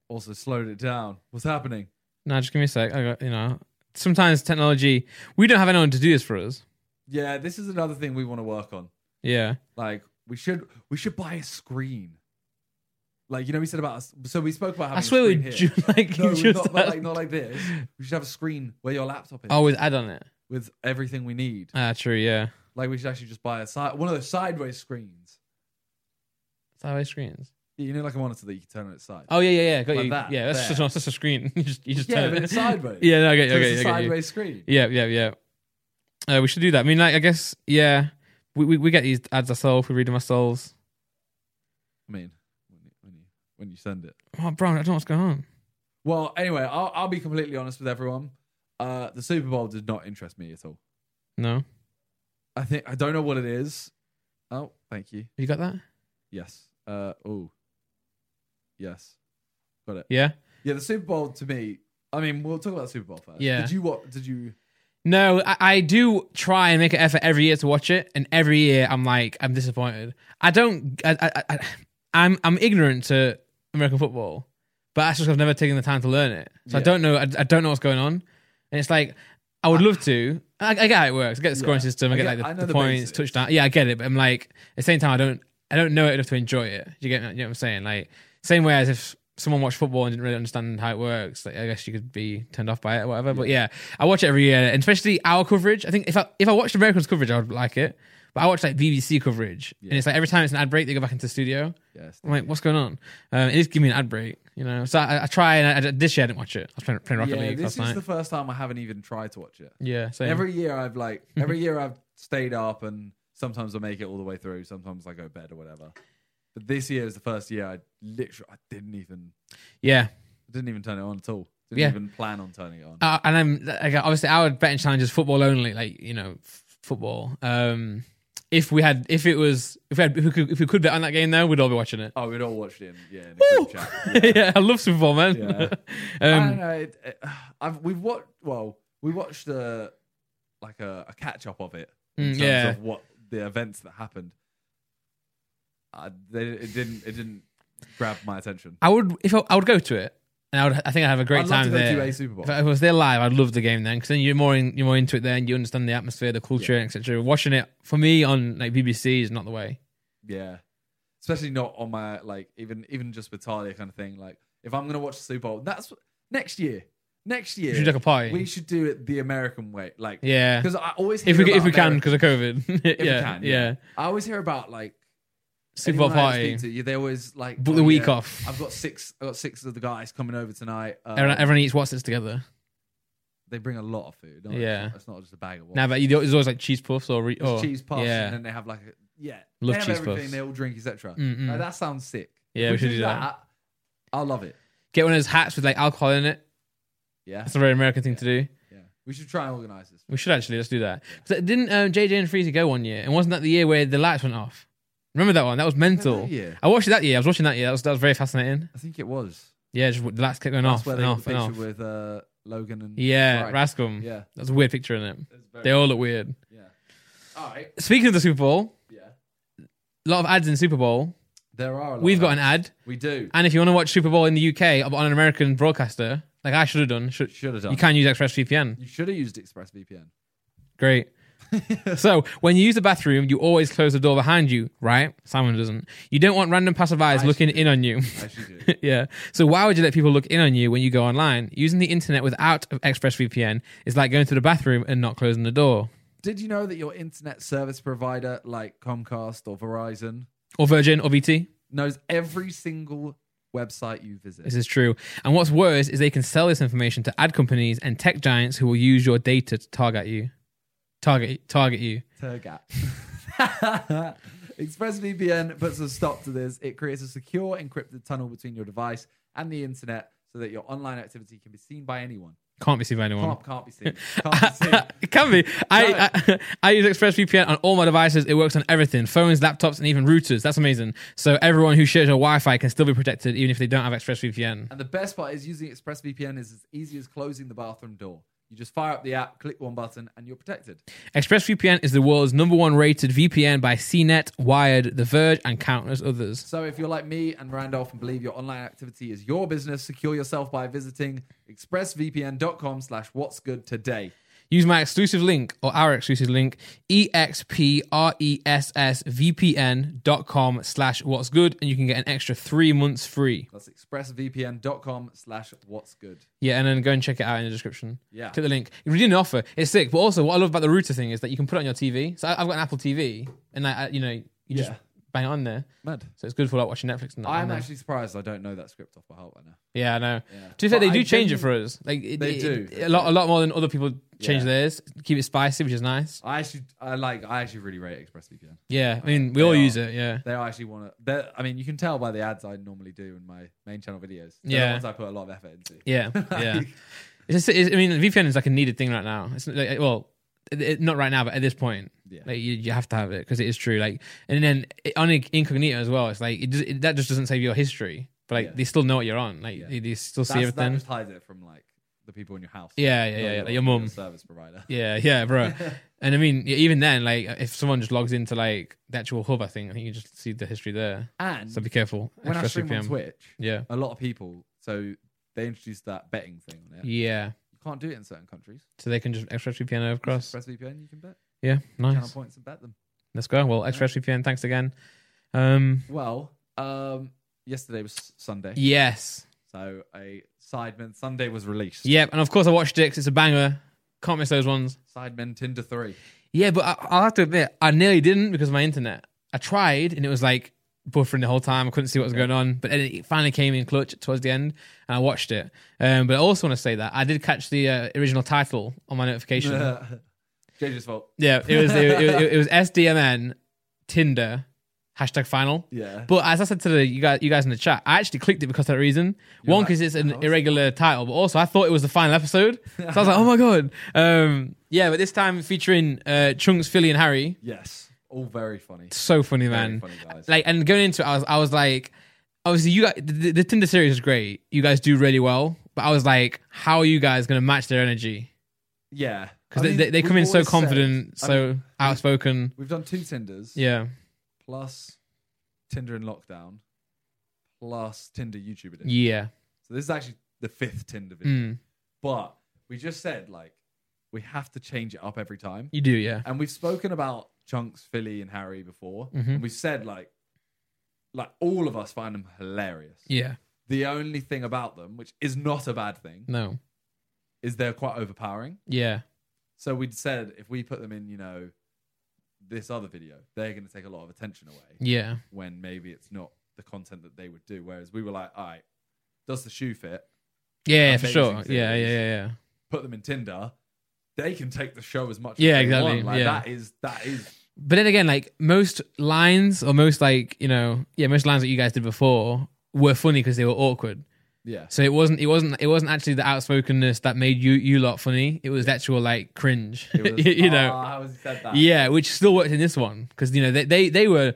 Speaker 2: also slowed it down. What's happening?
Speaker 1: No, just give me a sec. I got, you know, sometimes technology, we don't have anyone to do this for us.
Speaker 2: Yeah, this is another thing we want to work on.
Speaker 1: Yeah.
Speaker 2: Like we should we should buy a screen. Like you know we said about us so we spoke about having
Speaker 1: I swear
Speaker 2: a
Speaker 1: we
Speaker 2: screen here.
Speaker 1: ju- like,
Speaker 2: no,
Speaker 1: just
Speaker 2: not, not like not like this. We should have a screen where your laptop is
Speaker 1: always Oh, add on it.
Speaker 2: with everything we need.
Speaker 1: Ah, true. Yeah.
Speaker 2: Like we should actually just buy a side one of those sideways screens.
Speaker 1: Sideways screens.
Speaker 2: Yeah, You know, like a monitor that you can turn on its side.
Speaker 1: Oh, yeah, yeah, yeah. Got
Speaker 2: Like
Speaker 1: you.
Speaker 2: that,
Speaker 1: yeah, that's
Speaker 2: there.
Speaker 1: just, that's just a screen. you just, you just
Speaker 2: yeah,
Speaker 1: turn
Speaker 2: but
Speaker 1: it.
Speaker 2: it's sideways.
Speaker 1: Yeah, no, I get you.
Speaker 2: so
Speaker 1: I get
Speaker 2: it's
Speaker 1: you,
Speaker 2: a
Speaker 1: I get you.
Speaker 2: sideways screen.
Speaker 1: Yeah, yeah, yeah. Uh, we should do that. I mean, like, I guess, yeah, we, we, we get these ads ourselves. We read them ourselves.
Speaker 2: I mean, when you, when you when you send it.
Speaker 1: Oh, Brown, I don't know what's going on.
Speaker 2: Well, anyway, I'll, I'll be completely honest with everyone. Uh, the Super Bowl did not interest me at all.
Speaker 1: No,
Speaker 2: I think I don't know what it is. Oh, thank you.
Speaker 1: you got that?
Speaker 2: Yes. Uh, oh, yes.
Speaker 1: Yeah.
Speaker 2: Yeah, the Super Bowl to me. I mean, we'll talk about the Super Bowl first.
Speaker 1: Yeah.
Speaker 2: Did you what? Did you?
Speaker 1: No, I, I do try and make an effort every year to watch it, and every year I'm like, I'm disappointed. I don't. I, I, I, I'm I'm ignorant to American football, but that's just 'cause I've never taken the time to learn it, so I
Speaker 2: Yeah.
Speaker 1: don't know. I, I don't know what's going on, and it's like I would love to. I, I get how it works. I get the scoring
Speaker 2: Yeah.
Speaker 1: system. I,
Speaker 2: I
Speaker 1: get,
Speaker 2: get-
Speaker 1: like the,
Speaker 2: I know
Speaker 1: the
Speaker 2: the
Speaker 1: points,
Speaker 2: basics.
Speaker 1: touchdown. Yeah, I get it, but I'm like at the same time, I don't. I don't know it enough to enjoy it. You get you know what I'm saying? Like same way as if someone watched football and didn't really understand how it works, like I guess you could be turned off by it or whatever. But yeah, I watch it every year, and especially our coverage. I think if I if I watched Americans coverage, I would like it. But I watch like BBC coverage, and
Speaker 2: Yeah.
Speaker 1: it's like every time it's an ad break, they go back into the studio.
Speaker 2: Yes.
Speaker 1: I'm like, what's going on? Um, it is giving me an ad break, you know. So I, I try, and I, I- this year I didn't watch it. I was playing, playing Rocket
Speaker 2: Yeah,
Speaker 1: League
Speaker 2: this
Speaker 1: last night.
Speaker 2: is the first time I haven't even tried to watch it.
Speaker 1: yeah, same.
Speaker 2: Every year I've like every year I've stayed up and sometimes I make it all the way through. Sometimes I go to bed or whatever. But this year is the first year I literally I didn't even
Speaker 1: yeah,
Speaker 2: I didn't even turn it on at all. Didn't
Speaker 1: Yeah.
Speaker 2: even plan on turning it on.
Speaker 1: uh, and I'm like, obviously our betting challenge is football only, like you know, f- football. Um, if we had, if it was, if we had, if we could, if we could bet on that game, though, we'd all be watching it.
Speaker 2: oh, we'd all watched it. In, yeah, in a group chat.
Speaker 1: Yeah,
Speaker 2: Yeah.
Speaker 1: I love Super Bowl, man.
Speaker 2: Yeah. I don't
Speaker 1: um,
Speaker 2: know. It, it- I've we've watched. Well, we watched a like a, a catch up of it. In
Speaker 1: Mm,
Speaker 2: terms
Speaker 1: yeah.
Speaker 2: of what the events that happened. Uh, they, it didn't. It didn't grab my attention.
Speaker 1: I would if I, I would go to it, and I would. I think I'd have a great
Speaker 2: I'd love
Speaker 1: time
Speaker 2: to go
Speaker 1: there.
Speaker 2: to a Super Bowl.
Speaker 1: If I was there live, I'd love the game then, because then you're more in, you're more into it then. You understand the atmosphere, the culture, etc. Watching it for me on like BBC is not the way.
Speaker 2: Yeah. Especially not on my like even even just with Talia kind of thing. Like if I'm gonna watch the Super Bowl, that's next year. Next year
Speaker 1: We should do like a party.
Speaker 2: we should do it the American way. Like
Speaker 1: yeah,
Speaker 2: because I always hear
Speaker 1: if we
Speaker 2: about
Speaker 1: if we can
Speaker 2: Ameri-
Speaker 1: because of COVID.
Speaker 2: if
Speaker 1: yeah,
Speaker 2: we can,
Speaker 1: yeah,
Speaker 2: I always hear about like
Speaker 1: Super Bowl
Speaker 2: anyone I
Speaker 1: party.
Speaker 2: speak to, yeah, they always like
Speaker 1: Book
Speaker 2: "Oh,
Speaker 1: the week
Speaker 2: yeah,
Speaker 1: off.
Speaker 2: I've got six I got six of the guys coming over tonight. Uh,
Speaker 1: Everyone, everyone eats Watsits together.
Speaker 2: they bring a lot of food. don't they?
Speaker 1: Yeah.
Speaker 2: It's not- it's not just a bag of water.
Speaker 1: Now, but you, there's always like cheese puffs or, re-
Speaker 2: It's
Speaker 1: or
Speaker 2: cheese puffs
Speaker 1: Yeah,
Speaker 2: and then they have like a yeah.
Speaker 1: Love
Speaker 2: they have
Speaker 1: cheese
Speaker 2: everything,
Speaker 1: puffs.
Speaker 2: they all drink, etc.
Speaker 1: Mm, mm.
Speaker 2: Like, that sounds sick.
Speaker 1: Yeah,
Speaker 2: If
Speaker 1: we should do that.
Speaker 2: I love it.
Speaker 1: get one of those hats with like alcohol in it.
Speaker 2: Yeah.
Speaker 1: That's a very American thing to do.
Speaker 2: Yeah. We should try and organize this.
Speaker 1: We should actually let's do that. 'Cause Didn't um, JJ and Freezy go one year? And wasn't that the year where the lights went off? Remember that one? That was mental.
Speaker 2: year?
Speaker 1: I watched it that year. I was watching that year. That was that was very fascinating.
Speaker 2: I think it was.
Speaker 1: Yeah, just, the lights kept going
Speaker 2: That's
Speaker 1: off
Speaker 2: where
Speaker 1: and
Speaker 2: they
Speaker 1: off
Speaker 2: the
Speaker 1: and
Speaker 2: picture
Speaker 1: off.
Speaker 2: with uh, Logan and
Speaker 1: yeah,
Speaker 2: Right.
Speaker 1: Rascom.
Speaker 2: yeah.
Speaker 1: That's a weird picture in it.
Speaker 2: It's very-
Speaker 1: They all look weird.
Speaker 2: yeah. All right.
Speaker 1: Speaking of the Super Bowl,
Speaker 2: Yeah.
Speaker 1: a lot of ads in Super Bowl.
Speaker 2: There are. A lot
Speaker 1: We've
Speaker 2: of
Speaker 1: got an
Speaker 2: that.
Speaker 1: ad,
Speaker 2: We do.
Speaker 1: and if you want to watch Super Bowl in the UK but on an American broadcaster, like I should have done, should,
Speaker 2: Should have done.
Speaker 1: you can use ExpressVPN.
Speaker 2: You should have used ExpressVPN.
Speaker 1: Great. so when you use the bathroom, you always close the door behind you, right? Simon doesn't. You don't want random passerbys
Speaker 2: I
Speaker 1: looking
Speaker 2: see.
Speaker 1: in on you.
Speaker 2: I should do.
Speaker 1: yeah. So why would you let people look in on you when you go online? Using the internet without ExpressVPN is like going to the bathroom and not closing the door.
Speaker 2: Did you know that your internet service provider, like Comcast or Verizon,
Speaker 1: Or Virgin or VT.
Speaker 2: knows every single website you visit?
Speaker 1: This is true. And what's worse is they can sell this information to ad companies and tech giants who will use your data to target you. Target target you.
Speaker 2: Turgat. ExpressVPN puts a stop to this. It creates a secure encrypted tunnel between your device and the internet so that your online activity can be seen by anyone.
Speaker 1: Can't be seen by anyone.
Speaker 2: Can't, can't be seen. Can't be seen.
Speaker 1: it can be. I, I I use ExpressVPN on all my devices. It works on everything: phones, laptops, and even routers. That's amazing. So everyone who shares your Wi-Fi can still be protected, even if they don't have ExpressVPN.
Speaker 2: And the best part is using ExpressVPN is as easy as closing the bathroom door. You just fire up the app, click one button, and you're protected.
Speaker 1: ExpressVPN is the world's number one rated VPN by CNET, Wired, The Verge, and countless others.
Speaker 2: So if you're like me and Randolph and believe your online activity is your business, secure yourself by visiting expressvpn.com slash what's good today.
Speaker 1: Use my exclusive link or our exclusive link, E expressvpn.com slash what's good, and you can get an extra three months free.
Speaker 2: That's expressvpn.com slash what's good.
Speaker 1: Yeah, and then go and check it out in the description.
Speaker 2: Yeah.
Speaker 1: Click the link. If you didn't offer, it's sick. But also, what I love about the router thing is that you can put it on your TV. So I- I've got an Apple TV, and I, I- you know, you just
Speaker 2: Yeah.
Speaker 1: bang it on there.
Speaker 2: Mad.
Speaker 1: So it's good for like watching Netflix and that.
Speaker 2: I'm
Speaker 1: I know.
Speaker 2: actually surprised I don't know that script off by heart right now.
Speaker 1: yeah, I know.
Speaker 2: Yeah.
Speaker 1: To be fair,
Speaker 2: But
Speaker 1: they do
Speaker 2: I
Speaker 1: change it
Speaker 2: genuinely-
Speaker 1: for us. Like it,
Speaker 2: They
Speaker 1: it-
Speaker 2: do.
Speaker 1: it- a lot, a lot more than other people change
Speaker 2: Yeah.
Speaker 1: theirs. Keep it spicy, which is nice.
Speaker 2: I actually, I like, I actually really rate ExpressVPN.
Speaker 1: Yeah, I mean, we
Speaker 2: They
Speaker 1: all
Speaker 2: are.
Speaker 1: use it. Yeah,
Speaker 2: They are actually want to. I mean, you can tell by the ads I normally do in my main channel videos. They're
Speaker 1: Yeah.
Speaker 2: the ones I put a lot of effort into.
Speaker 1: yeah, yeah. It's just, it's, I mean, VPN is like a needed thing right now. It's like, well, it- it- not right now, but at this point,
Speaker 2: Yeah.
Speaker 1: like you, you have to have it because it is true. Like, and then it, on inc- incognito as well, it's like it, just, it, that just doesn't save your history, but like
Speaker 2: Yeah.
Speaker 1: they still know what you're on. Like
Speaker 2: Yeah.
Speaker 1: they, they still see
Speaker 2: That's, that
Speaker 1: everything.
Speaker 2: just hides it from like the people in your house.
Speaker 1: Yeah, yeah, yeah,
Speaker 2: Not
Speaker 1: yeah, like your mum.
Speaker 2: service provider.
Speaker 1: Yeah, yeah, bro. and I mean, yeah, even then, like if someone just logs into like the actual hub, I think I think you just see the history there.
Speaker 2: And
Speaker 1: So be careful.
Speaker 2: when I
Speaker 1: Express
Speaker 2: stream on
Speaker 1: VPN.
Speaker 2: Twitch,
Speaker 1: Yeah,
Speaker 2: a lot of people. So they introduced that betting thing on it.
Speaker 1: yeah.
Speaker 2: You can't do it in certain countries.
Speaker 1: So they can just ExpressVPN across.
Speaker 2: ExpressVPN, you can bet.
Speaker 1: Yeah,
Speaker 2: Channel
Speaker 1: nice.
Speaker 2: points and bet them.
Speaker 1: Let's go. Well, ExpressVPN, thanks again. Um,
Speaker 2: Well, um, yesterday was Sunday,
Speaker 1: yes.
Speaker 2: so a Sidemen Sunday was released.
Speaker 1: Yep, and of course I watched Dicks. It's a banger. Can't miss those ones.
Speaker 2: Sidemen Tinder three.
Speaker 1: Yeah, but I, I'll have to admit, I nearly didn't because of my internet. I tried and it was like buffering the whole time. I couldn't see what was going on. But then it finally came in clutch towards the end and I watched it. Um, but I also want to say that I did catch the uh, original title on my notification.
Speaker 2: JJ's fault.
Speaker 1: yeah, it was, it, it- it was SDMN Tinder hashtag final.
Speaker 2: Yeah.
Speaker 1: But as I said to the, you guys, you guys in the chat, I actually clicked it because of that reason. One,
Speaker 2: like,
Speaker 1: because it's an
Speaker 2: "Oh, it's
Speaker 1: irregular title, but also I thought it was the final episode, so I was like, oh my god. Um, yeah, but this time featuring uh, Chunks, Philly, and Harry.
Speaker 2: yes. All very funny.
Speaker 1: So funny,
Speaker 2: Very
Speaker 1: man.
Speaker 2: funny guys.
Speaker 1: Like, and going into it, I was, I was like, obviously, you guys, the, the Tinder series is great. You guys do really well, but I was like, how are you guys going to match their energy?
Speaker 2: yeah.
Speaker 1: Because
Speaker 2: I mean,
Speaker 1: they, they, they
Speaker 2: we've
Speaker 1: come in so
Speaker 2: always said-
Speaker 1: confident,
Speaker 2: I
Speaker 1: so
Speaker 2: mean,
Speaker 1: outspoken.
Speaker 2: we've done two Tinders.
Speaker 1: Yeah,
Speaker 2: Plus Tinder in lockdown. Plus Tinder YouTube edition.
Speaker 1: yeah.
Speaker 2: So this is actually the fifth Tinder video.
Speaker 1: Mm,
Speaker 2: But we just said like we have to change it up every time.
Speaker 1: you do, yeah.
Speaker 2: And we've spoken about Chunks, Philly, and Harry before.
Speaker 1: Mhm.
Speaker 2: And we've said like like all of us find them hilarious.
Speaker 1: Yeah,
Speaker 2: The only thing about them, which is not a bad thing,
Speaker 1: no.
Speaker 2: is they're quite overpowering.
Speaker 1: Yeah,
Speaker 2: So we'd said if we put them in, you know, this other video, they're going to take a lot of attention away
Speaker 1: yeah.
Speaker 2: when maybe it's not the content that they would do. Whereas we were like, all right, does the shoe fit?
Speaker 1: Yeah, yeah, for
Speaker 2: amazing
Speaker 1: sure. Yeah,
Speaker 2: series.
Speaker 1: yeah, yeah, yeah.
Speaker 2: Put them in Tinder. They can take the show as much.
Speaker 1: Yeah,
Speaker 2: as they
Speaker 1: exactly,
Speaker 2: Want. Like
Speaker 1: yeah.
Speaker 2: that is that is
Speaker 1: But then again, like most lines or most like you know, yeah, most lines that you guys did before were funny because they were awkward.
Speaker 2: yeah.
Speaker 1: So it wasn't, it wasn't, it wasn't actually the outspokenness that made you you lot funny. It was the actual like cringe,
Speaker 2: It was,
Speaker 1: you know.
Speaker 2: "Ah, how has he said that?
Speaker 1: Yeah, which still worked in this one because you know they, they they were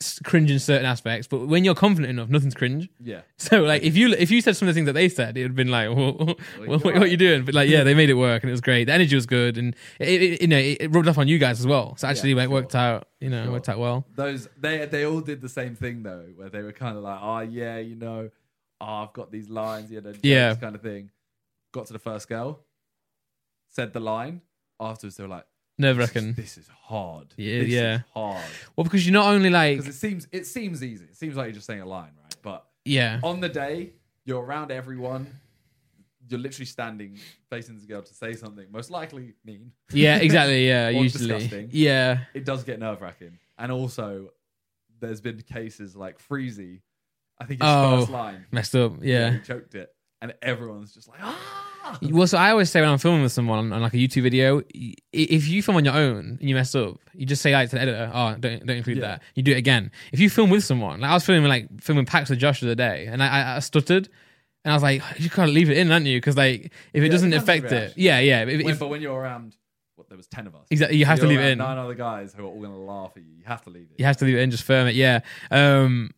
Speaker 1: s- cringe in certain aspects, but when you're confident enough, nothing's cringe.
Speaker 2: Yeah.
Speaker 1: So like if you if you said some of the things that they said, it would have been like, well, what, what, what are you doing? But like, yeah, they made it work, and it was great. The energy was good, and it, it you know it, it rubbed off on you guys as well. So actually,
Speaker 2: Yeah,
Speaker 1: it worked out. You know, it worked out well.
Speaker 2: Those they they all did the same thing though, where they were kind of like, oh yeah, you know, oh, I've got these lines, you know,
Speaker 1: Yeah.
Speaker 2: yeah, kind of thing. Got to the first girl, said the line. Afterwards, they were like,
Speaker 1: Nerve
Speaker 2: this is,
Speaker 1: wracking.
Speaker 2: this is hard.
Speaker 1: Yeah,
Speaker 2: this
Speaker 1: yeah.
Speaker 2: is hard.
Speaker 1: Well, because you're not only like
Speaker 2: Because it seems it seems easy. It seems like you're just saying a line, right? But
Speaker 1: yeah,
Speaker 2: on the day, you're around everyone. You're literally standing facing this girl to say something, most likely mean.
Speaker 1: yeah, exactly, yeah,
Speaker 2: Or
Speaker 1: usually,
Speaker 2: disgusting.
Speaker 1: yeah,
Speaker 2: it does get nerve wracking. And also, there's been cases like Freezy. I think his
Speaker 1: Oh.
Speaker 2: first line,
Speaker 1: messed up, yeah.
Speaker 2: he choked it, and everyone's just like, ah.
Speaker 1: Well, so I always say when I'm filming with someone on, on like a YouTube video, i- if you film on your own and you mess up, you just say like to the editor, "Oh, don't don't include
Speaker 2: Yeah.
Speaker 1: that." You do it again. If you film with someone, like I was filming like filming packs with Josh the other day, and I, I- I stuttered, and I was like, "You can't leave it in, aren't you?" Because like if it
Speaker 2: Yeah,
Speaker 1: doesn't
Speaker 2: it has to
Speaker 1: affect
Speaker 2: be
Speaker 1: it,
Speaker 2: action.
Speaker 1: yeah, yeah, if-
Speaker 2: When,
Speaker 1: if-
Speaker 2: but when you're around, what there was ten of us.
Speaker 1: exactly, you have to
Speaker 2: You're
Speaker 1: leave it
Speaker 2: around
Speaker 1: in.
Speaker 2: Nine other guys who are all gonna laugh at you. You have to leave it.
Speaker 1: You have to leave it in, just firm it. Yeah. Um,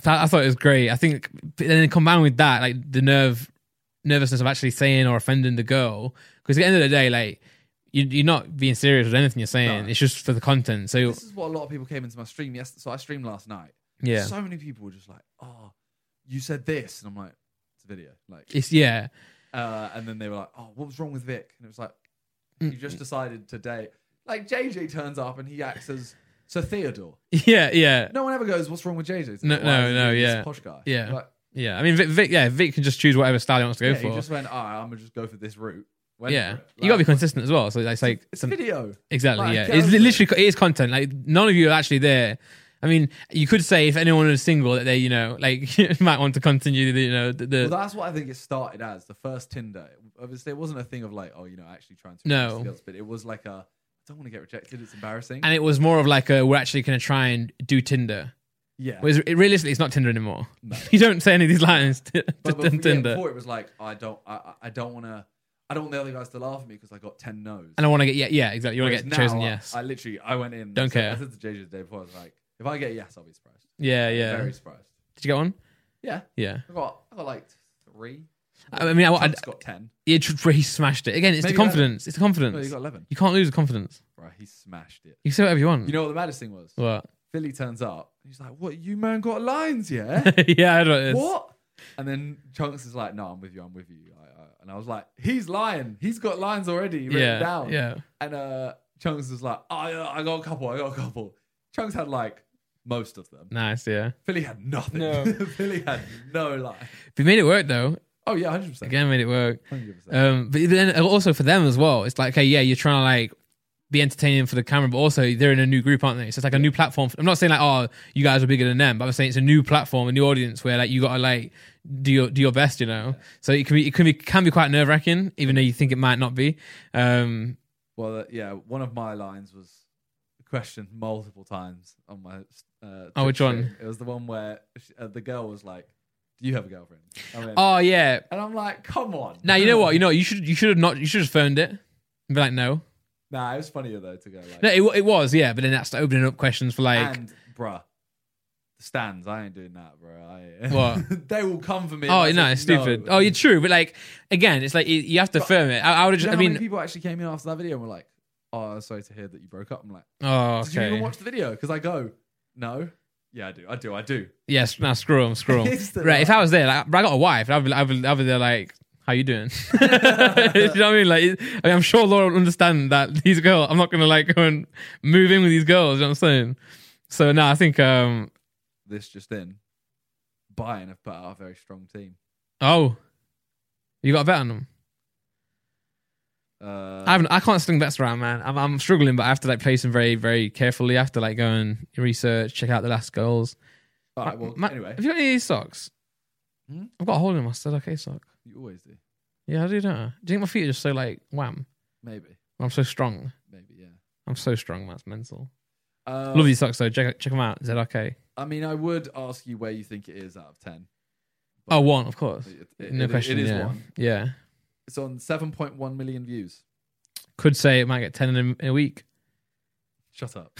Speaker 1: so I I thought it was great. I think but then combined with that, like the nerve, nervousness of actually saying or offending the girl, because at the end of the day, like you, you're not being serious with anything you're saying.
Speaker 2: No.
Speaker 1: It's just for the content. So
Speaker 2: This is what a lot of people came into my stream. Yes, so I streamed last night.
Speaker 1: yeah,
Speaker 2: So many people were just like, "Oh, you said this," and I'm like, "It's a video." Like,
Speaker 1: it's yeah,
Speaker 2: Uh, and then they were like, "Oh, what was wrong with Vic?" And it was like, "You just decided today." Like JJ turns up and he acts as Sir Theodore.
Speaker 1: yeah, yeah,
Speaker 2: No one ever goes, "What's wrong with JJ?" It's
Speaker 1: No,
Speaker 2: like, "Why
Speaker 1: no,
Speaker 2: is he
Speaker 1: no,
Speaker 2: this
Speaker 1: yeah.
Speaker 2: posh guy.
Speaker 1: Yeah.
Speaker 2: like,
Speaker 1: yeah. I mean, Vic, Vic, yeah, Vic can just choose whatever style he wants to go
Speaker 2: yeah.
Speaker 1: for.
Speaker 2: He just went, "All right, I'm gonna just go for this route." Went
Speaker 1: yeah,
Speaker 2: for it.
Speaker 1: you gotta be
Speaker 2: Like,
Speaker 1: consistent as well. So it's like
Speaker 2: It's
Speaker 1: some-
Speaker 2: a video.
Speaker 1: Exactly.
Speaker 2: Like,
Speaker 1: yeah,
Speaker 2: get
Speaker 1: it's
Speaker 2: over
Speaker 1: li-
Speaker 2: it.
Speaker 1: literally it is content. Like none of you are actually there. I mean, you could say if anyone is single that they, you know, like might want to continue the, you know, the, the
Speaker 2: Well, that's what I think it started as the first Tinder. Obviously, it wasn't a thing of like, "Oh, you know, actually trying to."
Speaker 1: No.
Speaker 2: impress the girls, but it was like a, "I don't want to get rejected. It's embarrassing."
Speaker 1: and it was more of like a we're actually going to try and do Tinder.
Speaker 2: yeah.
Speaker 1: Whereas it, realistically, it's not Tinder anymore. you don't say any of these lines to, to-
Speaker 2: but,
Speaker 1: to
Speaker 2: before, yeah,
Speaker 1: Tinder.
Speaker 2: before it was like I don't I, I- I don't want to I don't want the other guys to laugh at me because I got ten no's.
Speaker 1: and I want to get yeah, yeah, exactly. You want to
Speaker 2: Whereas
Speaker 1: get chosen
Speaker 2: now, I-
Speaker 1: yes.
Speaker 2: I, literally I went in.
Speaker 1: Don't
Speaker 2: I said-
Speaker 1: care.
Speaker 2: I said to JJ the day before I was like, if I get a yes, I'll be surprised.
Speaker 1: yeah, yeah.
Speaker 2: Very surprised.
Speaker 1: Did you get one?
Speaker 2: Yeah,
Speaker 1: Yeah.
Speaker 2: I got I got like three.
Speaker 1: I mean, I, I,
Speaker 2: Chuck's got ten.
Speaker 1: yeah, tr- he smashed it again. It's
Speaker 2: Maybe
Speaker 1: the
Speaker 2: you got it.
Speaker 1: confidence. It's the confidence.
Speaker 2: No, you
Speaker 1: you,
Speaker 2: got eleven.
Speaker 1: can't lose the confidence.
Speaker 2: Right, he smashed it.
Speaker 1: You can say whatever you want.
Speaker 2: You know what the maddest thing was?
Speaker 1: what?
Speaker 2: Philly turns up. and He's like, "What? You man got lines? Yeah.
Speaker 1: yeah, I don't know. It's-
Speaker 2: what?" And then Chunks is like, "No, I'm with you. I'm with you." I, I, and I was like, "He's lying. He's got lines already written
Speaker 1: Yeah,
Speaker 2: down."
Speaker 1: yeah.
Speaker 2: And uh, Chunks was like, oh, yeah, I got a couple, I got a couple. Chunks had like most of them.
Speaker 1: Nice, yeah.
Speaker 2: Philly had nothing.
Speaker 1: No.
Speaker 2: Philly had no line.
Speaker 1: We made it work though.
Speaker 2: Oh, yeah, 100%.
Speaker 1: Again, made it work.
Speaker 2: 100%.
Speaker 1: Um, but then also for them as well, it's like, okay, yeah, you're trying to like be entertaining for the camera, but also they're in a new group, aren't they? So it's like a new platform. I'm not saying like, oh, you guys are bigger than them, but I'm saying it's a new platform, a new audience where like you gotta like do your do your best, you know. So it can be it can be can be quite nerve wracking, even though you think it might not be. Um,
Speaker 2: well, uh, yeah, one of my lines was questioned multiple times on my. Uh,
Speaker 1: Oh, which
Speaker 2: Twitch
Speaker 1: one?
Speaker 2: stream. It was the one where she, uh, the girl was like, Do you have a girlfriend? I went,
Speaker 1: oh yeah.
Speaker 2: and I'm like, Come on.
Speaker 1: Now you know what you know. You should you should have not you should have phoned it. And be like, no,
Speaker 2: Nah, it was funnier though to go like.
Speaker 1: no, it, wa- it was yeah. But then that's opening up questions for like.
Speaker 2: and, bruh. Stands, I ain't doing that, bro. I,
Speaker 1: What?
Speaker 2: they will come for me. if
Speaker 1: Oh
Speaker 2: I
Speaker 1: no,
Speaker 2: say
Speaker 1: it's stupid. Oh, you're true, but like again, it's like you, you have to firm it. I, I would have.
Speaker 2: Do you
Speaker 1: just I
Speaker 2: know how many
Speaker 1: mean,
Speaker 2: people actually came in after that video and were like, "Oh, sorry to hear that you broke up." I'm like,
Speaker 1: oh,
Speaker 2: "Did you even
Speaker 1: okay.
Speaker 2: watch the video?" Because I go, "No, yeah, I do, I do, I do."
Speaker 1: Yes, now screw them, screw them.
Speaker 2: It's the
Speaker 1: Right, if I was there, like, but I got a wife, I'd be, I'd be, I'd be there like, how you doing? you know what I mean? Like, it- I mean, I'm sure Laura will understand that these girls. I'm not gonna like go and move in with these girls. You know what I'm saying? So no, I think. um
Speaker 2: This just in, Bayern have put out a very strong team.
Speaker 1: Oh, you got a bet on them?
Speaker 2: Uh,
Speaker 1: I haven't. I can't sling bets around, man. I'm, I'm struggling, but I have to like place them very, very carefully. I have to like go and research, check out the last goals.
Speaker 2: all right, well,
Speaker 1: Ma-
Speaker 2: anyway,
Speaker 1: Have you got any of these socks?
Speaker 2: Hmm?
Speaker 1: I've got a hole in my stud okay sock.
Speaker 2: you always do.
Speaker 1: Yeah, I do, don't I? Do you think my feet are just so like wham?
Speaker 2: Maybe,
Speaker 1: I'm so strong.
Speaker 2: maybe, yeah.
Speaker 1: I'm so strong, man. It's mental.
Speaker 2: Uh,
Speaker 1: Love these socks though. Check, check them out. ZRK.
Speaker 2: I mean, I would ask you where you think it is out of ten.
Speaker 1: Oh, one, of course.
Speaker 2: It- it-
Speaker 1: no
Speaker 2: it-
Speaker 1: question.
Speaker 2: It is
Speaker 1: yeah.
Speaker 2: one.
Speaker 1: yeah.
Speaker 2: It's on seven point one million views.
Speaker 1: Could say it might get 10 in a, in a week.
Speaker 2: Shut up.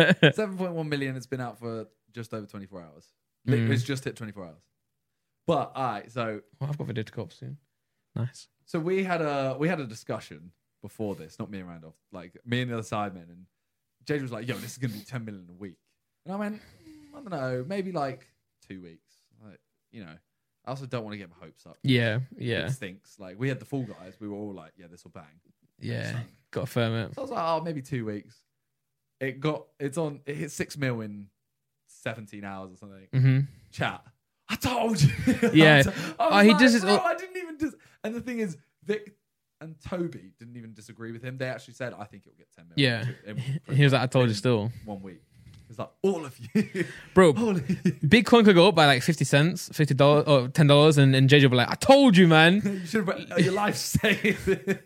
Speaker 2: 7.1 million. It's been out for just over 24 hours. Li-
Speaker 1: Mm.
Speaker 2: It's just hit 24 hours. But all right, so
Speaker 1: Well, I've got Video to Cop soon. Nice.
Speaker 2: so we had a we had a discussion before this, not me and Randolph, like me and the other sidemen, and JJ was like, "Yo, this is gonna be 10 million a week," and I went, "Mm, "I don't know, maybe like two weeks." Like you know, I also don't want to get my hopes up.
Speaker 1: Yeah,
Speaker 2: It
Speaker 1: yeah,
Speaker 2: stinks. Like we had the Fall Guys, we were all like, "Yeah, this will bang."
Speaker 1: yeah. Got to firm it.
Speaker 2: So I was like, oh, maybe two weeks. It got it's on it hit six mil in seventeen hours or something.
Speaker 1: Mm-hmm.
Speaker 2: Chat. I told you.
Speaker 1: Yeah.
Speaker 2: I
Speaker 1: Oh,
Speaker 2: he
Speaker 1: he
Speaker 2: like,
Speaker 1: does this
Speaker 2: "Bro,
Speaker 1: all-
Speaker 2: I didn't even dis-" and the thing is Vic and Toby didn't even disagree with him. They actually said, I think it'll get ten mil.
Speaker 1: Yeah.
Speaker 2: It will-
Speaker 1: He was like, I told you still.
Speaker 2: one week. It's like all of you.
Speaker 1: Bro,
Speaker 2: all of you.
Speaker 1: Bitcoin could go up by like 50 cents, $50 or $10, and, and JJ will be like, I told you, man.
Speaker 2: you should have your life saved.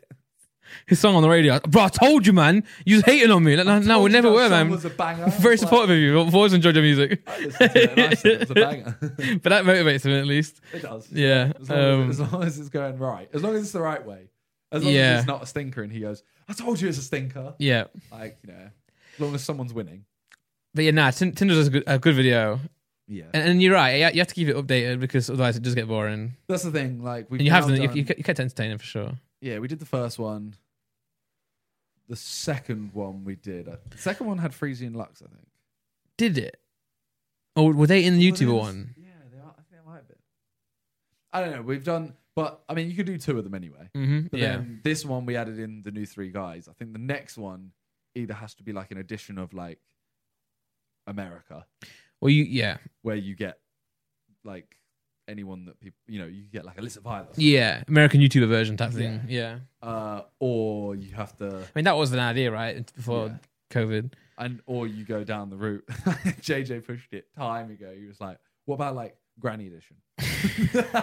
Speaker 1: His song on the radio, bro, I told you, man. You was hating on me. Like, no, no,
Speaker 2: Told
Speaker 1: we
Speaker 2: you
Speaker 1: never
Speaker 2: that
Speaker 1: were,
Speaker 2: song
Speaker 1: man.
Speaker 2: Was a banger. I was
Speaker 1: Very
Speaker 2: like,
Speaker 1: supportive of you. I've always enjoyed your music.
Speaker 2: I listened to it and I said it was a banger.
Speaker 1: But that motivates him at least.
Speaker 2: It does.
Speaker 1: Yeah.
Speaker 2: As long,
Speaker 1: Um,
Speaker 2: as, as long as it's going right. As long as it's the right way. As long
Speaker 1: Yeah.
Speaker 2: as it's not a stinker and he goes, I told you it's a stinker.
Speaker 1: yeah.
Speaker 2: Like, you know, as long as someone's winning.
Speaker 1: But yeah, nah, Tin- Tinder does a good, a good video.
Speaker 2: Yeah.
Speaker 1: And, and you're right. You- You have to keep it updated because otherwise it does get boring.
Speaker 2: That's the thing. Like, we've
Speaker 1: And you have
Speaker 2: now
Speaker 1: to, you,
Speaker 2: done-
Speaker 1: you, you kept entertaining for sure.
Speaker 2: yeah, we did the first one. The second one we did. uh, The second one had Freezy and Lux, I think.
Speaker 1: Did it? Or were they in the
Speaker 2: Well, they
Speaker 1: YouTuber
Speaker 2: was-
Speaker 1: one?
Speaker 2: Yeah, they are, I think they might have been. I don't know. We've done, but I mean, you could do two of them anyway.
Speaker 1: Mm-hmm.
Speaker 2: But
Speaker 1: Yeah.
Speaker 2: then this one we added in the new three guys. I think the next one either has to be like an edition of like America,
Speaker 1: Well, you, yeah.
Speaker 2: where you get like anyone that people you know, you get like Alyssa Violet.
Speaker 1: Yeah. American YouTuber version type thing.
Speaker 2: Yeah.
Speaker 1: Yeah.
Speaker 2: Uh, or you have to
Speaker 1: I mean, that was an idea, right? Before
Speaker 2: Yeah.
Speaker 1: COVID.
Speaker 2: and or you go down the route. JJ pushed it time ago. He was like, What about like granny edition?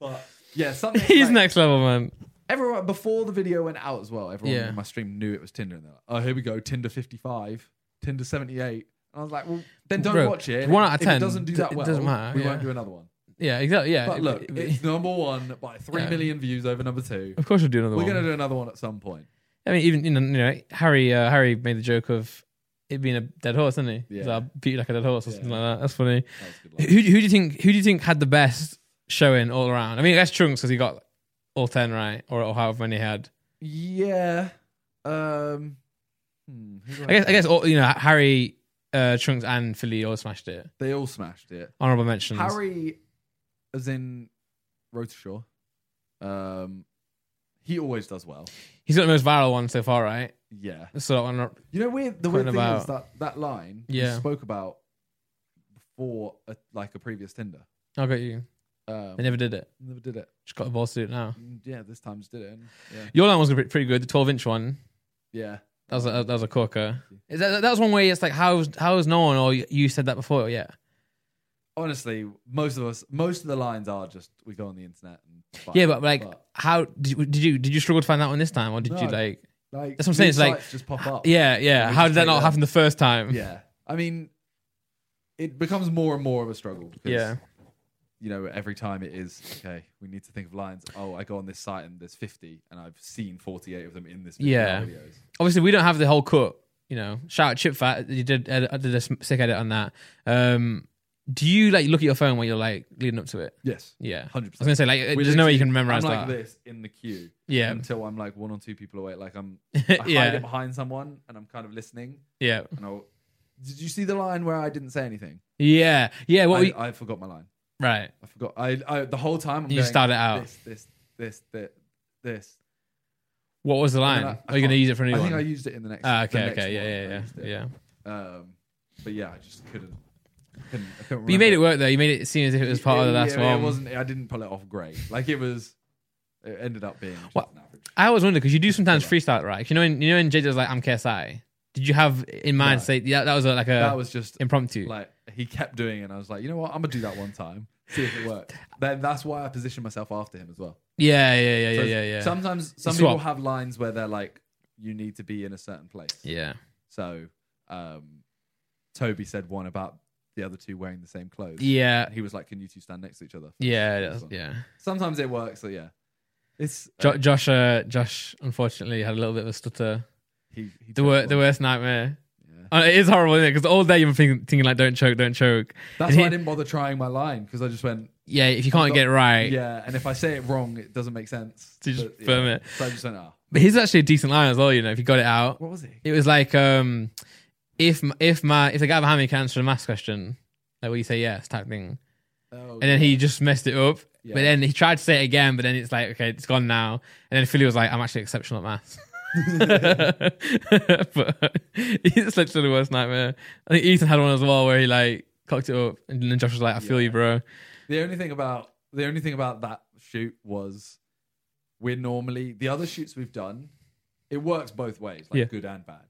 Speaker 2: but yeah, something
Speaker 1: He's
Speaker 2: like-
Speaker 1: next level, man.
Speaker 2: Everyone before the video went out as well, everyone
Speaker 1: Yeah.
Speaker 2: in my stream knew it was Tinder, and they're like, "Oh, here we go, Tinder 55, Tinder 78." And I was like, "Well, then don't
Speaker 1: Bro,
Speaker 2: watch it.
Speaker 1: one out of
Speaker 2: If
Speaker 1: 10,
Speaker 2: it doesn't do
Speaker 1: d-
Speaker 2: that
Speaker 1: it
Speaker 2: well,
Speaker 1: doesn't matter,
Speaker 2: We
Speaker 1: yeah.
Speaker 2: won't do another one."
Speaker 1: Yeah, exactly. Yeah.
Speaker 2: But
Speaker 1: It-
Speaker 2: look,
Speaker 1: it-
Speaker 2: it's number one by three
Speaker 1: Yeah.
Speaker 2: million views over number two.
Speaker 1: of course, we'll do another
Speaker 2: We're
Speaker 1: one.
Speaker 2: gonna do another one at some point.
Speaker 1: I mean, even you know, you know Harry. Uh, Harry made the joke of it being a dead horse, didn't he? He's
Speaker 2: Yeah.
Speaker 1: like, I beat you like a dead horse or something
Speaker 2: Yeah.
Speaker 1: like that. That's funny.
Speaker 2: That was a good
Speaker 1: Who,
Speaker 2: one.
Speaker 1: who do you think? Who do you think had the best showing all around? I mean, I guess Trunks because he got all ten right, or, or however many he had.
Speaker 2: yeah. Um. hmm, who do
Speaker 1: I guess. I guess all you know, Harry, uh, Trunks, and Philly all smashed it.
Speaker 2: they all smashed it.
Speaker 1: Honorable mentions.
Speaker 2: Harry, as in Road to Shore, um, he always does well.
Speaker 1: He's got the most viral one so far, right?
Speaker 2: Yeah.
Speaker 1: So that one,
Speaker 2: You know, weird. The
Speaker 1: Quite
Speaker 2: weird thing
Speaker 1: about-
Speaker 2: is that that line
Speaker 1: Yeah.
Speaker 2: we spoke about before, a, like a previous Tinder.
Speaker 1: I got you.
Speaker 2: Um,
Speaker 1: They never did it.
Speaker 2: never did it.
Speaker 1: Just got the balls to do it now.
Speaker 2: Mm, Yeah, this time just did it. and Yeah,
Speaker 1: Your line was pretty pretty good. The twelve inch one.
Speaker 2: yeah.
Speaker 1: That was a, that was a corker. Is that, that was one way. It's like how how is no one or you- you said that before? Yeah.
Speaker 2: Honestly, most of us, most of the lines are just we go on the internet and find
Speaker 1: Yeah,
Speaker 2: it,
Speaker 1: but like, how did you, did you did you struggle to find that one this time, or did you
Speaker 2: No.
Speaker 1: like?
Speaker 2: like
Speaker 1: that's what I'm saying,
Speaker 2: new
Speaker 1: it's like-
Speaker 2: sites just pop up.
Speaker 1: Yeah, yeah.
Speaker 2: we
Speaker 1: how
Speaker 2: just
Speaker 1: did that
Speaker 2: take
Speaker 1: not
Speaker 2: that.
Speaker 1: happen the first time?
Speaker 2: yeah. I mean, it becomes more and more of a struggle. 'cause,
Speaker 1: yeah,
Speaker 2: you know, every time it is okay. We need to think of lines. Oh, I go on this site and there's 50, and I've seen 48 of them in this. video-
Speaker 1: Yeah.
Speaker 2: videos.
Speaker 1: Obviously, we don't have the whole cut. You know, shout out Chip Fat. You did edit, I did a sick edit on that. Um, do you like look at your phone when you're like leading up to it?
Speaker 2: Yes,
Speaker 1: Yeah, I
Speaker 2: 100.
Speaker 1: was gonna say like there's no way you can memorize
Speaker 2: I'm like
Speaker 1: that.
Speaker 2: this in the queue
Speaker 1: Yeah,
Speaker 2: until I'm like one or two people away. Like I'm, I hide
Speaker 1: Yeah.
Speaker 2: it behind someone and I'm kind of listening.
Speaker 1: yeah,
Speaker 2: And I'll, did you see the line where I didn't say anything?
Speaker 1: yeah, yeah. What
Speaker 2: I,
Speaker 1: were you,
Speaker 2: I forgot my line.
Speaker 1: right?
Speaker 2: I forgot. I, I the whole time I'm
Speaker 1: You
Speaker 2: going,
Speaker 1: just started out.
Speaker 2: This, this, this, this, this.
Speaker 1: What was the line?
Speaker 2: I- I
Speaker 1: Are you gonna
Speaker 2: can't-
Speaker 1: use it for a new
Speaker 2: I
Speaker 1: one?
Speaker 2: think I used it in the next.
Speaker 1: ah,
Speaker 2: the
Speaker 1: okay,
Speaker 2: next
Speaker 1: okay,
Speaker 2: one. I
Speaker 1: yeah,
Speaker 2: used
Speaker 1: yeah,
Speaker 2: it.
Speaker 1: yeah, yeah.
Speaker 2: Um, but yeah, I just couldn't. couldn't, I couldn't
Speaker 1: But you made
Speaker 2: remember.
Speaker 1: it work though. You made it seem as if it was part of the
Speaker 2: Yeah,
Speaker 1: last
Speaker 2: yeah,
Speaker 1: one.
Speaker 2: It wasn't. I didn't pull it off great. Like it was. It ended up being just
Speaker 1: What?
Speaker 2: an average.
Speaker 1: I always wonder because you do sometimes freestyle, right? You know, when, you know, when JJ was like, "I'm KSI." Did you have in mind
Speaker 2: No.
Speaker 1: say yeah, that was a, like a
Speaker 2: That was just
Speaker 1: impromptu?
Speaker 2: like he kept doing it. and I was like, you know what? I'm gonna do that one time, see if it works. then that's why I positioned myself after him as well.
Speaker 1: yeah, yeah, yeah, yeah,
Speaker 2: So
Speaker 1: yeah, yeah.
Speaker 2: Sometimes some
Speaker 1: Swap.
Speaker 2: people have lines where they're like, you need to be in a certain place.
Speaker 1: yeah,
Speaker 2: So, um, Toby said one about the other two wearing the same clothes.
Speaker 1: yeah,
Speaker 2: And he was like, can you two stand next to each other?
Speaker 1: yeah, it is, yeah.
Speaker 2: Sometimes it works. So yeah, it's uh,
Speaker 1: Jo- Josh, uh, Josh, unfortunately, had a little bit of a stutter
Speaker 2: He, he
Speaker 3: The,
Speaker 2: took
Speaker 3: wor-
Speaker 2: one.
Speaker 3: the worst nightmare.
Speaker 2: Yeah.
Speaker 1: Oh,
Speaker 3: Uh, it is horrible, isn't it? Because all day you're thinking, thinking like, don't choke, don't choke.
Speaker 2: That's
Speaker 3: And
Speaker 2: why I
Speaker 3: he-
Speaker 2: didn't bother trying my line because I just went,
Speaker 3: Yeah, if you can't
Speaker 2: Got-
Speaker 3: get it right,
Speaker 2: yeah. And if I say it wrong, it doesn't make sense.
Speaker 3: So you just
Speaker 2: But, yeah.
Speaker 3: firm it.
Speaker 2: So I just went, ah,
Speaker 3: But he's actually a decent line as well, you know, if you got it out.
Speaker 2: what was it?
Speaker 3: It was like, um, if m- if my if the guy behind me can answer the math question, like will you say yes type thing,
Speaker 2: Oh,
Speaker 3: and then he just messed it up.
Speaker 2: Yeah.
Speaker 3: But then he tried to say it again, but then it's like, okay, it's gone now. And then Philly was like, I'm actually exceptional at maths. but it's literally the worst nightmare. I think Ethan had one as well where he like cocked it up, and then Josh was like, I feel
Speaker 2: Yeah.
Speaker 3: you, bro.
Speaker 2: The only thing about the only thing about that shoot was we're normally the other shoots we've done, it works both ways, like
Speaker 3: Yeah.
Speaker 2: good and bad.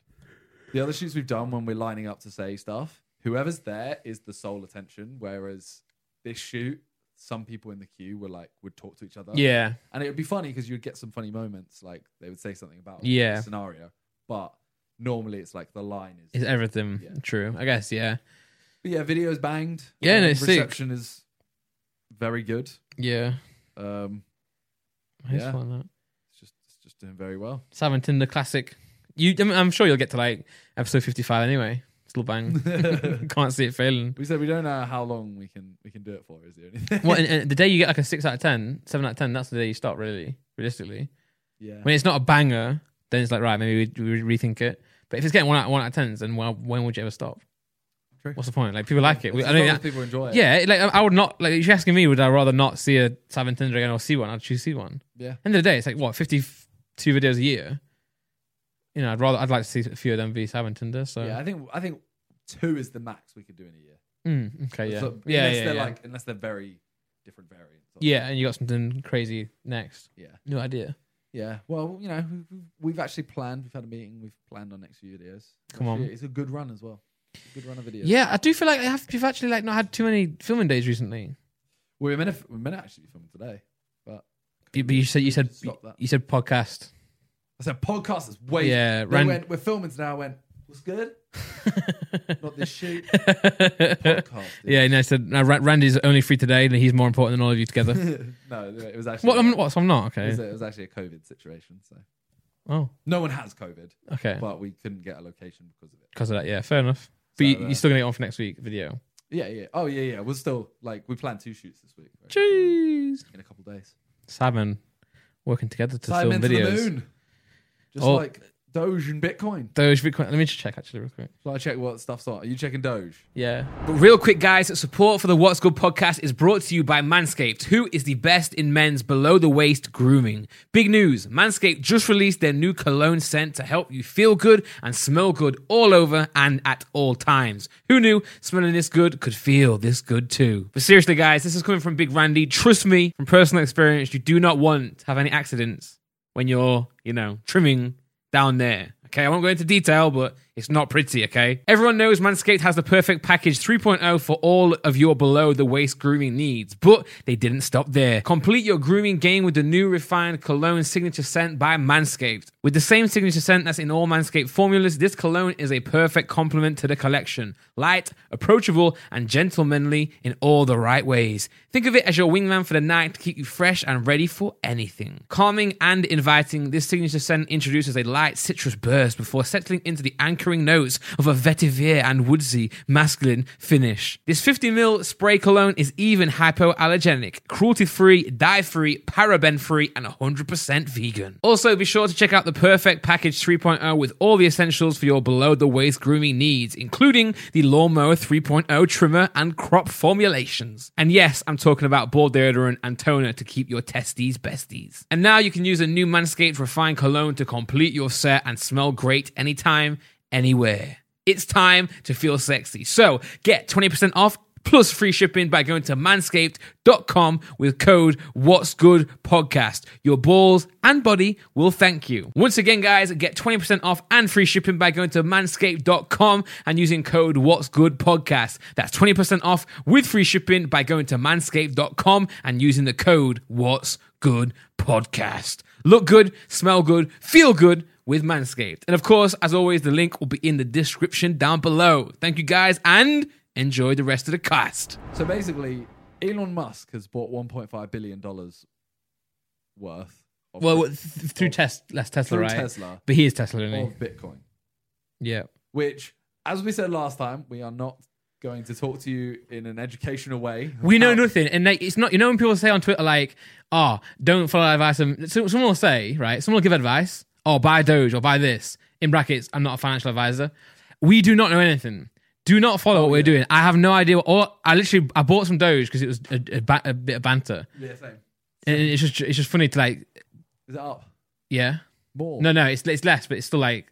Speaker 2: The other shoots we've done when we're lining up to say stuff, whoever's there is the sole attention. Whereas this shoot, some people in the queue were like would talk to each other.
Speaker 3: Yeah,
Speaker 2: And it would be funny because you'd get some funny moments, like they would say something about
Speaker 3: Yeah.
Speaker 2: the scenario. But normally it's like the line is
Speaker 3: it's everything
Speaker 2: Yeah.
Speaker 3: true, I guess. Yeah,
Speaker 2: but yeah, video's banged.
Speaker 3: Yeah, no,
Speaker 2: Um,
Speaker 3: it's sick.
Speaker 2: reception is very good.
Speaker 3: yeah,
Speaker 2: Um
Speaker 3: It's
Speaker 2: Yeah.
Speaker 3: fun, that.
Speaker 2: it's just it's just doing very well.
Speaker 3: Simon Tinder classic. You, I mean, I'm sure you'll get to like episode 55 anyway. Still bang. Can't see it failing.
Speaker 2: we said we don't know how long we can we can do it for. Is the only thing.
Speaker 3: What, and, and the day you get like a 6 out of 10, 7 out of 10, that's the day you stop, really, realistically.
Speaker 2: yeah.
Speaker 3: When it's not a banger, then it's like, right, maybe we, we rethink it. But if it's getting 1 out, one out of 10s, then well, when would you ever stop?
Speaker 2: True.
Speaker 3: What's the point? Like, people like it. We-
Speaker 2: As
Speaker 3: I don't,
Speaker 2: long
Speaker 3: I-
Speaker 2: as people enjoy it.
Speaker 3: yeah, like, I I would not, like, if you're asking me, would I rather not see a Simon Tinder again or see one? I'd choose see one.
Speaker 2: Yeah.
Speaker 3: End of the day, it's like, what, 52 videos a year? You know, I'd rather, I'd like to see a few of them v Simon Tinder. So,
Speaker 2: Yeah, I think I think two is the max we could do in a year.
Speaker 3: Mm, okay, yeah.
Speaker 2: So-
Speaker 3: yeah,
Speaker 2: unless
Speaker 3: yeah,
Speaker 2: they're
Speaker 3: yeah.
Speaker 2: like unless they're very different variants. of-
Speaker 3: yeah, and you got something crazy next.
Speaker 2: Yeah.
Speaker 3: No idea.
Speaker 2: Yeah. Well, you know, we- we- we've actually planned. We've had a meeting. We've planned our next few videos.
Speaker 3: Come on.
Speaker 2: Actually, it's a good run as well. It's a good run of videos.
Speaker 3: Yeah. I do feel like I have, you've actually like not had too many filming days recently.
Speaker 2: we were meant to, we were meant to actually film today.
Speaker 3: You- But you said you said
Speaker 2: Stop that.
Speaker 3: you said podcast.
Speaker 2: I said podcast is way.
Speaker 3: yeah,
Speaker 2: They
Speaker 3: ran-
Speaker 2: went, we're filming today. I went. What's good? Not this shoot. podcast. dude.
Speaker 3: yeah, and I said no, Ra- Randy's only free today, and he's more important than all of you together.
Speaker 2: no, it was actually
Speaker 3: what? I'm what? So I'm not
Speaker 2: It
Speaker 3: okay.
Speaker 2: was, it was actually a COVID situation. So
Speaker 3: Oh,
Speaker 2: no one has COVID,
Speaker 3: okay.
Speaker 2: but we couldn't get a location because of it.
Speaker 3: Because of that, yeah, fair enough. But
Speaker 2: So,
Speaker 3: you,
Speaker 2: uh,
Speaker 3: you're still gonna get on for next week video.
Speaker 2: Yeah, yeah. Oh, yeah, yeah. We're still like we planned two shoots this week right?
Speaker 3: Jeez,
Speaker 2: in a couple days.
Speaker 3: Simon, working together to
Speaker 2: Simon to
Speaker 3: film videos.
Speaker 2: the moon, just
Speaker 3: Oh.
Speaker 2: like Doge and Bitcoin.
Speaker 3: Doge, Bitcoin- Let me just check actually real quick.
Speaker 2: So I check what stuff's on. Are you checking Doge?
Speaker 3: Yeah.
Speaker 1: But real quick, guys, support for the What's Good podcast is brought to you by Manscaped, who is the best in men's below the waist grooming. Big news Manscaped just released their new cologne scent to help you feel good and smell good all over and at all times. Who knew smelling this good could feel this good too? But seriously, guys, this is coming from Big Randy. Trust me, from personal experience, you do not want to have any accidents when you're, you know, trimming down there. Okay, I won't go into detail, but it's not pretty, okay? Everyone knows Manscaped has the perfect package 3.0 for all of your below the waist grooming needs, but they didn't stop there. Complete your grooming game with the new refined cologne signature scent by Manscaped. With the same signature scent that's in all Manscaped formulas, this cologne is a perfect complement to the collection. Light, approachable, and gentlemanly in all the right ways. Think of it as your wingman for the night to keep you fresh and ready for anything. Calming and inviting, this signature scent introduces a light citrus burst before settling into the anchoring notes of a vetiver and woodsy masculine finish. This 50ml spray cologne is even hypoallergenic, cruelty free, dye free, paraben free, and 100% vegan. Also, be sure to check out the Perfect Package 3.0 with all the essentials for your below the waist grooming needs, including the Lawnmower 3.0 trimmer and crop formulations. And yes, I'm talking about ball deodorant and toner to keep your testes besties. And now you can use a new Manscaped Refined Cologne to complete your set and smell great anytime, anywhere. It's time to feel sexy. So get 20% off plus free shipping by going to manscaped.com with code what's good podcast your balls and body will thank you once again guys get 20% off and free shipping by going to manscaped.com and using code what's good podcast that's 20% off with free shipping by going to manscaped.com and using the code what's good podcast look good smell good feel good with manscaped and of course as always the link will be in the description down below thank you guys and enjoy the rest of the cast.
Speaker 2: So basically, Elon Musk has bought 1.5 billion dollars worth of
Speaker 1: Well,
Speaker 2: Bit-
Speaker 1: th- through
Speaker 2: of-
Speaker 1: Tesla, that's Tesla,
Speaker 2: through
Speaker 1: right?
Speaker 2: Tesla Oh.
Speaker 1: But he is Tesla,
Speaker 2: of
Speaker 1: isn't he?
Speaker 2: Bitcoin,
Speaker 1: Yeah.
Speaker 2: which, as we said last time, we are not going to talk to you in an educational way.
Speaker 1: We know
Speaker 2: about-
Speaker 1: nothing, and like, it's not. You know when people say on Twitter like, "Oh, don't follow that advice." And so, someone will say, right? Someone will give advice, "Oh, buy Doge or buy this." In brackets, I'm not a financial advisor. We do not know anything. Do not follow
Speaker 2: Oh,
Speaker 1: what we're doing. I have no idea. What, all, I literally I bought some Doge because it was a, a, ba- a bit of banter,
Speaker 2: Yeah, same.
Speaker 1: and it's just it's just funny to like,
Speaker 2: Is it up
Speaker 1: yeah.
Speaker 2: more?
Speaker 1: No, no, it's it's less, but it's still like.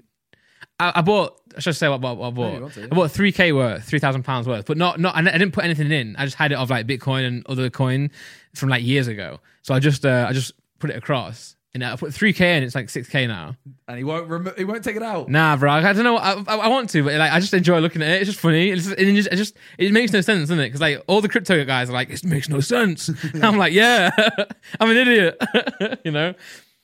Speaker 1: I, I bought. Should I say what, what, what I
Speaker 2: you
Speaker 1: bought?
Speaker 2: want to, yeah.
Speaker 1: I bought three k worth, three thousand pounds worth, but not not. I n- I didn't put anything in. I just had it of like Bitcoin and other coin from like years ago. So I just uh, I just put it across, and I put three k in. It's like six k now.
Speaker 2: and he won't. Remo- he won't take it out.
Speaker 1: Nah, bro. I don't know. I, I, I want to, but like I just enjoy looking at it. It's just funny. It's just, it just it just it makes no sense, doesn't it? Because like all the crypto guys are like, it makes no sense. And I'm like, yeah, I'm an idiot. you know?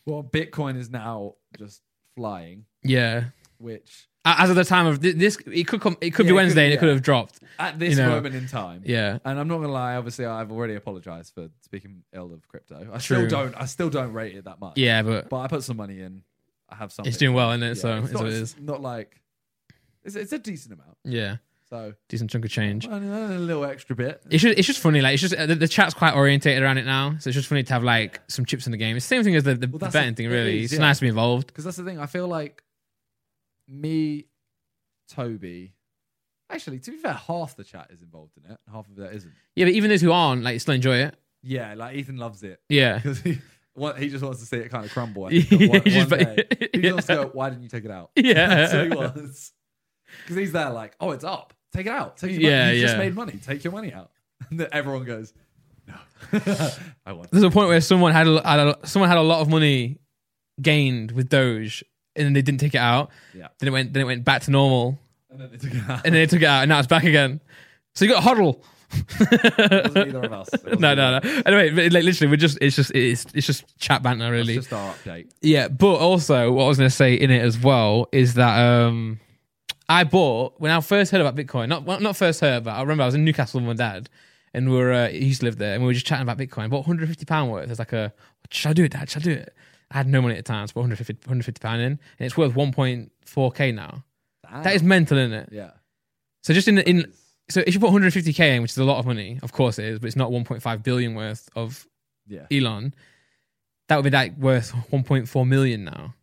Speaker 2: Well, Bitcoin is now just flying,
Speaker 1: Yeah.
Speaker 2: which
Speaker 1: As of the time of th- this, it could come. It could be
Speaker 2: Yeah, it could-
Speaker 1: Wednesday, and
Speaker 2: yeah.
Speaker 1: it could have dropped.
Speaker 2: at this
Speaker 1: You know,
Speaker 2: moment in time.
Speaker 1: Yeah.
Speaker 2: And I'm not gonna lie. Obviously, I've already apologized for speaking ill of crypto. I still
Speaker 1: True.
Speaker 2: don't. I still don't rate it that much.
Speaker 1: Yeah, but
Speaker 2: But I put some money in. I have some.
Speaker 1: it's doing well, isn't it?
Speaker 2: Yeah,
Speaker 1: so it's,
Speaker 2: it's not,
Speaker 1: what it
Speaker 2: it's
Speaker 1: is.
Speaker 2: not like it's, it's a decent amount.
Speaker 1: Yeah.
Speaker 2: So
Speaker 1: Decent chunk of change.
Speaker 2: well, a little extra bit.
Speaker 1: It's just, it's just funny. Like, it's just uh, the, the chat's quite orientated around it now. So it's just funny to have like some chips in the game. It's the same thing as the, the, the
Speaker 2: that's
Speaker 1: betting
Speaker 2: it.
Speaker 1: thing,
Speaker 2: It
Speaker 1: really.
Speaker 2: is,
Speaker 1: it's
Speaker 2: yeah.
Speaker 1: nice to be involved.
Speaker 2: Because that's the thing. I feel like me, Toby. Actually, to be fair, half the chat is involved in it. Half of that isn't.
Speaker 1: Yeah, but even those who aren't, like, still enjoy it.
Speaker 2: Yeah, like Ethan loves it
Speaker 1: Yeah.
Speaker 2: because he what, he just wants to see it kind of crumble. I
Speaker 1: Yeah,
Speaker 2: think, at one,
Speaker 1: he just-
Speaker 2: one day. He just
Speaker 1: yeah.
Speaker 2: wants to go, why didn't you take it out?
Speaker 1: Yeah.
Speaker 2: That's what he wants. Because he's there like, oh, it's up. Take it out. Take your
Speaker 1: Yeah,
Speaker 2: money. You just
Speaker 1: yeah.
Speaker 2: made money. Take your money out. And then everyone goes, no, I want.
Speaker 1: There's a point where someone had a, had a someone had a lot of money gained with Doge, and then they didn't take it out.
Speaker 2: Yeah.
Speaker 1: Then it went then it went back to normal,
Speaker 2: And then they took it out.
Speaker 1: and then they took it out, and now it's back again. So you got huddle.
Speaker 2: it wasn't either of us. It wasn't
Speaker 1: no,
Speaker 2: either
Speaker 1: no,
Speaker 2: of us.
Speaker 1: no. Anyway, but, like literally, we're just it's just it's it's just chat banter,
Speaker 2: It's
Speaker 1: really.
Speaker 2: just our update.
Speaker 1: yeah, but also what I was going to say in it as well is that um I bought when I first heard about Bitcoin. Not well, not first heard, but I remember I was in Newcastle with my dad, and we were uh, he used to live there, and we were just chatting about Bitcoin. I bought 150 pound worth. It's like a should I do it, Dad? Should I do it? I had no money at the time, so I put 150 150 pound in, and it's worth 1.4k now. That is mental, isn't it?
Speaker 2: Yeah.
Speaker 1: So just in the, in
Speaker 2: It's-
Speaker 1: so if you put 150k in, which is a lot of money, of course it is, but it's not 1.5 billion worth of
Speaker 2: yeah.
Speaker 1: Elon, that would be like worth 1.4 million now,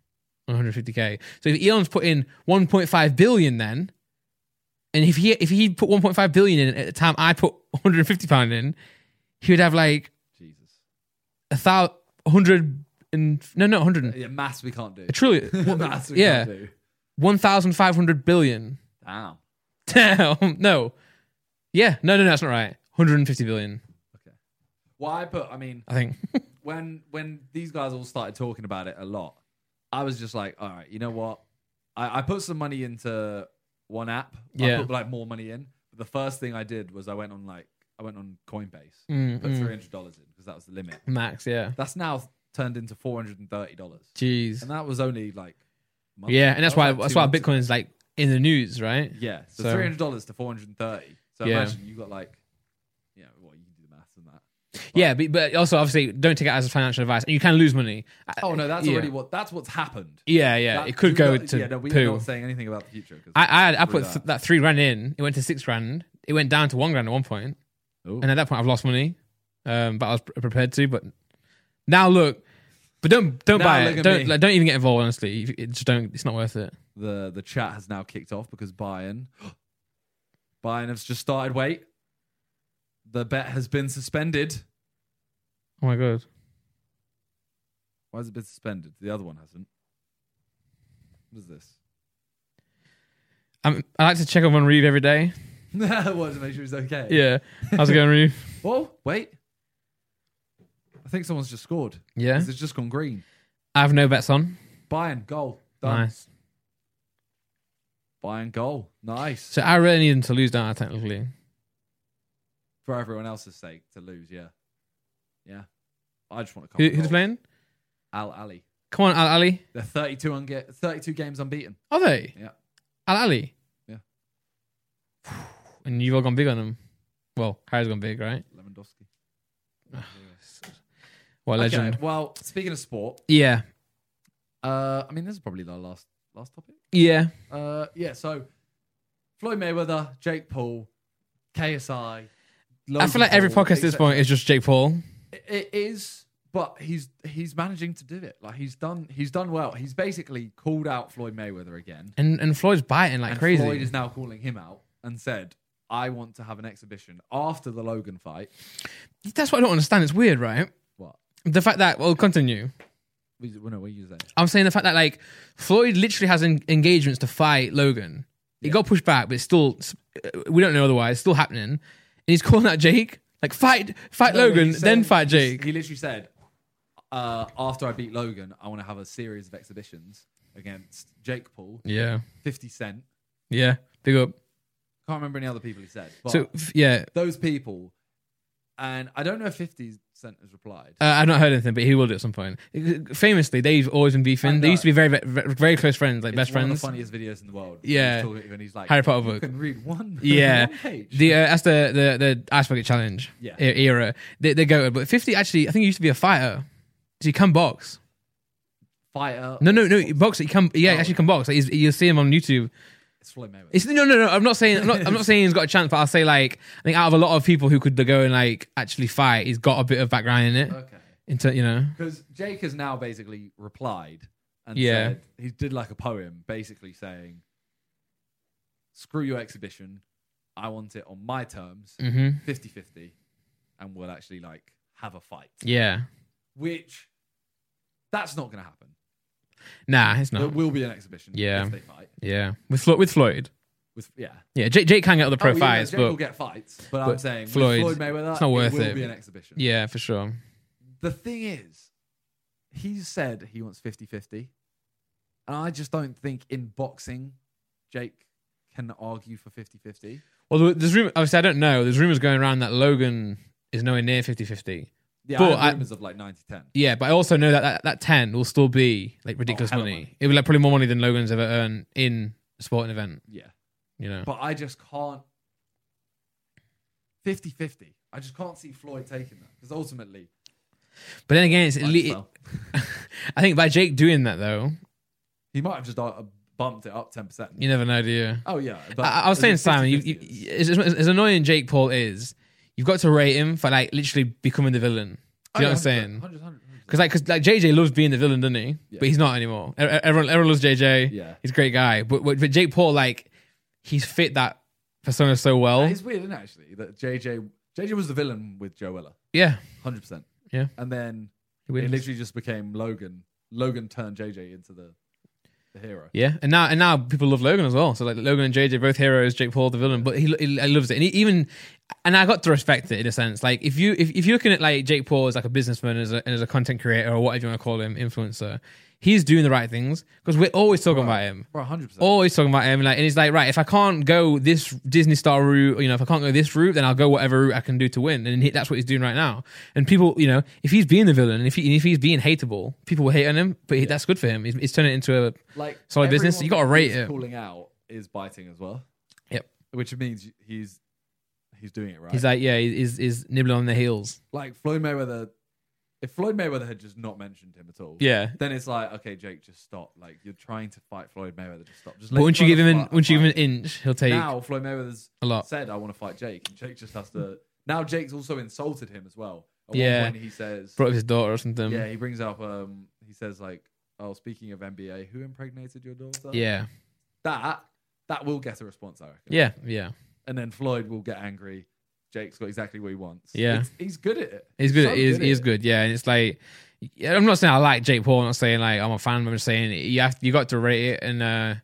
Speaker 1: 150k. So if Elon's put in 1.5 billion, then, and if he if he put 1.5 billion in at the time I put 150 pound in, he would have like
Speaker 2: Jesus.
Speaker 1: a thousand, hundred and no, no, hundred,
Speaker 2: Yeah, maths we can't do.
Speaker 1: a trillion,
Speaker 2: maths we
Speaker 1: yeah.
Speaker 2: can't do.
Speaker 1: 1,500 billion.
Speaker 2: Damn.
Speaker 1: Damn, no, yeah, no, no, no, that's not right. 150 billion,
Speaker 2: Well, I put, I mean,
Speaker 1: I think.
Speaker 2: when when these guys all started talking about it a lot, I was just like, all right, you know what? I, I put some money into one app. I
Speaker 1: Yeah.
Speaker 2: put like more money in. But the first thing I did was I went on like I went on Coinbase,
Speaker 1: Mm,
Speaker 2: put
Speaker 1: mm.
Speaker 2: three hundred dollars in because that was the limit.
Speaker 1: Max, yeah.
Speaker 2: That's now turned into four hundred and thirty dollars,
Speaker 1: Jeez.
Speaker 2: and that was only like a month
Speaker 1: Yeah,
Speaker 2: ago.
Speaker 1: and that's
Speaker 2: That was,
Speaker 1: why
Speaker 2: like,
Speaker 1: that's
Speaker 2: two
Speaker 1: why
Speaker 2: months ago.
Speaker 1: Bitcoin's like in the news, right?
Speaker 2: Yeah, so,
Speaker 1: So-
Speaker 2: three hundred dollars to four hundred and thirty. So
Speaker 1: Yeah.
Speaker 2: imagine you got like, you know, well, you can do the maths and that.
Speaker 1: Yeah, but, but also obviously don't take it as a financial advice, and you can lose money. I-
Speaker 2: Oh no, that's
Speaker 1: yeah.
Speaker 2: already what that's what's happened.
Speaker 1: Yeah, yeah,
Speaker 2: That-
Speaker 1: it could
Speaker 2: do
Speaker 1: go
Speaker 2: not-
Speaker 1: to
Speaker 2: yeah. No, we're
Speaker 1: poo.
Speaker 2: not saying anything about the future. 'cause-
Speaker 1: I I, had, I
Speaker 2: Through
Speaker 1: put
Speaker 2: that.
Speaker 1: th- that three grand in. It went to six grand. It went down to one grand at one point,
Speaker 2: Ooh.
Speaker 1: and at that point I've lost money. Um, but I was pre- prepared to. But now look, but don't don't
Speaker 2: Now
Speaker 1: buy it.
Speaker 2: look at me.
Speaker 1: Don't like, don't even get involved. Honestly, If- it just don't. It's not worth it.
Speaker 2: the the chat has now kicked off because Bayern Bayern has just started wait. The bet has been suspended.
Speaker 1: Oh my god.
Speaker 2: Why has it been suspended? The other one hasn't. What is this?
Speaker 1: I'm, I like to check up on Reeve every day.
Speaker 2: Wanted to make sure he's okay.
Speaker 1: Yeah, how's it going, Reeve?
Speaker 2: Oh, wait. I think someone's just scored.
Speaker 1: Yeah,
Speaker 2: 'Cause It's just gone green.
Speaker 1: I have no bets on.
Speaker 2: Bayern goal. Done.
Speaker 1: Nice.
Speaker 2: Bayern goal. Nice.
Speaker 1: So I really need them to lose, don't I? Technically.
Speaker 2: For everyone else's sake to lose, yeah. Yeah. I just want to
Speaker 1: Who, who's playing?
Speaker 2: Al Ali.
Speaker 1: Come on, Al Ali.
Speaker 2: They're 32, unge- 32 games unbeaten.
Speaker 1: Are they?
Speaker 2: Yeah.
Speaker 1: Al Ali.
Speaker 2: Yeah.
Speaker 1: And you've all gone big on them. Well, Harry's gone big, right?
Speaker 2: Lewandowski.
Speaker 1: What a legend.
Speaker 2: Okay, well, speaking of sport,
Speaker 1: Yeah.
Speaker 2: uh, I mean, this is probably the last last topic.
Speaker 1: Yeah.
Speaker 2: Uh, yeah, so Floyd Mayweather, Jake Paul, KSI.
Speaker 1: I feel like every podcast at this point is just Jake Paul.
Speaker 2: It is, but he's he's managing to do it. Like he's done he's done well. He's basically called out Floyd Mayweather again.
Speaker 1: And and Floyd's biting like
Speaker 2: And
Speaker 1: crazy.
Speaker 2: Floyd is now calling him out and said, "I want to have an exhibition after the Logan fight."
Speaker 1: That's what I don't understand. It's weird, right?
Speaker 2: What?
Speaker 1: The fact that well, continue.
Speaker 2: We, well, no, we use that.
Speaker 1: I'm saying the fact that like Floyd literally has en- engagements to fight Logan. He got pushed back, but it's still uh, we don't know otherwise. It's still happening, and he's calling out Jake like fight, fight Logan,
Speaker 2: He said-
Speaker 1: then fight
Speaker 2: he-
Speaker 1: Jake.
Speaker 2: He literally said, uh, "After I beat Logan, I want to have a series of exhibitions against Jake Paul,
Speaker 1: yeah,
Speaker 2: Fifty Cent."
Speaker 1: yeah, big up.
Speaker 2: Can't remember any other people he said. But
Speaker 1: So f- yeah,
Speaker 2: those people, and I don't know if Fifty Cent has replied.
Speaker 1: uh, I've not heard anything, but he will do at some point. Famously, they've always been
Speaker 2: I
Speaker 1: beefing. They
Speaker 2: know.
Speaker 1: used to be very, very, very close friends, like
Speaker 2: It's
Speaker 1: best
Speaker 2: one
Speaker 1: friends.
Speaker 2: Of the funniest videos in the world.
Speaker 1: Yeah.
Speaker 2: He's talking and he's like
Speaker 1: Harry Potter
Speaker 2: You
Speaker 1: book.
Speaker 2: can read one.
Speaker 1: Yeah.
Speaker 2: one page."
Speaker 1: The uh, that's the the the ice bucket challenge
Speaker 2: Yeah.
Speaker 1: e- era. They, they go, but fifty actually, I think he used to be a fighter. So he can box.
Speaker 2: fighter.
Speaker 1: No, no, no, he box. He can, yeah, he
Speaker 2: Oh.
Speaker 1: actually can box. Like, he's, you'll see him on YouTube.
Speaker 2: It's Floyd Mayweather.
Speaker 1: It's no, no, no. I'm not saying I'm not, I'm not saying he's got a chance, but I'll say like I think out of a lot of people who could go and like actually fight, he's got a bit of background in it.
Speaker 2: okay.
Speaker 1: Into you know,
Speaker 2: Because Jake has now basically replied and
Speaker 1: Yeah.
Speaker 2: said he did like a poem, basically saying, "Screw your exhibition, I want it on my terms,
Speaker 1: hmm
Speaker 2: 50-50, and we'll actually like have a fight."
Speaker 1: yeah,
Speaker 2: Which that's not going to happen.
Speaker 1: nah, it's
Speaker 2: There
Speaker 1: not.
Speaker 2: will be an exhibition
Speaker 1: Yeah.
Speaker 2: if they fight.
Speaker 1: Yeah, with Floyd, with Floyd,
Speaker 2: With yeah,
Speaker 1: yeah, Jake, Jake can get other pro
Speaker 2: Oh, yeah,
Speaker 1: fights,
Speaker 2: Jake will
Speaker 1: but
Speaker 2: get fights, but, I'm
Speaker 1: but
Speaker 2: saying
Speaker 1: Floyd,
Speaker 2: with Floyd Mayweather,
Speaker 1: it's not worth
Speaker 2: it will
Speaker 1: it.
Speaker 2: be an exhibition.
Speaker 1: yeah, for sure.
Speaker 2: The thing is, he said he wants 50 50. And I just don't think in boxing, Jake can argue for 50 50.
Speaker 1: Well, there's rumor. Obviously, I don't know. There's rumors going around that Logan is nowhere near 50-50.
Speaker 2: Yeah,
Speaker 1: But
Speaker 2: I
Speaker 1: I-
Speaker 2: have rumors of like 90 10.
Speaker 1: Yeah, but I also know that that, that 10 will still be like ridiculous
Speaker 2: Oh, hell of
Speaker 1: money.
Speaker 2: money.
Speaker 1: It'll be like probably more money than Logan's ever earned in a sporting event,
Speaker 2: Yeah.
Speaker 1: you know.
Speaker 2: But I just can't. 50 50. I just can't see Floyd taking that because ultimately,
Speaker 1: But then again, it's at
Speaker 2: might as
Speaker 1: least,
Speaker 2: well.
Speaker 1: I think by Jake doing that though,
Speaker 2: he might have just uh, bumped it up 10%.
Speaker 1: you never know, do you?
Speaker 2: Oh, yeah. but
Speaker 1: I, I was
Speaker 2: as
Speaker 1: saying,
Speaker 2: if
Speaker 1: Simon, you,
Speaker 2: 50-50 is-
Speaker 1: you, as, as- as annoying Jake Paul is, you've got to rate him for like literally becoming the villain.
Speaker 2: Oh,
Speaker 1: Do you know
Speaker 2: yeah,
Speaker 1: what I'm saying?
Speaker 2: 100%, 100%, 100%.
Speaker 1: Because like, cause like JJ loves being the villain, doesn't he?
Speaker 2: Yeah.
Speaker 1: But he's not anymore. E- e- Everyone, everyone loves JJ.
Speaker 2: Yeah.
Speaker 1: he's a great guy. But but but Jake Paul, like, he's fit that persona so well.
Speaker 2: It's weird, isn't it, actually, that JJ JJ was the villain with Joella,
Speaker 1: yeah,
Speaker 2: hundred percent.
Speaker 1: Yeah.
Speaker 2: and then
Speaker 1: he
Speaker 2: it
Speaker 1: wins.
Speaker 2: literally just became Logan. Logan turned JJ into the the hero.
Speaker 1: Yeah, and now and now people love Logan as well. So like Logan and JJ both heroes, Jake Paul the villain, but he, he, he loves it, and he even and I got to respect it in a sense. Like if you if, if you're looking at like Jake Paul as like a businessman as a, and as a content creator or whatever you want to call him, influencer, he's doing the right things because we're always talking about him.
Speaker 2: For hundred percent.
Speaker 1: Always talking about him, like, and he's like, right. If I can't go this Disney Star route, or, you know, if I can't go this route, then I'll go whatever route I can do to win, and he, that's what he's doing right now. And people, you know, if he's being the villain, and if he, if he's being hateable, people will hate on him, but he, that's good for him. He's, he's turning it into a
Speaker 2: Like
Speaker 1: Solid business,
Speaker 2: everyone
Speaker 1: you gotta
Speaker 2: that
Speaker 1: rate
Speaker 2: he's
Speaker 1: it.
Speaker 2: Calling out is biting as well.
Speaker 1: Yep.
Speaker 2: Which means he's he's doing it right.
Speaker 1: He's like, yeah, he's, he's nibbling on the heels.
Speaker 2: like Floyd Mayweather. If Floyd Mayweather had just not mentioned him at all,
Speaker 1: Yeah.
Speaker 2: Then it's like, okay, Jake, just stop. Like you're trying to fight Floyd Mayweather, just stop. Just
Speaker 1: But
Speaker 2: let
Speaker 1: once you
Speaker 2: Floyd
Speaker 1: give him an
Speaker 2: fight-
Speaker 1: once you give him
Speaker 2: fight.
Speaker 1: an Oh. inch, he'll take
Speaker 2: now Floyd Mayweather's
Speaker 1: a lot.
Speaker 2: said, "I want to fight Jake," and Jake just has to. Now Jake's also insulted him as well. At
Speaker 1: Yeah.
Speaker 2: one point he says,
Speaker 1: Brought up his daughter or something.
Speaker 2: "Yeah."
Speaker 1: Yeah.
Speaker 2: He brings up, um, he says like, "Oh, speaking of NBA, who impregnated your daughter?"
Speaker 1: Yeah.
Speaker 2: that that will get a response, I reckon.
Speaker 1: Yeah. Yeah.
Speaker 2: and then Floyd will get angry. Jake's got exactly what he wants.
Speaker 1: Yeah.
Speaker 2: It's- he's good at it.
Speaker 1: He's good.
Speaker 2: so
Speaker 1: he is,
Speaker 2: at
Speaker 1: he is
Speaker 2: it.
Speaker 1: good. Yeah. And it's like, yeah, I'm not saying I like Jake Paul. I'm not saying like I'm a fan. I'm just saying you have you got to rate it, and uh,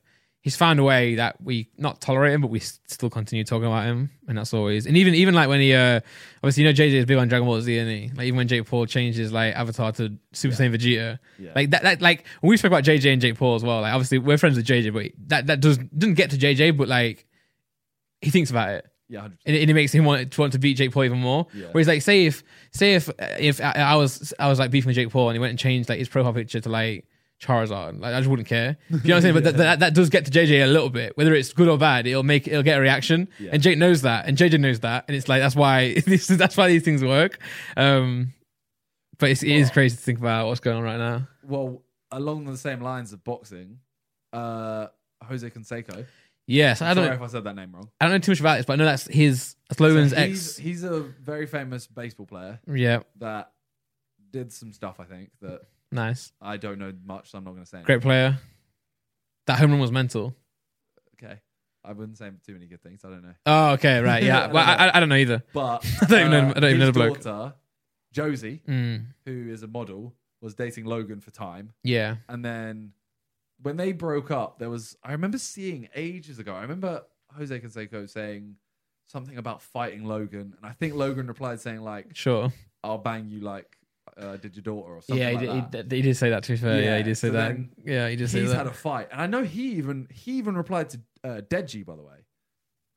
Speaker 1: he's found a way that we not tolerate him, but we s- still continue talking about him, and that's always. And even even like when he uh, obviously you know JJ is big on Dragon Ball Z, isn't he? Like even when Jake Paul changed his like avatar to Super Saiyan Vegeta,
Speaker 2: Yeah.
Speaker 1: like that, that like when we spoke about JJ and Jake Paul as well. Like obviously we're friends with JJ, but that that does didn't get to JJ, but like he thinks about it
Speaker 2: Yeah, hundred percent.
Speaker 1: and it, and it makes him want to want to beat Jake Paul even more.
Speaker 2: Yeah.
Speaker 1: Whereas like say if say if if I, I was I was like beefing with Jake Paul and he went and changed like his profile picture to like Charizard, like I just wouldn't care. You know what I'm saying? But that, that that does get to JJ a little bit, whether it's good or bad. It'll make it'll get a reaction,
Speaker 2: Yeah.
Speaker 1: and Jake knows that, and JJ knows that, and it's like that's why this is that's why these things work. Um, But it's, it is crazy to think about what's going on right now.
Speaker 2: Well, along the same lines of boxing, uh, Jose Canseco.
Speaker 1: Yes, I
Speaker 2: I'm sorry
Speaker 1: don't.
Speaker 2: if I said that name wrong.
Speaker 1: I don't know too much about this, but I know that's his that's Logan's
Speaker 2: So he's,
Speaker 1: ex.
Speaker 2: he's a very famous baseball player
Speaker 1: Yeah,
Speaker 2: that did some stuff. I think that
Speaker 1: nice,
Speaker 2: I don't know much, so I'm not going to say.
Speaker 1: great player. That home run was mental.
Speaker 2: anything. Okay. I've been saying too many good things. I don't know.
Speaker 1: Oh, okay, right, yeah. well, I, I, I don't know either.
Speaker 2: But
Speaker 1: I don't even know- I don't even know
Speaker 2: his
Speaker 1: the bloke.
Speaker 2: daughter, Josie,
Speaker 1: Mm,
Speaker 2: who is a model, was dating Logan for time,
Speaker 1: yeah,
Speaker 2: and then when they broke up, there was I remember seeing ages ago. I remember Jose Canseco saying something about fighting Logan, and I think Logan replied saying like,
Speaker 1: sure.
Speaker 2: "I'll bang you like uh, I did your daughter" or something.
Speaker 1: Yeah, he
Speaker 2: like
Speaker 1: did,
Speaker 2: that.
Speaker 1: he, did- he did say that. To be fair, yeah,
Speaker 2: Yeah,
Speaker 1: he did say
Speaker 2: so
Speaker 1: that.
Speaker 2: then
Speaker 1: Yeah, he did say
Speaker 2: he's
Speaker 1: that.
Speaker 2: had a fight, and I know he even he even replied to uh, Deji by the way,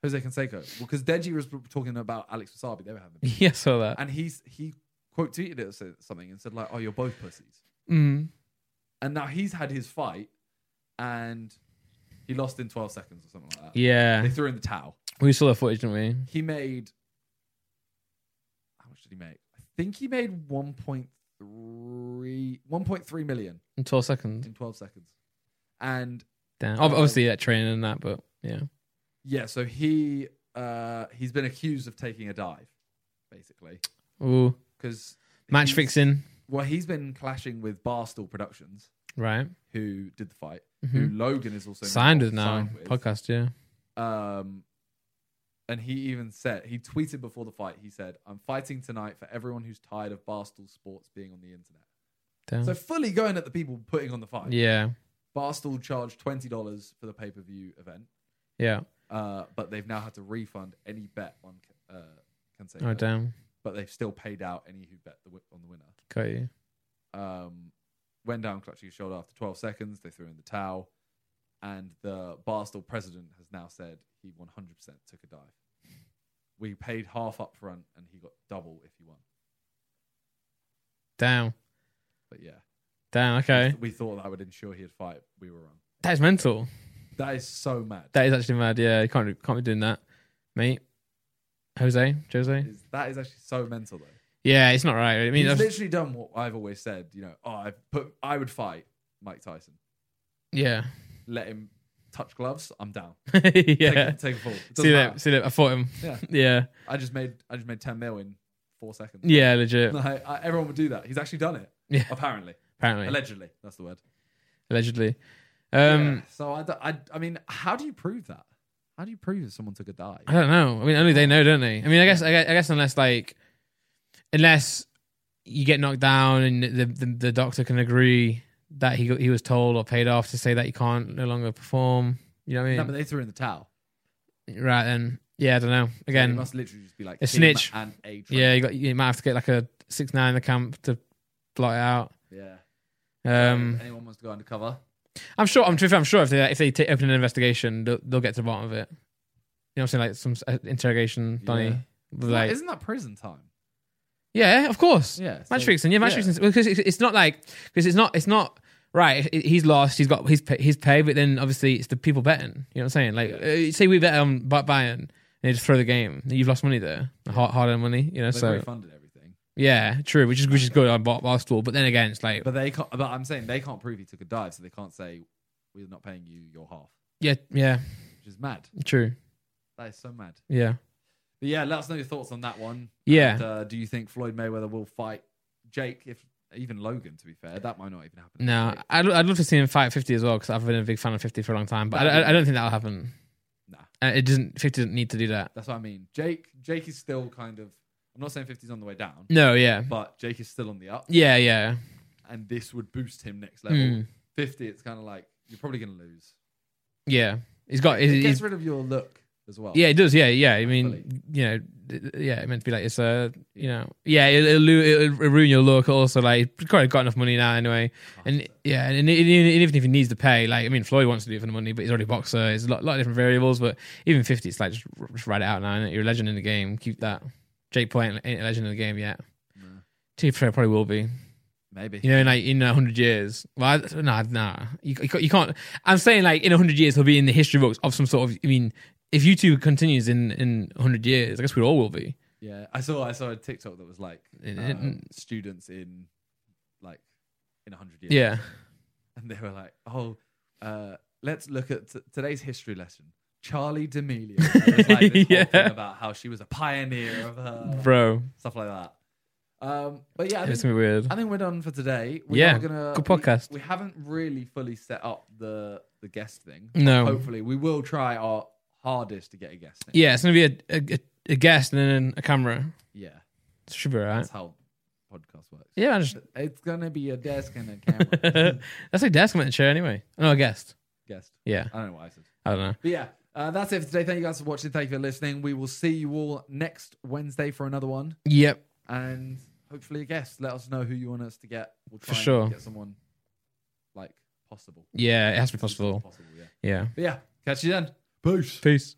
Speaker 2: Jose Canseco, because Deji was talking about Alex Wasabi. They were having, a beef.
Speaker 1: yeah, I saw that.
Speaker 2: and he's he quote tweeted it or said something and said like, "Oh, you're both pussies."
Speaker 1: Mm.
Speaker 2: And now he's had his fight, and he lost in twelve seconds or something like that.
Speaker 1: Yeah,
Speaker 2: They threw in the towel.
Speaker 1: we saw the footage, didn't we?
Speaker 2: He made how much did he make? I think he made 1.3 1.3 million
Speaker 1: In twelve seconds.
Speaker 2: in 12 seconds. And
Speaker 1: Damn. Ob- Obviously, yeah, training and that, but yeah.
Speaker 2: yeah, so he uh he's been accused of taking a dive basically
Speaker 1: Ooh,
Speaker 2: cuz
Speaker 1: match fixing,
Speaker 2: Well, he's been clashing with Barstool Productions
Speaker 1: right? Mm-hmm.
Speaker 2: who did the fight, who Logan is also
Speaker 1: Signed with now
Speaker 2: involved- signed with.
Speaker 1: podcast. Yeah.
Speaker 2: Um, and he even said he tweeted before the fight. He said, "I'm fighting tonight for everyone who's tired of Barstool Sports being on the internet."
Speaker 1: Damn.
Speaker 2: So fully going at the people putting on the fight.
Speaker 1: Mm-hmm. yeah.
Speaker 2: Barstool charged twenty dollars for the pay per view event,
Speaker 1: Yeah.
Speaker 2: uh, but they've now had to refund any bet on uh, Canseco.
Speaker 1: Oh damn.
Speaker 2: But they've still paid out any who bet the wi- on the winner.
Speaker 1: Got you.
Speaker 2: um, went down clutching his shoulder after 12 seconds. They threw in the towel. And the Barstool president has now said he 100% took a dive. We paid half up front and he got double if he won.
Speaker 1: Damn.
Speaker 2: But yeah,
Speaker 1: Damn. Okay.
Speaker 2: we thought that would ensure he'd fight. We were wrong.
Speaker 1: That is mental.
Speaker 2: That is so mad.
Speaker 1: That is actually mad. Yeah. You can't can't be doing that, mate. Jose. Jose.
Speaker 2: is, that is actually so mental, though.
Speaker 1: Yeah. It's not right. I mean,
Speaker 2: He's
Speaker 1: that's-
Speaker 2: literally done what I've always said. You know, oh, I put, I would fight Mike Tyson.
Speaker 1: yeah.
Speaker 2: Let him touch gloves. I'm down. Take,
Speaker 1: yeah.
Speaker 2: a- take a fall. It doesn't
Speaker 1: See
Speaker 2: matter.
Speaker 1: that. See that. I fought him.
Speaker 2: Yeah.
Speaker 1: Yeah.
Speaker 2: I just made I just made 10 mil in four seconds.
Speaker 1: Yeah. Legit.
Speaker 2: Like, I, everyone would do that. He's actually done it.
Speaker 1: Yeah.
Speaker 2: Apparently.
Speaker 1: Apparently.
Speaker 2: Allegedly. That's the word.
Speaker 1: Allegedly. Um.
Speaker 2: Yeah. So I, d- I, I mean, how do you prove that? How do you prove that someone took a dive?
Speaker 1: I don't know. I mean, only they know, don't they? I mean, I guess, I guess, I guess unless like, unless you get knocked down and the the, the doctor can agree that he he was told or paid off to say that you can't no longer perform. You know what I
Speaker 2: No,
Speaker 1: mean?
Speaker 2: but they threw in the towel.
Speaker 1: right then, yeah, I don't know.
Speaker 2: it
Speaker 1: Again,
Speaker 2: must literally just be like
Speaker 1: a
Speaker 2: him
Speaker 1: snitch.
Speaker 2: and a traitor.
Speaker 1: yeah, you got you might have to get like a six nine in the camp to blot it out.
Speaker 2: yeah.
Speaker 1: Um,
Speaker 2: If anyone wants to go undercover?
Speaker 1: I'm sure. I'm to be fair, I'm sure if they if they ta- open an investigation, they'll, they'll get to the bottom of it. You know what I'm saying? Like some s- uh, interrogation, Donny.
Speaker 2: Yeah.
Speaker 1: Like,
Speaker 2: isn't that prison time?
Speaker 1: yeah, of course.
Speaker 2: Yeah.
Speaker 1: Match
Speaker 2: so-
Speaker 1: fixing, yeah, match fixing. Because it's, it's not like because it's not it's not right. he- He's lost. He's got his pay, his pay, but then obviously it's the people betting. You know what I'm saying? Like uh, say we bet on Ba- Bayern and they just throw the game. You've lost money there, hard hard earned money. You know,
Speaker 2: They
Speaker 1: so
Speaker 2: refunded everything,
Speaker 1: yeah, true. Which is which is good on Bar- Barstool, but then again, it's like
Speaker 2: but they can't. But I'm saying they can't prove he took a dive, so they can't say we're not paying you your half,
Speaker 1: yeah, yeah,
Speaker 2: which is mad.
Speaker 1: true,
Speaker 2: That is so mad.
Speaker 1: yeah.
Speaker 2: But yeah, let us know your thoughts on that one.
Speaker 1: Yeah.
Speaker 2: And, uh, do you think Floyd Mayweather will fight Jake? If even Logan, to be fair, that might not even happen.
Speaker 1: No, I'd, I'd love to see him fight 50 as well because I've been a big fan of 50 for a long time, but I, I, I don't think that'll happen.
Speaker 2: Nah.
Speaker 1: Uh, it doesn't. 50 doesn't need to do that.
Speaker 2: That's what I mean. Jake, Jake is still kind of. I'm not saying 50's on the way down,
Speaker 1: No, yeah,
Speaker 2: but Jake is still on the up,
Speaker 1: Mm. yeah, yeah.
Speaker 2: and this would boost him next level.
Speaker 1: Mm.
Speaker 2: 50, it's kind of like you're probably going to lose.
Speaker 1: Yeah, he's got. He's,
Speaker 2: It
Speaker 1: he's-
Speaker 2: gets rid of your look as well.
Speaker 1: Yeah, it does. Yeah, yeah. I
Speaker 2: Fully.
Speaker 1: mean, you know, d- yeah, it meant to be like it's a, you know, yeah, it'll, it'll, lo- it'll ruin your look. Also, like, he's quite got enough money now anyway, and yeah, and, and even if he needs to pay, like, I mean, Floyd wants to do it for the money, but he's already a boxer. There's a lot, lot of different variables, but even fifty, it's like just, just ride it out now. Innit? You're a legend in the game. Keep that. Jake Paul ain't, ain't a legend in the game yet.
Speaker 2: No.
Speaker 1: To be fair, probably will be.
Speaker 2: Maybe.
Speaker 1: You know, in like in a hundred years. Well, I, nah, nah. You, you can't- you can't. I'm saying like in a hundred years he'll be in the history books of some sort of. I mean, if YouTube continues in in a hundred years, I guess we all will be.
Speaker 2: Yeah, I saw I saw a TikTok that was like
Speaker 1: It-
Speaker 2: uh,
Speaker 1: it-
Speaker 2: students in like in hundred years.
Speaker 1: Yeah.
Speaker 2: and they were like, "Oh, uh, let's look at t- today's history lesson." Charlie D'Amelio It was like this
Speaker 1: Yeah.
Speaker 2: whole thing about how she was a pioneer of her
Speaker 1: bro,
Speaker 2: stuff like that. Um, but yeah, I
Speaker 1: it's
Speaker 2: think,
Speaker 1: gonna be weird.
Speaker 2: I think we're done for today. We're
Speaker 1: Yeah,
Speaker 2: not gonna,
Speaker 1: good
Speaker 2: we-
Speaker 1: podcast.
Speaker 2: We, haven't really fully set up the the guest thing.
Speaker 1: No.
Speaker 2: Hopefully, we will try our hardest to get a guest. In.
Speaker 1: Yeah, it's gonna be a a, a- a guest and then a camera.
Speaker 2: yeah,
Speaker 1: It should be alright.
Speaker 2: that's how podcast works.
Speaker 1: Yeah, I just
Speaker 2: It's gonna be a desk and a camera
Speaker 1: that's like desk and chair anyway. No, a guest.
Speaker 2: guest.
Speaker 1: Yeah,
Speaker 2: I don't know why I said.
Speaker 1: I don't know.
Speaker 2: But yeah, uh, that's it for today. Thank you guys for watching. Thank you for listening. We will see you all next Wednesday for another one,
Speaker 1: Yep,
Speaker 2: and hopefully a guest. Let us know who you want us to get. We'll try
Speaker 1: For
Speaker 2: and
Speaker 1: sure.
Speaker 2: get someone like possible.
Speaker 1: yeah, it has to be
Speaker 2: As soon as
Speaker 1: possible.
Speaker 2: possible. Yeah.
Speaker 1: Yeah,
Speaker 2: But yeah, catch you then. Peace.
Speaker 1: peace.